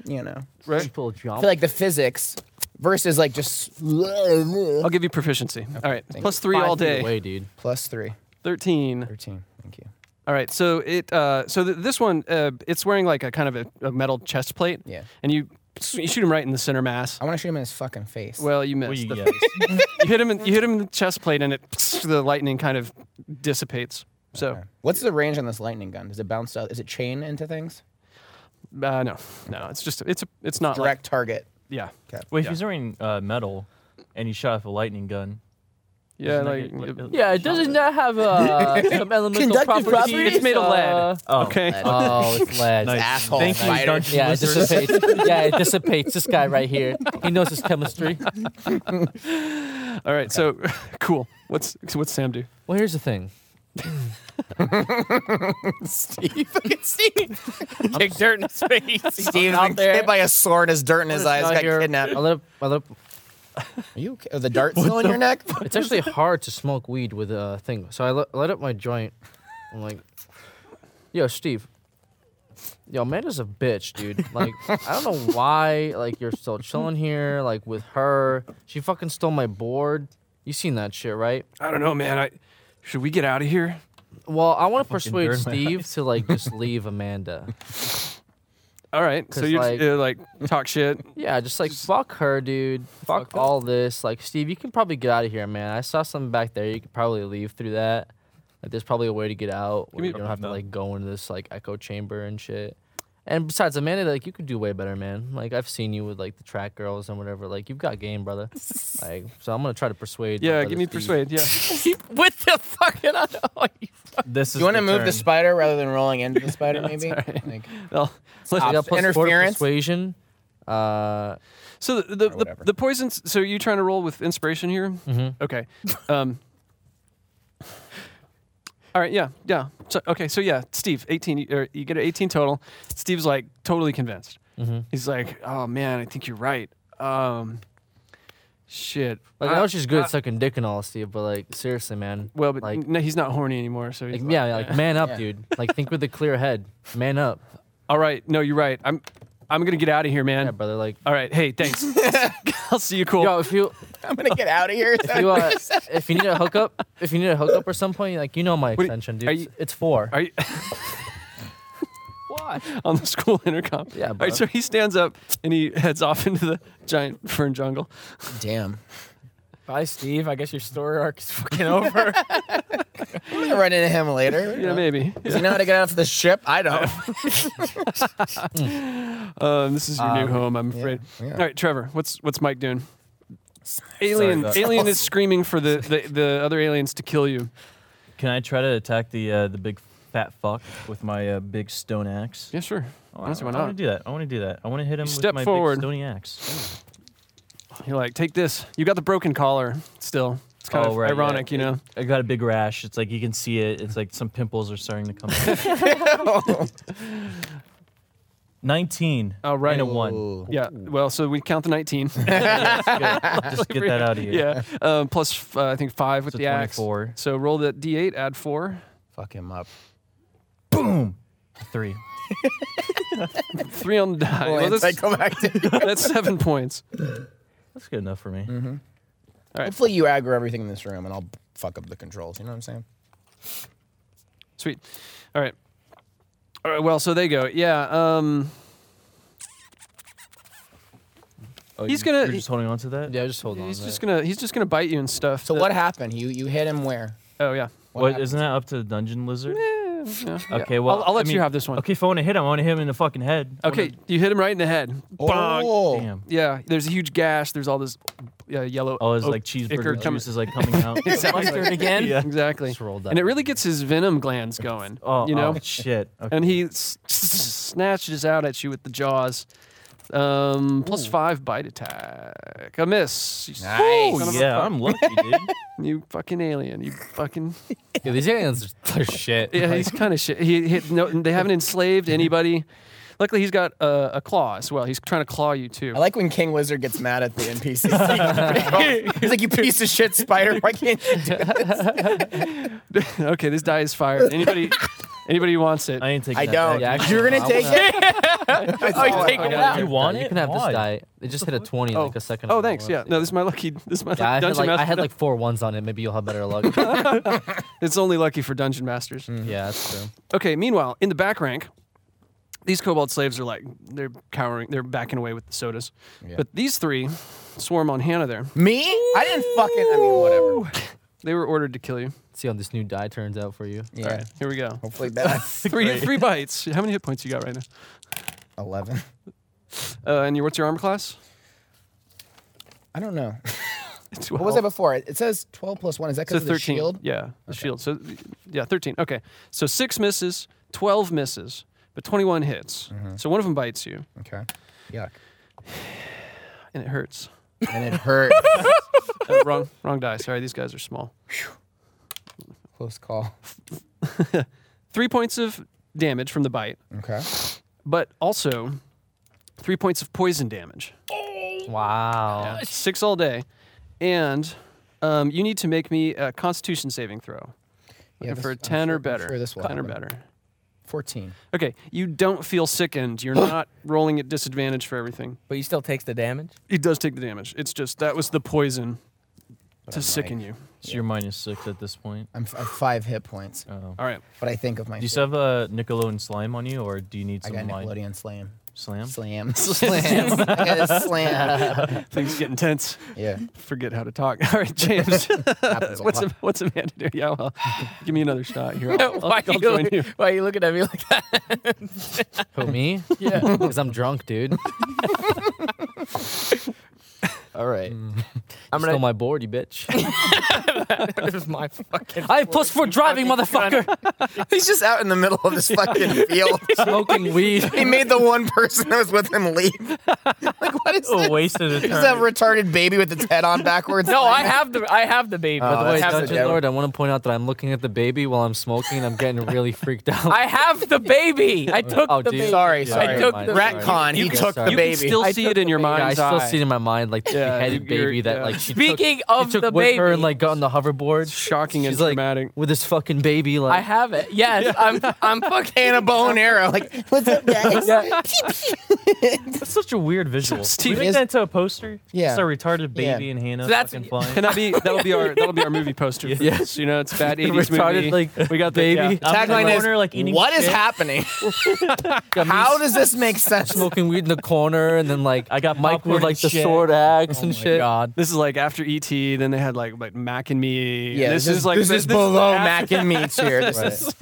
you know.
right?
I feel like the physics versus like just
I'll give you proficiency. All right,
thank
plus three
Five
all
feet
day.
away, dude.
plus three.
Thirteen.
13. Thank you.
All right, so it uh, so th- this one uh, it's wearing like a kind of a, a metal chest plate.
Yeah.
And you you shoot him right in the center mass.
I want to shoot him in his fucking face.
Well, you missed.
Well, you
[laughs] The-
guys.
you hit him. In, you hit him in the chest plate, and it [laughs] the lightning kind of dissipates. So
Okay. What's the range on this lightning gun? Does it bounce out? Is it chain into things?
uh, no, no, it's just it's a, it's not like-
Direct target.
yeah,
Well, if
Yeah.
he's wearing uh, metal and he shot off a lightning gun.
yeah,
doesn't that
like
get-
it-
it- uh,
Yeah, it does not have uh, some elemental
Conductive
properties.
properties?
it's made of lead.
uh,
Oh,
okay,
Oh,
[laughs]
it's lead.
Nice.
Asshole
Thank you,
fighter.
Dungeon
Yeah, it
Wizard.
dissipates.
[laughs]
yeah, it dissipates. This guy right here, he knows his chemistry.
all right. So [laughs] cool. What's so what's Sam do?
Well, here's the thing.
Steve. Fucking Steve.
Kick dirt in his
[laughs]
face.
Steve's
out there.
hit by a sword. His dirt in his eyes.
not
Got
your- [laughs]
kidnapped.
I
Are
let up, I let up.
you okay? Are the dart still in your neck?
It's actually hard to smoke weed with a thing. So I let, let up my joint. I'm like, yo, Steve. Yo, Amanda's a bitch, dude. Like, I don't know why, like, you're still chilling here, like, with her. She fucking stole my board. You seen that shit, right?
I don't know, man. I should we get out of here?
Well, I want to
fucking
persuade
burned my
Steve to, like, just leave Amanda.
All right. So
'Cause,
you
like-
just, uh, like talk shit.
[laughs] Yeah, just like fuck her, dude. Fuck, all this. Like, Steve, you can probably get out of here, man. I saw something back there. You could probably leave through that. Like, there's probably a way to get out. Where
me-
you don't have to like go into this like echo chamber and shit. And besides, Amanda, like you could do way better, man. Like I've seen you with like the track girls and whatever. Like you've got game, brother.
[laughs]
like, so I'm gonna try to persuade. my
Yeah,
brother
give me
Steve.
persuade. Yeah.
with the fucking oh, you
This is
Do you want to move the
turn.
spider rather than rolling into the spider? maybe. Like,
Well,
So I
let's,
got plus four to
Interference?
persuasion. Uh,
so the the, the,
whatever.
the poisons. So you trying to roll with inspiration here? Mm-hmm. Okay. Um. All right. Yeah. Yeah. So okay. So yeah, Steve, eighteen. You, er, you get an eighteen total. Steve's like totally convinced.
Mm-hmm.
He's like, oh man, I think you're right. Um. Shit.
like
I-
I know she's good at sucking dick and all, Steve, but like seriously, man.
Uh, well, but
like-
no, he's not horny anymore. So he's
Like,
like,
yeah, like man up,
Yeah.
dude. Like think with a clear head. Man up.
All right. No, you're right. I'm. I'm gonna get out of here, man.
Yeah, brother. Like
All right. Hey, thanks. [laughs] I'll see you. Cool.
yo, if you
I'm gonna get out of here.
if you uh, if you need a hookup, if you need a hookup or some point, like you know my
do you-
extension, dude.
are
It's-
you-
it's four.
Are you?
What?
on the [laughs] school intercom.
Yeah,
All
bro.
right, so he stands up and he heads off [laughs] into the giant fern jungle.
Damn.
Bye, Steve. I guess your story arc is fucking over.
I'm gonna run into him later.
Yeah, maybe.
Does he know how to get off the ship? I don't.
Um, this is your new home, I'm afraid.
yeah.
All right, Trevor, what's what's Mike doing? Alien,
about-
alien is screaming for the, the, the other aliens to kill you.
Can I try to attack the uh, the big fat fuck with my uh, big stone axe?
Yeah, sure.
Oh, I-
Honestly, why
I want
not?
to do that. I want to do that. I want to hit him with
step
my
forward.
big stony axe.
You're like, take this. You got the broken collar still. It's kind
Oh,
of
right, yeah.
ironic, you know.
I got a big rash. It's like you can see it. It's like some pimples are starting to come. out.
[laughs]
Nineteen.
Oh, right.
And
[laughs]
a one.
Yeah. Well, so we count the 19. [laughs]
Just get that out of here.
yeah. Um, plus, f- uh, I think five with
So
the axe.
24.
So roll the d8, add four.
Fuck him up.
Three.
Three on the die.
Well,
Well, that's-
anticlimactic.
That's seven points.
That's good enough for me.
Mm-hmm.
Hopefully you aggro everything in this room and I'll fuck up the controls. You know what I'm saying?
Sweet. All right. All right. Well, so they go. Yeah. Um.
Oh,
He's
you-
gonna-
You're just holding on to that.
Yeah, just hold on.
He's
to
just
that.
gonna. He's just gonna bite you and stuff.
So what happened? You you hit him where?
Oh yeah.
What, isn't that up to the dungeon lizard? Okay, well,
I'll, I'll let
I mean,
you have this one.
Okay, if I want to hit him, I want to hit him in the fucking head. I wanna-
Okay, you hit him right in the head. Bonk.
Oh.
Damn.
Yeah, there's a huge gash. There's all this uh, yellow.
Oh, it's
oak
like
ichor
cheeseburger
coming-
juice is like coming out.
[laughs] Exactly.
again.
Yeah.
exactly.
Just rolled
And it really gets his venom glands going.
Oh,
you know.
oh, shit. Okay.
And he s- s- snatches out at you with the jaws. Um, plus five bite attack. A miss. You s-
Nice.
son of a
yeah,
fuck.
I'm lucky, dude.
You fucking alien. You fucking.
Yeah, these aliens are [laughs] shit.
Yeah, he's kind of shit. He, he no, they haven't enslaved anybody. Luckily, he's got a, a claw as well. He's trying to claw you too.
I like when King Lizard gets mad at the NPCs. He's like, "You piece of shit, spider! Why can't you do
[laughs] okay, this die is fired. Anybody, anybody who wants it?
I ain't taking
I
that
don't.
back.
Yeah, actually,
You're
I
gonna take
wanna-
it. [laughs]
Oh, you [laughs] take
Okay.
him
You
out.
want
You
it?
can have
Why?
this die. It just hit a 20 like a second
oh,
ago.
thanks. Yeah. No, this is my lucky. This is my
Yeah, I had,
dungeon
like,
master.
I had like four ones on it. Maybe you'll have better luck.
it's only lucky for dungeon masters.
yeah, that's true.
Okay. Meanwhile, in the back rank, these kobold slaves are like they're cowering. They're backing away with the sodas. But these three swarm on Hannah. There,
Me? I didn't fucking. I mean, whatever.
they were ordered to kill you.
See how this new die turns out for you.
Yeah.
All right. Here we go.
Oh,
Hopefully [laughs] that's
Three, three bites. How many hit points you got right now?
eleven.
Uh, and your, what's your armor class?
I don't know. What
12.
was it before? It says twelve plus one. Is that
So
because of the
13.
shield?
Yeah, the shield. So, yeah, 13. Okay. So six misses, 12 misses, but 21 hits.
Mm-hmm.
So one of them bites you,
Okay. Yuck.
and it
[laughs]
hurts.
And it
[laughs]
hurt.
Uh, wrong, wrong die. Sorry, these guys are small.
Close call.
Three points of damage from the bite,
Okay.
but also three points of poison damage.
Wow.
Yeah, Six all day. And um, you need to make me a constitution saving throw.
Yeah,
Looking
this-
for a
I'm
10
sure-
or
I'm
better.
sure this will
10 or
happen.
better.
Fourteen.
Okay, you don't feel sickened.
[laughs]
You're not rolling at disadvantage for everything.
But he still takes the damage.
It does take the damage. It's just that was the poison to sicken you.
So you're minus six at this point.
I'm, f- I'm five hit points,
Oh.
All right.
but I think of my.
Do you still have a Nickelodeon slime on you, or do you need
I
some
got
like
Nickelodeon slam. [laughs]
[laughs]
slam?
Slam. Slam. I got a slam.
Things get
[laughs]
intense. [laughs]
Yeah.
Forget how to talk. [laughs] All right,
[laughs]
James.
Happens a
what's
lot.
a, what's Amanda do? Yeah, well, give me another shot
[laughs]
here. I'll, I'll,
[laughs] why,
I'll
are you,
join you.
why are you looking at me like that?
Who, me? Yeah. [laughs] Because I'm drunk, dude.
All
[laughs]
right.
I'm
gonna-
stole my board, you bitch.
[laughs] This is my [laughs] fucking.
I have plus four
[laughs]
driving, motherfucker.
He's just out in the middle of this
[laughs]
fucking field. [laughs]
Smoking weed.
He made the one person that was with him leave. [laughs] like, what is
Oh,
this?
wasted a
Is that
turn.
retarded baby with its head on backwards?
No, [laughs] I have the I have the baby.
Oh,
By the way,
that's the
I have the,
devil.
Dungeon Lord, I want to point out that I'm looking at the baby while I'm smoking. and I'm getting really freaked out.
I have the baby. I took
oh,
the
dude.
baby.
Sorry,
[laughs] Sorry,
sorry.
I took
mine.
the
Sorry.
Ratcon, he
Yeah,
took
sorry.
the
You
baby.
can still
I
see
took
it in your
the baby.
Yeah, I
mind's
still
eye.
see it in my mind, like the
Yeah,
beheaded
you're-
baby that
yeah.
like she
Speaking
took,
of
she took
the
with her and
baby.
like got on the hoverboard.
Shocking and
She's like
dramatic.
with this fucking baby, like
I have it. Yes, I'm [laughs] I'm fucking
and a bow and arrow. Like, [laughs] what's up, guys?
Yeah. That's such a
[laughs]
weird
[laughs]
visual.
Steve
Steve, we make
is-
that into a poster.
Yeah.
Just a retarded baby
Yeah.
and Hannah
So that's-
fucking flying.
Can that be that'll be our that'll be our movie poster. for
Yeah.
this, You know, it's a
[laughs]
bad 80s movie.
retarded, like,
we got the
baby.
yeah.
I'm in the
Tagline is,
corner, like,
[laughs]
eating
what is
shit.
happening?
got me
How does this make sense?
[laughs] smoking weed in the corner, and then like
I got
Mike
popcorn
with
and
like the
shit.
sword axe and shit.
God.
This is like after ET. Then they had like like Mac and Me.
Yeah,
and
this, is like this, is below
after-
Mac and Me tier. This [laughs] is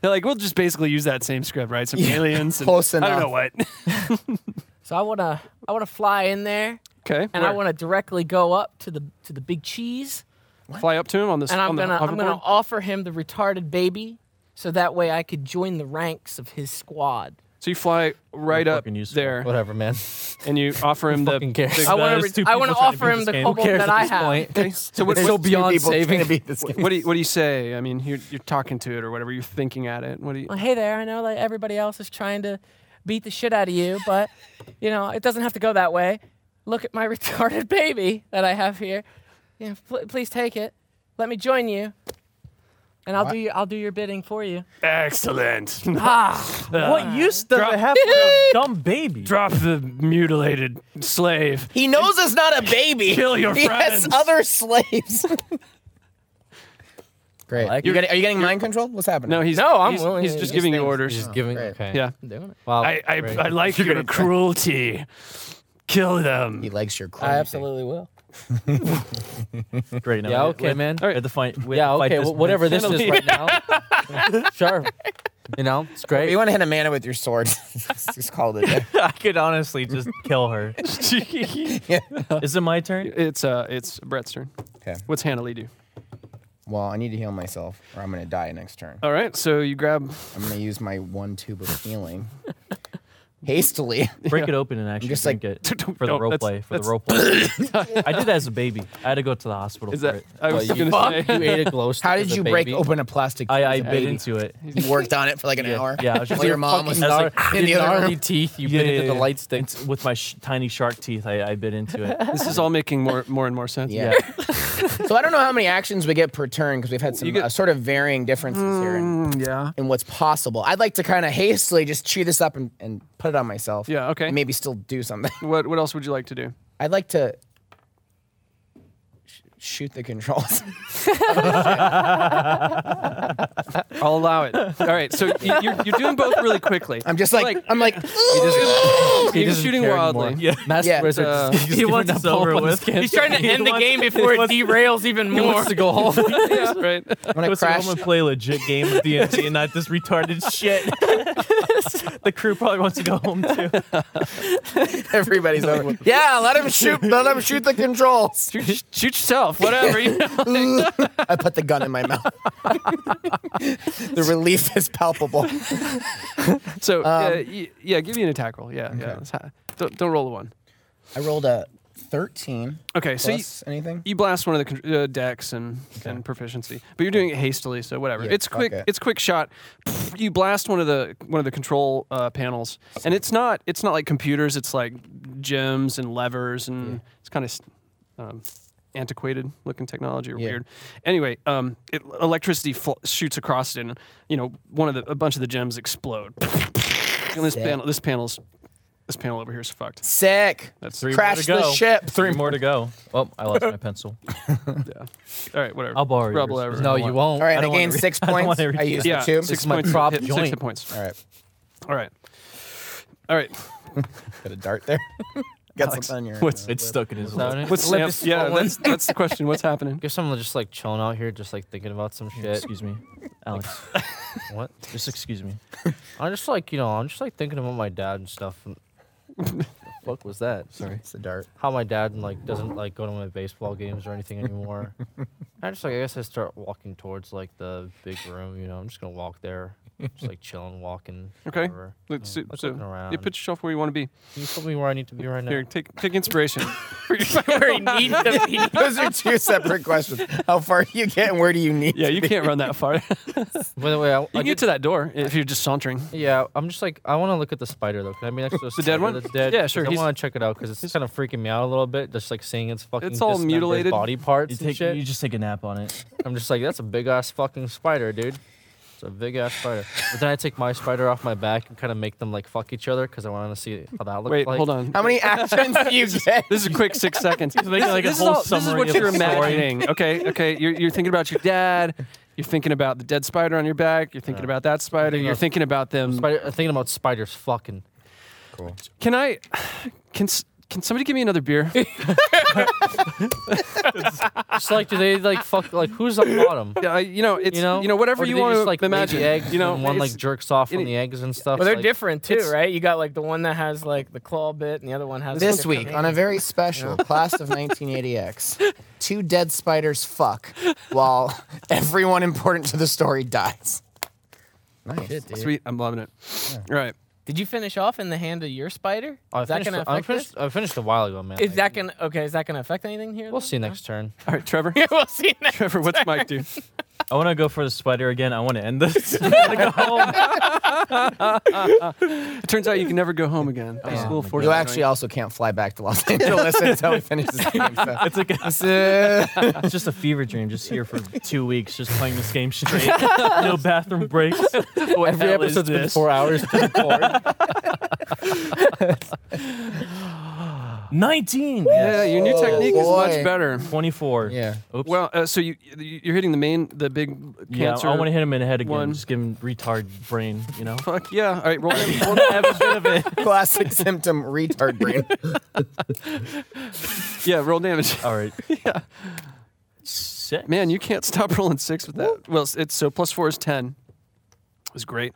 They're like, we'll just basically use that same script, right? Some
Yeah,
aliens. And,
[laughs] close
I don't
enough.
know what. [laughs]
So I wanna I wanna fly in there
okay.
and I wanna directly go up to the to the big cheese
to fly up to him on this.
and I'm
on
gonna
the
I'm gonna
hoverboard?
offer him the retarded baby so that way I could join the ranks of his squad.
So you fly right up
fucking useful.
there,
[laughs]
Whatever, man.
and you offer him the.
[laughs] fucking cares?
the-
I wanna
there's
re-
two
I wanna
people trying
offer
to beat
him
this
the
game. Who
kobold
cares
that
at
I
this
have.
point?
okay. So what,
There's
what,
So
two
beyond
people trying to
saving.
beat this game.
what do you what do you say? I mean, you're you're talking to it or whatever. You're thinking at it. What do you?
Well, hey there, I know like everybody else is trying to beat the shit out of you, but you know, it doesn't have to go that way. Look at my [laughs] retarded baby that I have here. You know, pl- please take it. Let me join you. And I'll do your, I'll do your bidding for you.
Excellent. [laughs] Uh,
Ah,
What use does it have for a dumb baby?
Drop the mutilated slave.
He knows it's not a baby.
Kill your
he
friends.
has other slaves. Great.
like
you
it.
getting, are you getting mind control? What's happening?
No, he's
No, I'm
he's,
willing.
He's just
These
giving you
things-
orders.
Just giving.
Great.
Okay.
Yeah.
I'm doing it.
Wow.
I I,
great.
I like your cruelty. Kill them.
[laughs] he likes your clothes.
I absolutely will.
Great. No,
Yeah,
we-
okay,
we-
man.
we have to fight- we
yeah,
have to fight
okay.
this
wh- whatever this is
mentally.
[laughs]
right now. sure. You know, it's
If
great.
you want to hit a man with your sword, [laughs] just call it a day.
I could
[laughs]
honestly just kill her. Is it my turn?
[laughs] It's uh, it's Brett's turn.
Okay.
What's Hannah Lee do?
Well, I need to heal myself, or I'm gonna die next turn.
All right, so you grab.
I'm gonna use my one tube of [laughs] healing hastily.
Break it open and actually
just like-
drink it for the
No,
role
that's-
play. For the role play, I did that as a baby. I had to go to the hospital
Is
for
that?
it.
I was gonna say. [laughs]
you ate a glow stick.
How
as
did
a
you break
baby.
open a plastic?
I,
tube
I
as a
bit
baby?
into it.
You [laughs] worked on it for like an hour.
Yeah, I was just
While your mom was
Fucking gnar-
in the
your
other
gnarly [laughs]
room.
teeth. You
Yeah,
bit
yeah,
into the
yeah.
light stick.
It's- with my sh- tiny shark teeth. I, I bit into it.
This is all making more more and more sense.
Yeah. [laughs] so I don't know how many actions we get per turn because we've had some
You get- Mm.
uh, sort of varying differences here in,
yeah.
in what's possible. I'd like to kind of hastily just chew this up and, and put it on myself.
Yeah, okay.
And maybe still do something. [laughs]
What what else would you like to do?
I'd like to sh- shoot the controls.
I'll allow [laughs] it. All right, so you, you're, you're doing both really quickly.
I'm just like,
[laughs]
I'm
[laughs]
like,
You're
doesn't
shooting
care
wildly.
anymore. Master
Yeah.
Wizard.
Uh,
[laughs] just
He
giving
wants
up
this
hope
over
on
with.
this kid.
He's trying to end the game before [laughs] it derails even
He
more.
wants to go home.
[laughs] Yeah, right.
when I
Listen, I'm
crash,
[laughs] gonna play a legit game of DMT and not this retarded shit. the crew probably wants to go home too.
everybody's over. Yeah, let him shoot. [laughs] Let him shoot the [laughs] controls.
Shoot, shoot yourself, whatever. you know.
I put the gun in my [laughs] mouth. the relief is palpable.
So uh,
Um,
y- yeah, give me an attack roll. Yeah, yeah. it's high. Don't, don't roll a one.
I rolled a 13.
Okay, so you,
plus anything?
you blast one of the con- uh, decks and, and proficiency, but you're doing it hastily, so whatever.
Yeah,
it's
fuck
quick.
it.
It's quick shot. You blast one of the one of the control uh, panels, and it's not it's not like computers. It's like gems and levers, and it's kind of um, antiquated looking technology or
Yeah.
weird. Anyway, um, it, electricity fl- shoots across it, and you know one of the a bunch of the gems explode. And this
Sick.
panel, this panel's, this panel over here is fucked.
Sick.
That's
Three more
Crash
to go.
the ship.
Three more to go. Oh, I lost my [laughs] pencil.
All right, whatever.
I'll borrow
Rubble
yours.
over.
No,
I
you won't.
All right,
I
I,
don't wanna
gained
re- [laughs]
six
I don't
points.
wanna
I,
re-
used
Yeah,
the two.
six
This is my
points.
prop
hit, Six
joint.
hit points.
All right,
All right. All [laughs] right.
got a dart there. got something on your.
What's
It's stuck in his
Is that
lip.
it?
what's
Lip
Sam-
is
Yeah,
swollen.
that's that's the question. What's [laughs] happening?
Guess someone just like chilling out here, just like thinking about some shit.
Excuse me, Alex.
What?
Just excuse me.
I'm just like, you know, I'm just like thinking about my dad and stuff. [laughs] and- the fuck was that?
Sorry, it's a dart.
How my dad like doesn't like go to my baseball games or anything
[laughs]
anymore. I just like I guess I start walking towards like the big room. You know, I'm just gonna walk there, just like chilling, walking.
Okay.
whatever.
Let's so,
Like
so
looking around.
you put yourself where you want to be.
Can you put me where I need to be right now?
Here, take take [laughs] inspiration.
Very [laughs] neat to be.
[laughs] Those are two separate questions. How far do you get, and where do you need?
yeah, you can't run that far. [laughs] you
By the way, I, I
can get
did,
to that door if you're just sauntering.
yeah, I'm just like I want to look at the spider though. Can I be next to the,
dead
spider
one?
That's dead.
Yeah,
'Cause
sure,
I
he's-
want to check it out because it's kind of freaking me out a little bit. Just like seeing its fucking
It's all
dismembered
mutilated.
body parts
You
and
take.
shit.
You just take a nap on it.
I'm just like, that's a big ass fucking spider, dude. It's a big ass spider. But then I take my spider off my back and kind of make them like fuck each other because I want to see how that looks
Wait,
like.
hold on.
How many actions do you get?
This is a quick [laughs] six seconds.
He's making, like, a
this,
whole
is all, this is
summary
what
of
you're
the story.
imagining. [laughs] Okay, okay. You're, you're thinking about your dad. You're thinking about the dead spider on your back. You're thinking about that spider. You're
of-
thinking about them.
Spider, I'm thinking about spiders fucking.
Can I? [sighs] Can s- can somebody give me another beer?
It's like, do they like fuck? Like, who's on bottom?
Yeah, I- you know, it's
You know?
you know whatever
Or do
you
they
want
just,
to
like, lay the
imagine.
eggs
you know,
and one like
it's-
jerks off
it-
on the eggs and stuff.
Well, they're
like,
different too,
it's-
right? You got like the one that has like the claw bit, and the other one has
This
like,
week on a very special class of 1980X, two dead spiders fuck while everyone important to the story dies. Nice.
Sweet, I'm loving it. All right.
Did you finish off in the hand of your spider?
Oh, I
is that
finished-
gonna
I
affect
finished,
this?
I finished a while ago, man.
Is
Like,
that gonna okay? Is that gonna affect anything here?
We'll
though?
see
[laughs]
next turn.
All right,
[laughs]
Trevor.
[laughs] we'll see. Next.
Trevor, what's Mike do?
I want to go for the spider again. I want to end this. [laughs] I want to go home.
It turns out you can never go home again. Oh That's a little
You
fortunate.
actually also can't fly back to Los Angeles until we finish this game. So.
It's like a,
Uh, [laughs]
it's just a fever dream. Just here for two weeks, just playing this game straight. no bathroom breaks. What
Every
hell is
episode's been
this?
four hours.
[laughs]
to record.
19.
Yeah, your new
Oh,
technique is
boy.
much better.
24.
yeah.
Oops.
Well, uh, so you you- you're hitting the main, the big cancer.
yeah, I want to hit him in the head again.
one.
Just give him retard brain, you know?
Fuck yeah! All right, roll.
[laughs]
damage.
Have a bit of it.
Classic symptom retard brain.
Yeah, roll damage.
All right.
yeah.
Sick.
Man, you can't stop rolling six with that. Well, it's- it's so plus four is ten. It was great.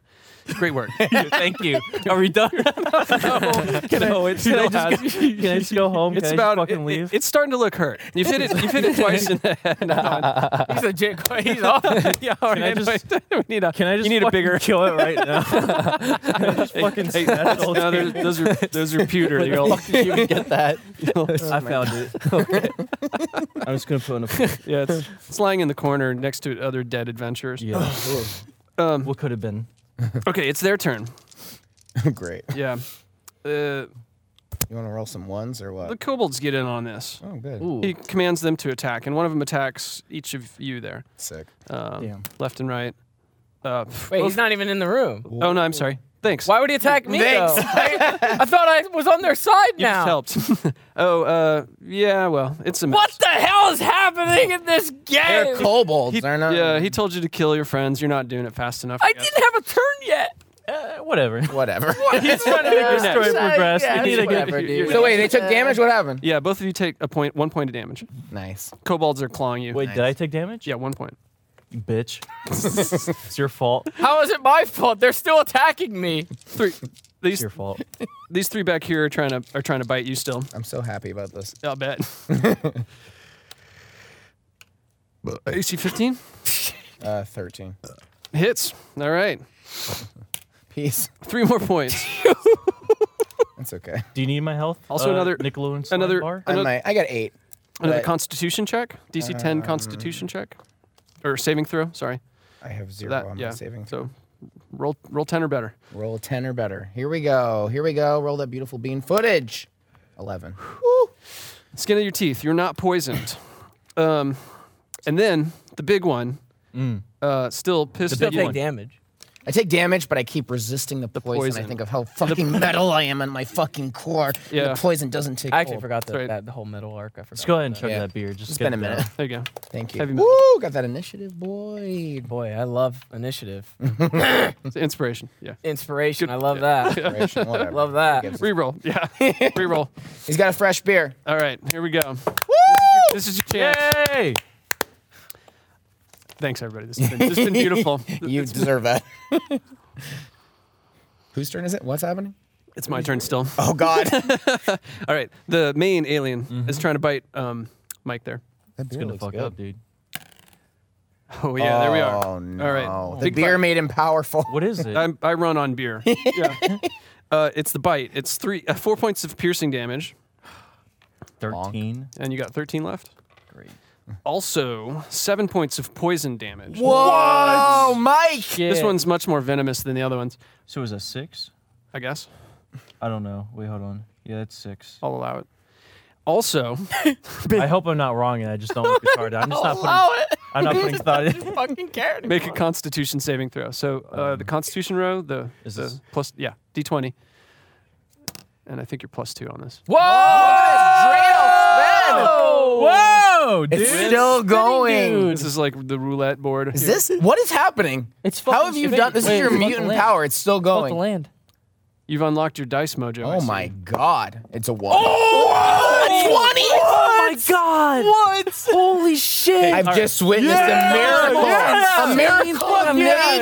Great
[laughs]
work.
Thank you. Are we done? [laughs] no, it's
Can I
still
just-
has- Can I just go home?
It's
Can
about
I just fucking
it- it-
leave.
it's starting to look hurt. You've hit it. You've hit it twice in the head.
[laughs]
now. [laughs]
He's
[laughs]
a jig. He's off.
yeah, all
Can I
right.
just-
wait. we need a.
Can I just
you need a
fucking
bigger.
kill it [laughs] right now? Can I just fucking
Hey,
smash
that's-
the whole
no,
thing?
those, those are those are pewter. You're all,
get
[laughs]
that.
I found [laughs] it. I'm just gonna put in a.
yeah, it's, it's lying in the corner next to other dead adventurers.
Yeah.
Um,
what could have been?
okay, it's their turn.
Oh, Great.
Yeah. Uh,
You want to roll some ones or what?
the kobolds get in on this.
oh, good.
He commands them to attack, and one of them attacks each of you there,
Sick.
um,
Damn.
left and right. Uh, pff,
Wait,
oh,
he's not even in the room.
oh no, I'm sorry. Thanks.
Why would he attack me
[laughs]
though? I, I thought I was on their side
You
now.
just helped. [laughs] oh, uh, yeah. Well, it's a mess.
What the hell is happening in this
They're
game?
kobolds,
He-
they're not.
yeah, he told you to kill your friends. You're not doing it fast enough.
I
guess.
didn't have a turn yet.
Uh, [laughs] whatever.
Whatever.
He's [laughs] trying to make
Yeah.
the story
Yeah.
progress. You need to get-
Whatever,
you're-
dude. [laughs] So wait, they took damage. What happened?
Yeah, both of you take a point, one point of damage.
Nice.
Kobolds are clawing you.
Wait, did I take damage?
Yeah, one point.
You [laughs] bitch. it's your fault.
How is it my fault? They're still attacking me.
[laughs]
Three.
It's
These
your fault.
these three back here are trying to are trying to bite you still.
I'm so happy about this.
I'll [laughs]
[laughs]
bet. AC 15
Uh, 13.
hits. All right,
Peace.
three more
[laughs]
points.
That's okay.
Do you need my health?
Also
Uh,
another-
Nickelodeon
another-
bar.
I
Another-
might. I got eight.
Another
Right. Um,
Constitution check. DC 10 Constitution check, or saving throw. Sorry,
I have zero
that
on
yeah.
my saving. So
So roll roll 10 or better.
roll 10 or better. Here we go. Here we go. Roll that beautiful bean footage. 11.
Skin of your teeth. You're not poisoned. um, and then the big one.
Mm.
Uh, still pissed at you.
damage.
I take damage, but I keep resisting the, poison. I
poison.
think of how fucking metal I am in my fucking core.
Yeah.
The poison doesn't take.
I actually
hold.
forgot the,
Sorry.
that the whole metal arc. I forgot.
Let's go ahead and chug
Yeah.
that beer. Just
It's
get
been a
it down.
minute.
There you go.
Thank you.
Heavy metal.
Woo! Got that initiative, boy.
Boy, I love [laughs] initiative,
It's inspiration. Yeah.
inspiration. I love [laughs] that.
Inspiration, whatever.
Love that.
Gives a-
Reroll. Yeah. [laughs] Reroll.
He's got a
[laughs]
fresh beer.
All right. Here we go. This is your, this is your chance.
Yay!
Thanks, everybody. This has been, this has been [laughs] beautiful.
You deserve that. [laughs] Whose turn is it? What's happening?
It's my turn [laughs] still.
Oh God!
All right. The main alien is trying to bite um, Mike there. [laughs]
that
It's
beer
gonna
looks
fuck
good.
up, dude.
Oh, yeah. there we are.
Oh no!
right.
The
Big
beer
bite.
made him powerful.
What is it?
I'm, I run on beer. [laughs] Yeah. uh, it's the bite. It's three, uh, four points of piercing damage,
Thirteen.
and you got 13 left. Great. Also, seven points of poison damage.
Whoa, Mike!
This one's much more venomous than the other ones,
So is that six?
I guess.
I don't know. Wait, hold on. Yeah, that's six.
I'll allow it. Also,
[laughs] I hope I'm not wrong and I just don't look retarded. I'm just
[laughs]
not
Oh,
putting. I'm not
[laughs]
putting thought. in-
Fucking carrot.
make a Constitution saving throw. So uh, the Constitution row, the,
Is
the
this-
plus, yeah, D20. And I think you're plus two on this.
Whoa, dude!
It's still going.
This is like the roulette board.
Is this what is happening?
It's fucking
How have you
spinning.
done? This
Wait,
is your
it's about to
mutant
land.
power. It's still
About to
going.
land.
You've unlocked your dice mojo. I
Oh
see.
my God! It's a one. Oh,
Oh my god! What? Holy shit!
I've just witnessed a miracle.
Yes!
A miracle of
Yeah.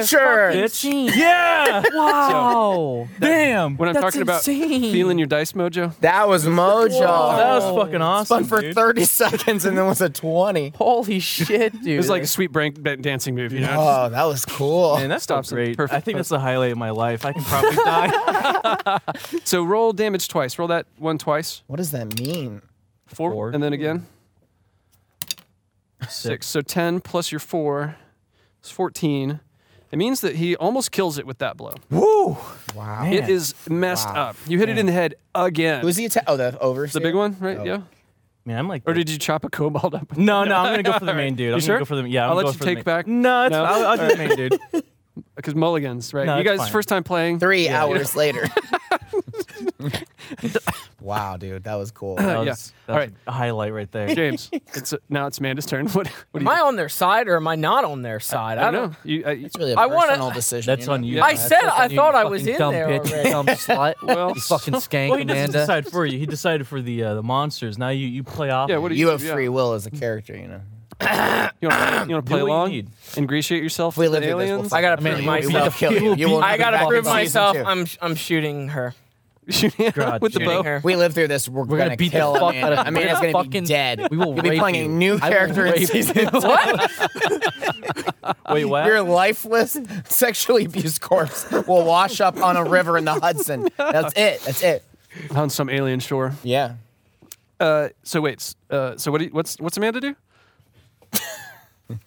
[laughs]
nature.
Yeah!
Wow!
Damn!
When I'm
That's
talking about
insane.
feeling your dice mojo,
That was mojo.
that was
Oh.
fucking awesome.
fun for
dude.
30 seconds and then was a 20.
Holy
[laughs]
shit, dude!
it was like a sweet break ba- dancing move. You know?
Oh, that was cool.
Man, that's
Stops
stops
it.
great.
Perfect.
I think that's the highlight of my life. I can
[laughs]
probably die.
So roll damage twice. Roll that one twice.
What does that mean?
Four.
Four.
And then again. Six. So 10 plus your four is 14. It means that he almost kills it with that blow.
Wow.
It is messed
Wow.
up. You hit it in the head again.
Who's the attack? Oh, the over.
the big one, right?
Oh.
Yeah.
Man, I'm like.
Or did you chop a cobalt up?
no, no, I'm gonna go for
[laughs]
the main dude. I'm
sure?
gonna go for the yeah. I'm
I'll let
gonna go
you
for the
take
main-
back-
No, it's,
No?
I'll,
[laughs]
I'll do the main dude.
Because mulligans, right?
No,
you
it's
guys
fine.
[laughs] first time playing.
Three hours later. Wow, dude, that was cool.
That
[clears throat]
was,
Yeah.
that
All
was a highlight right there.
James, it's uh, now it's Amanda's turn. [laughs] What? What do
Am
you?
I on their side or am I not on their side?
I don't know. You, I,
It's really a
I wanna-
personal decision.
That's
you know?
on you.
I
That's
said
on
I
you,
thought
you
I was
fucking
in
dumb
there
bitch,
already.
You dumb slut.
Well- [laughs]
you fucking skank,
Well, he doesn't
Amanda.
decide for you. He decided for the uh, the monsters. Now you, you play off.
yeah.
it.
What do you?
You have
yeah.
free will as a character, you know.
You want to play
what you
along?
need.
Ingratiate yourself
If we
with
live through this, we'll
aliens. [laughs]
I gotta
mean,
prove
we won't- we won't
myself.
kill
[laughs]
you. You won't
[laughs] I
come back
gotta
in
prove
season
myself.
two.
I'm sh- I'm shooting her.
yeah,
God,
with the
Shooting
bow.
her.
If we live through this, we're,
gonna
gonna,
beat the
kill
fuck
Amanda.
out of-
Amanda's
we're
gonna
fucking-
be dead.
we will
You'll be
rape
playing
you.
a new
I will
character in
rape
season two.
[laughs]
Wait, what?
Your lifeless, sexually abused corpse will wash up on a river in
[laughs]
the Hudson. That's it. That's it.
[laughs] on some alien shore.
Yeah.
Uh, so wait. s- Uh, so what? Do you, what's what's Amanda do?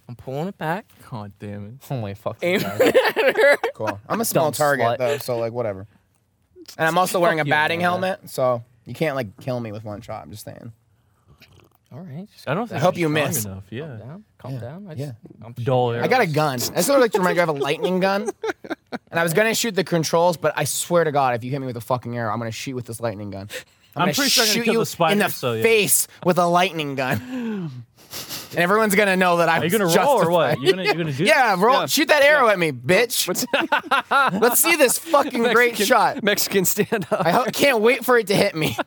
I'm pulling it back.
God damn it.
Oh my fucking god.
Cool. I'm a small
Dumb
target
slut.
though, so like whatever. And I'm also wearing a
you,
batting
Amanda.
helmet, so you can't like kill me with one shot. I'm just saying.
All right, just
I don't think
hope
I'm
you
strong
miss.
Enough.
calm
Yeah.
down. Calm down. I
yeah.
just, I'm shooting
Dull
her.
arrow.
I got a gun. I sort of like to remind you I have a
[laughs]
lightning gun. And I was gonna shoot the controls, but I swear to God, if you hit me with a fucking arrow, I'm gonna shoot with this lightning gun. I'm,
I'm
gonna
pretty sure I'm gonna
shoot
kill
you
the spider,
in the
so yeah.
face with a lightning gun, and
[gasps]
everyone's gonna know that I
Are you
was
gonna roll
justified.
or what? You gonna you gonna do?
Yeah, roll.
Yeah.
Shoot that arrow at me, bitch. [laughs]
[laughs]
Let's see this fucking great
Mexican-
shot.
Mexican stand up.
I ho- can't wait for it to hit
[laughs]
me.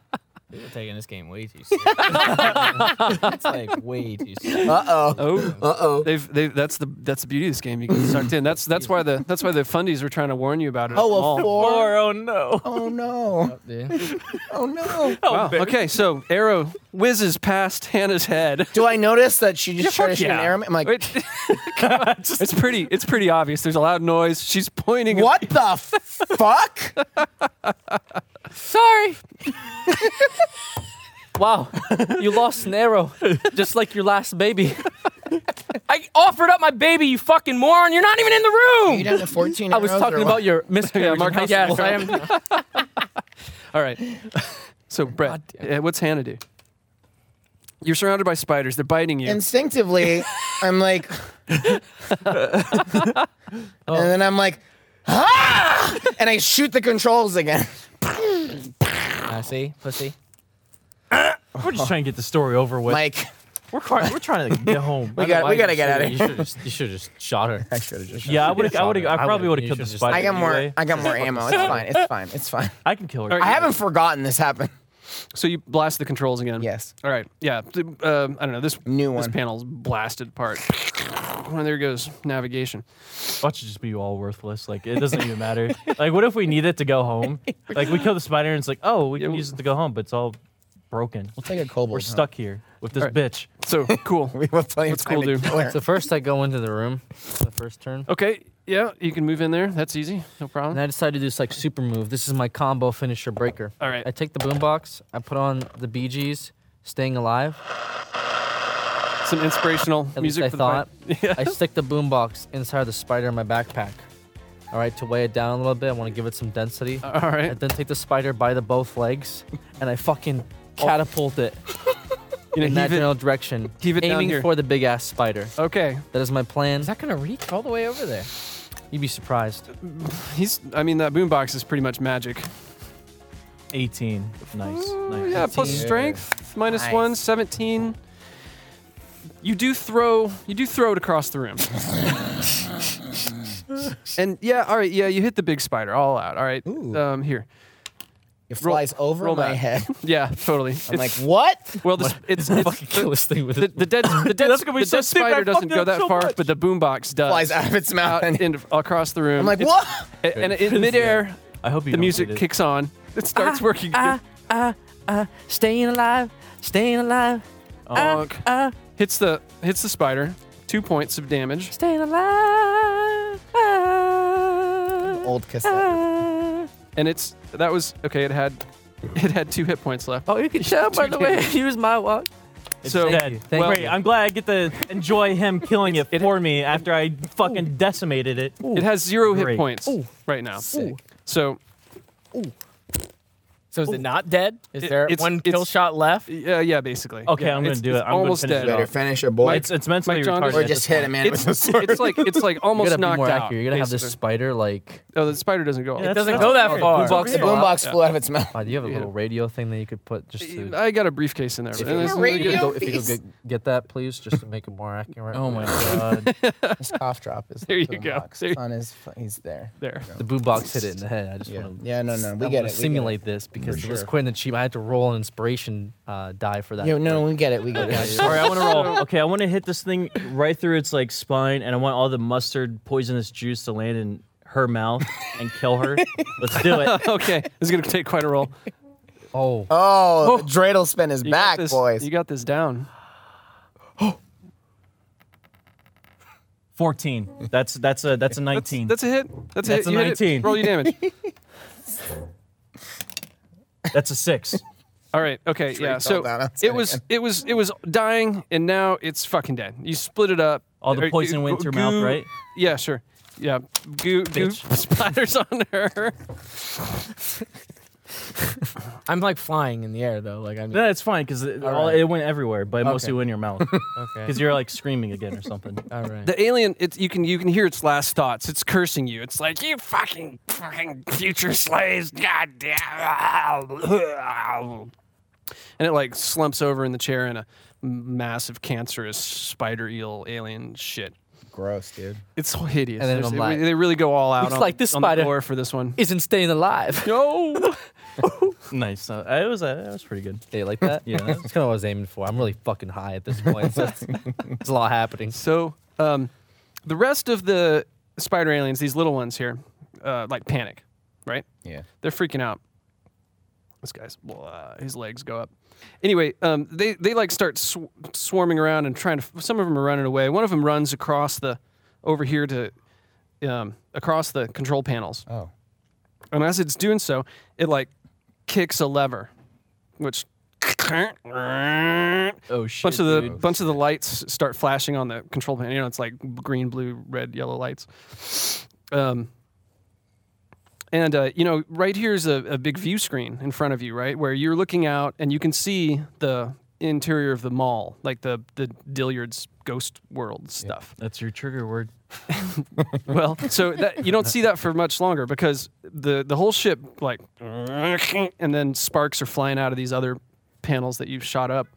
You're taking this game way
[laughs]
too serious. it's like way too serious.
Uh oh.
Oh.
Uh oh.
They've, they've, that's the that's the beauty of this game. You get sucked in. That's that's why the that's why the fundies were trying to warn you about it. at the
Oh,
mall.
a four.
Oh no.
Oh no.
Dude.
[laughs]
Oh no.
Wow. Okay, so arrow whizzes past Hannah's head.
Do I notice that she just tried to
fuck
shoot an
yeah.
arrow? at me? I'm like,
Wait. [laughs] it's pretty it's pretty obvious. There's a loud noise. She's pointing. at-
what
[laughs]
the fuck?
[laughs] Sorry.
Wow, you lost an arrow, just like your last baby.
I offered up my baby, you fucking moron. You're not even in the room.
You down to 14
I was
arrows
talking
or
about your
[laughs]
miscarriage.
Mark
in high
yes,
school.
I am.
All right. So Brett, uh, what's Hannah do? You're surrounded by spiders. They're biting you.
what? Instinctively,
[laughs]
I'm like, and then I'm like, ah! And I shoot the controls again.
I
Uh,
see, pussy.
We're just trying to get the story over with.
Like,
we're quite, we're trying to
[laughs]
get home.
we got, we gotta get out of
You
here.
should just, you should just shot [laughs] her.
I should have just.
yeah, I would I would
shot her.
I
I
probably
would've-
would have
you
killed the
should've just-
spider.
I got more.
anyway.
I got more
[laughs]
ammo. It's fine. It's fine. It's fine.
I can kill her.
Alright.
I haven't forgotten this happened.
So you blast the controls again.
Yes.
All right. Yeah. Th- Um, I don't know. This
New
This
one.
panel's blasted apart. Well, there goes navigation.
Watch it just be all worthless. Like it doesn't
[laughs]
even matter. Like what if we need it to go home? Like we kill the spider and it's like, oh, we can
Yeah, Uh-huh.
use it to go home, but it's all broken.
We'll take a cobalt.
We're stuck here with this
Alright.
bitch.
[laughs]
So cool.
We will tell you
What's
it's time
cool,
to
dude?
kill her.
So first, I go into the room, the first turn,
Oh.
Okay. Yeah, you can move in there. That's easy. No problem.
and I decide to do this like super move. This is my combo finisher breaker.
All right.
I take the boombox. I put on the Bee Gees, "Staying Alive."
Some inspirational
At
music
least
for the
I thought.
[laughs]
party. [laughs]
I stick the boombox inside the spider in my backpack. All right, to weigh it down a little bit, I want to give it some density.
All right.
And then take the spider by the both
[laughs]
legs, and I fucking catapult it
You
in
know, heave
that
Oh. it-
general direction,
heave it down
aiming
here.
for the big ass spider.
Okay.
That is my plan.
Is that gonna reach all the way over there?
You'd be
[laughs]
surprised.
He's. I mean, that boombox is pretty much magic.
18. Nice. nice.
Yeah, plus
Yeah.
strength, minus
Nice.
one, 17. You do throw, you do throw it across the
[laughs]
room. and yeah, all right, yeah, you hit the big spider all out. All right,
Ooh.
um, here,
It
Roll-
flies over
roll
my
that. [laughs]
head.
yeah, totally.
I'm like,
It's-
what?
well, this,
[laughs]
it's, it's
Fucking kill this thing with
the,
it.
the dead, the dead,
that's gonna be
the
so
dead
stupid, I
spider doesn't
fucked it
go
up
that
so
far,
much.
but the boombox does.
Flies out of its mouth.
out
And
and across the room.
I'm like,
Uh, It's-
what?
And,
[laughs]
in midair,
I hope you
the
don't
music
get it.
kicks on. [laughs] It starts
Ah,
working.
Staying alive, staying alive, Ah,
Bonk. hits the hits the spider. Two points of damage.
staying alive.
Old
[laughs]
cassette.
and it's that was okay. It had it had two hit points left.
Oh, you can tell by the way I [laughs] use my walk.
It's
so
dead.
Thank
well,
Great. I'm glad I get to enjoy him killing it for me after I fucking decimated it.
it has zero hit
Great.
points right now. So
So is it not dead? Is
It-
there
it's-
one
it's-
kill shot left?
Yeah, yeah, basically.
Okay,
Yeah,
I'm gonna
it's-
do it.
it's
I'm gonna
almost
finish it
dead.
off.
Better finish it, boy.
It's it's mentally
Mike Johnson-
retarded.
or
at
just
this
hit a man
It's,
[laughs]
with a sword.
it's like it's like
You
almost
gotta be
knocked
more
out.
accurate. You're gonna have this
basically.
spider like.
Oh, the spider doesn't go. out.
point. Yeah,
It
that's-
doesn't
that's
go that
retarded.
far.
Boombox
the
Yeah.
[laughs] boombox
Yeah.
flew out of its mouth.
Wow, uh, do you have a
Yeah.
little radio thing that you could put just to?
I got a briefcase in there. but
you
it's-
could
it's-
go- if you could get, get that, please, just to make it
[laughs]
more accurate. [laughs]
Oh my god.
His cough drop is
There
the
you go.
boombox.
There
It's
you-
on his. fu- He's there.
there.
The boom box hit it in the head. I just
Yeah.
want to.
Yeah, no, no, we
I
get
wanna
it, we get
simulate this because it was
sure.
quick and cheap. I had to roll an inspiration uh, die for that.
Yo, no, we get it. We get
Yeah,
it. [laughs]
all right, I want to [laughs] roll. Okay, I want to hit this thing right through its like spine, and I want all the mustard poisonous juice to land in her mouth and kill [laughs] her. Let's do it.
Okay, this is gonna take quite a roll.
Oh,
Oh, the dreidel spin is
You got
back,
this-
boys.
You got this down.
Fourteen. That's that's a that's a nineteen.
That's a hit. That's a
That's
hit.
a
You hit it.
19.
Roll your
[laughs]
damage.
That's a [laughs] six.
All right. Okay. Yeah.
fell
So
down outside
it was it was it was dying, and now it's fucking dead. You split it up.
All the
Or-
poison
goo-
went into her mouth,
goo-
right?
Yeah. Sure. Yeah. Goo, goo [laughs] splatters on her.
I'm like flying in the air though. Like I'm.
No, it's fine because it, all-
right.
it went everywhere, but mostly went in your [laughs] mouth
Okay.
because you're like screaming again or [laughs] something.
All right.
The alien, it's you can you can hear its last thoughts. It's cursing you. It's like you fucking fucking future slaves, goddamn. And it like slumps over in the chair in a massive cancerous spider eel alien shit.
Gross, dude.
It's so hideous.
And then
There's-
I'm
they,
like-
they really go all out
It's
on,
like this
on the
spider-
floor for this one.
isn't staying alive.
No.
Nice. Uh, it was uh, that was pretty good.
Yeah, you like that?
Yeah.
that's kind of what I was aiming for. I'm really fucking high at this point. So it's, it's a lot happening.
So, um, the rest of the spider aliens, these little ones here, uh, like panic, right?
Yeah.
They're freaking out. This guy's, blah, his legs go up. Anyway, um, they, they like start sw- swarming around and trying to, some of them are running away. One of them runs across the, over here to, um, across the control panels.
Oh.
And as it's doing so, it like kicks a lever, which,
Oh shit.
bunch of the bunch of the lights start flashing on the control panel. You know, it's like green, blue, red, yellow lights. Um, and uh, you know, right here is a, a big view screen in front of you, right, where you're looking out and you can see the interior of the mall, like the the Dilliard's ghost world stuff.
That's your trigger word.
Well, so that, you don't see that for much longer because the the whole ship like, and then sparks are flying out of these other panels that you've shot up,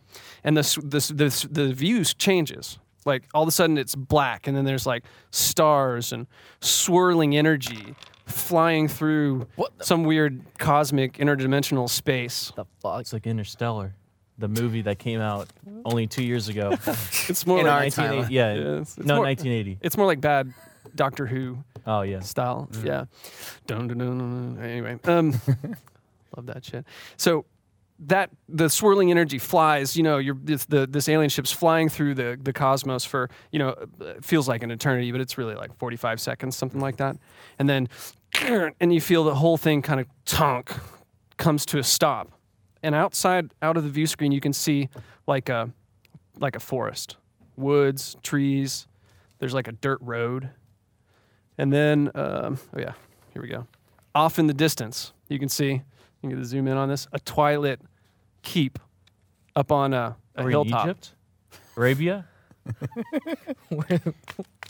and this this this the views changes. Like all of a sudden it's black, and then there's like stars and swirling energy flying through some weird cosmic interdimensional space.
The fuck?
It's like Interstellar, the movie that came out only two years ago. [laughs]
It's more
In our
like
1980
Tyler.
yeah,
Yes, it's
no,
more-
1980.
it's more like bad Doctor Who
Oh yeah.
style. Yeah. Dun, dun, dun, dun, dun. Anyway, um, love that shit. So that the swirling energy flies. You know, you're, this, the this alien ship's flying through the the cosmos for you know it feels like an eternity, but it's really like 45 seconds, something like that. And then, [clears throat] and you feel the whole thing kind of tonk comes to a stop. And outside, out of the view screen, you can see like a like a forest, woods, trees. There's like a dirt road and then, um, oh yeah, here we go. Off in the distance, you can see, you can zoom in on this, a twilit keep up on a, a
We're in
hilltop.
Egypt, [laughs] Arabia, or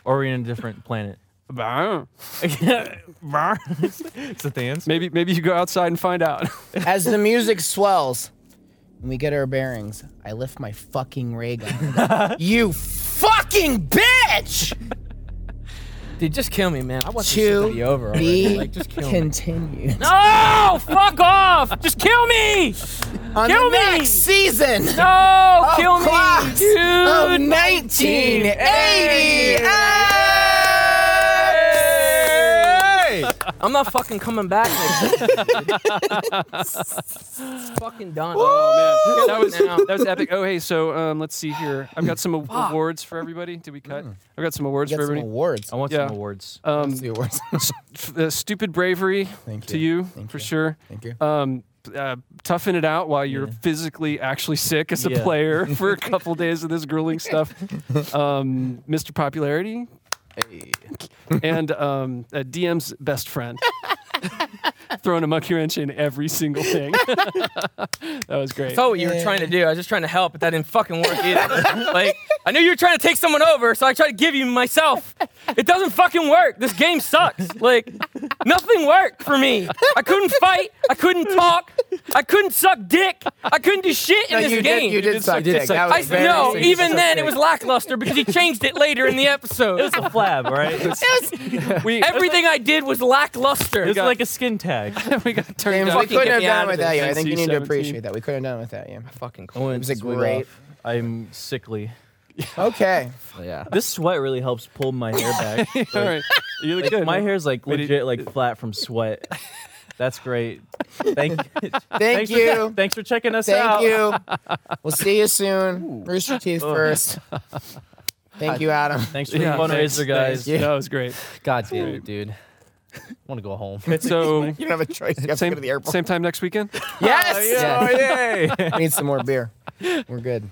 we're in a different planet.
Bah.
it's the dance.
Maybe, maybe you go outside and find out. [laughs]
As the music swells and we get our bearings, I lift my fucking ray
[laughs]
gun. you fucking bitch!
Dude, just kill me, man. I want this shit to be over.
To
already.
be
Like, just kill me.
continued.
No! Fuck off! Just kill me!
On
Kill
the
me!
next season
Oh, No!
Of
kill me,
Clocks
dude!
of
Oh,
1980!
I'm not fucking coming
[laughs]
back. nigga. fucking done.
oh man, that
Kill
was
it now.
that was epic. Oh hey, so um, let's see here. I've got some aw- awards for everybody. Did we cut?
Mm.
I've got some awards
Get
for
some
everybody.
awards.
I want
Yeah.
some awards.
Um,
The awards.
f- uh, stupid bravery
[laughs] Thank
to
you.
you
Thank
for
you.
sure.
Thank you.
um, uh, toughen it out while you're
Yeah.
physically actually sick as a
Yeah. [laughs]
player for a couple days of this grueling stuff. Um, Mr. Popularity and um, uh, DM's best friend throwing a monkey wrench in every single thing. [laughs] that was great.
saw what you were trying to do. I was just trying to help, but that didn't fucking work
[laughs]
either. like, I knew you were trying to take someone over, so I tried to give you myself. It doesn't fucking work. This game sucks. Like, nothing worked for me. I couldn't fight. I couldn't talk. I couldn't suck dick. I couldn't do shit in
No,
this
you
game.
did. You did suck dick. That
I
was very
no.
interesting. You
Even
sucked
then, it
dick.
was lackluster because he changed it later in the episode.
It's a flab, right? [laughs] It's,
[laughs] we,
Everything I did was lackluster.
it's like a skin tag.
we got turned
James,
down.
we couldn't
get
have
me
done
out of
without
this.
you. I think you need to
NC-17.
appreciate that. We couldn't have done without you.
fucking
[laughs] I went
was a
sweat
great-
off. I'm sickly.
Okay.
Yeah.
This sweat really helps pull my hair
[laughs]
back. Like,
All right. You look
like,
good.
my
man.
hair's like
We did-
legit like flat from sweat. That's great. Thank,
[laughs] Thank
thanks For,
you.
[laughs] thanks for checking us out.
Thank you.
[laughs]
We'll see you soon. Rooster Teeth first. Thank you, Adam.
Thanks for
Yeah,
the
thanks,
fundraiser, guys.
thanks. That was great.
God damn it, dude. I want to go home.
So,
You don't have a choice. You have to go to
same,
the airport.
Oh,
same time next weekend?
Yes.
yeah.
[laughs] I need some more beer. We're good.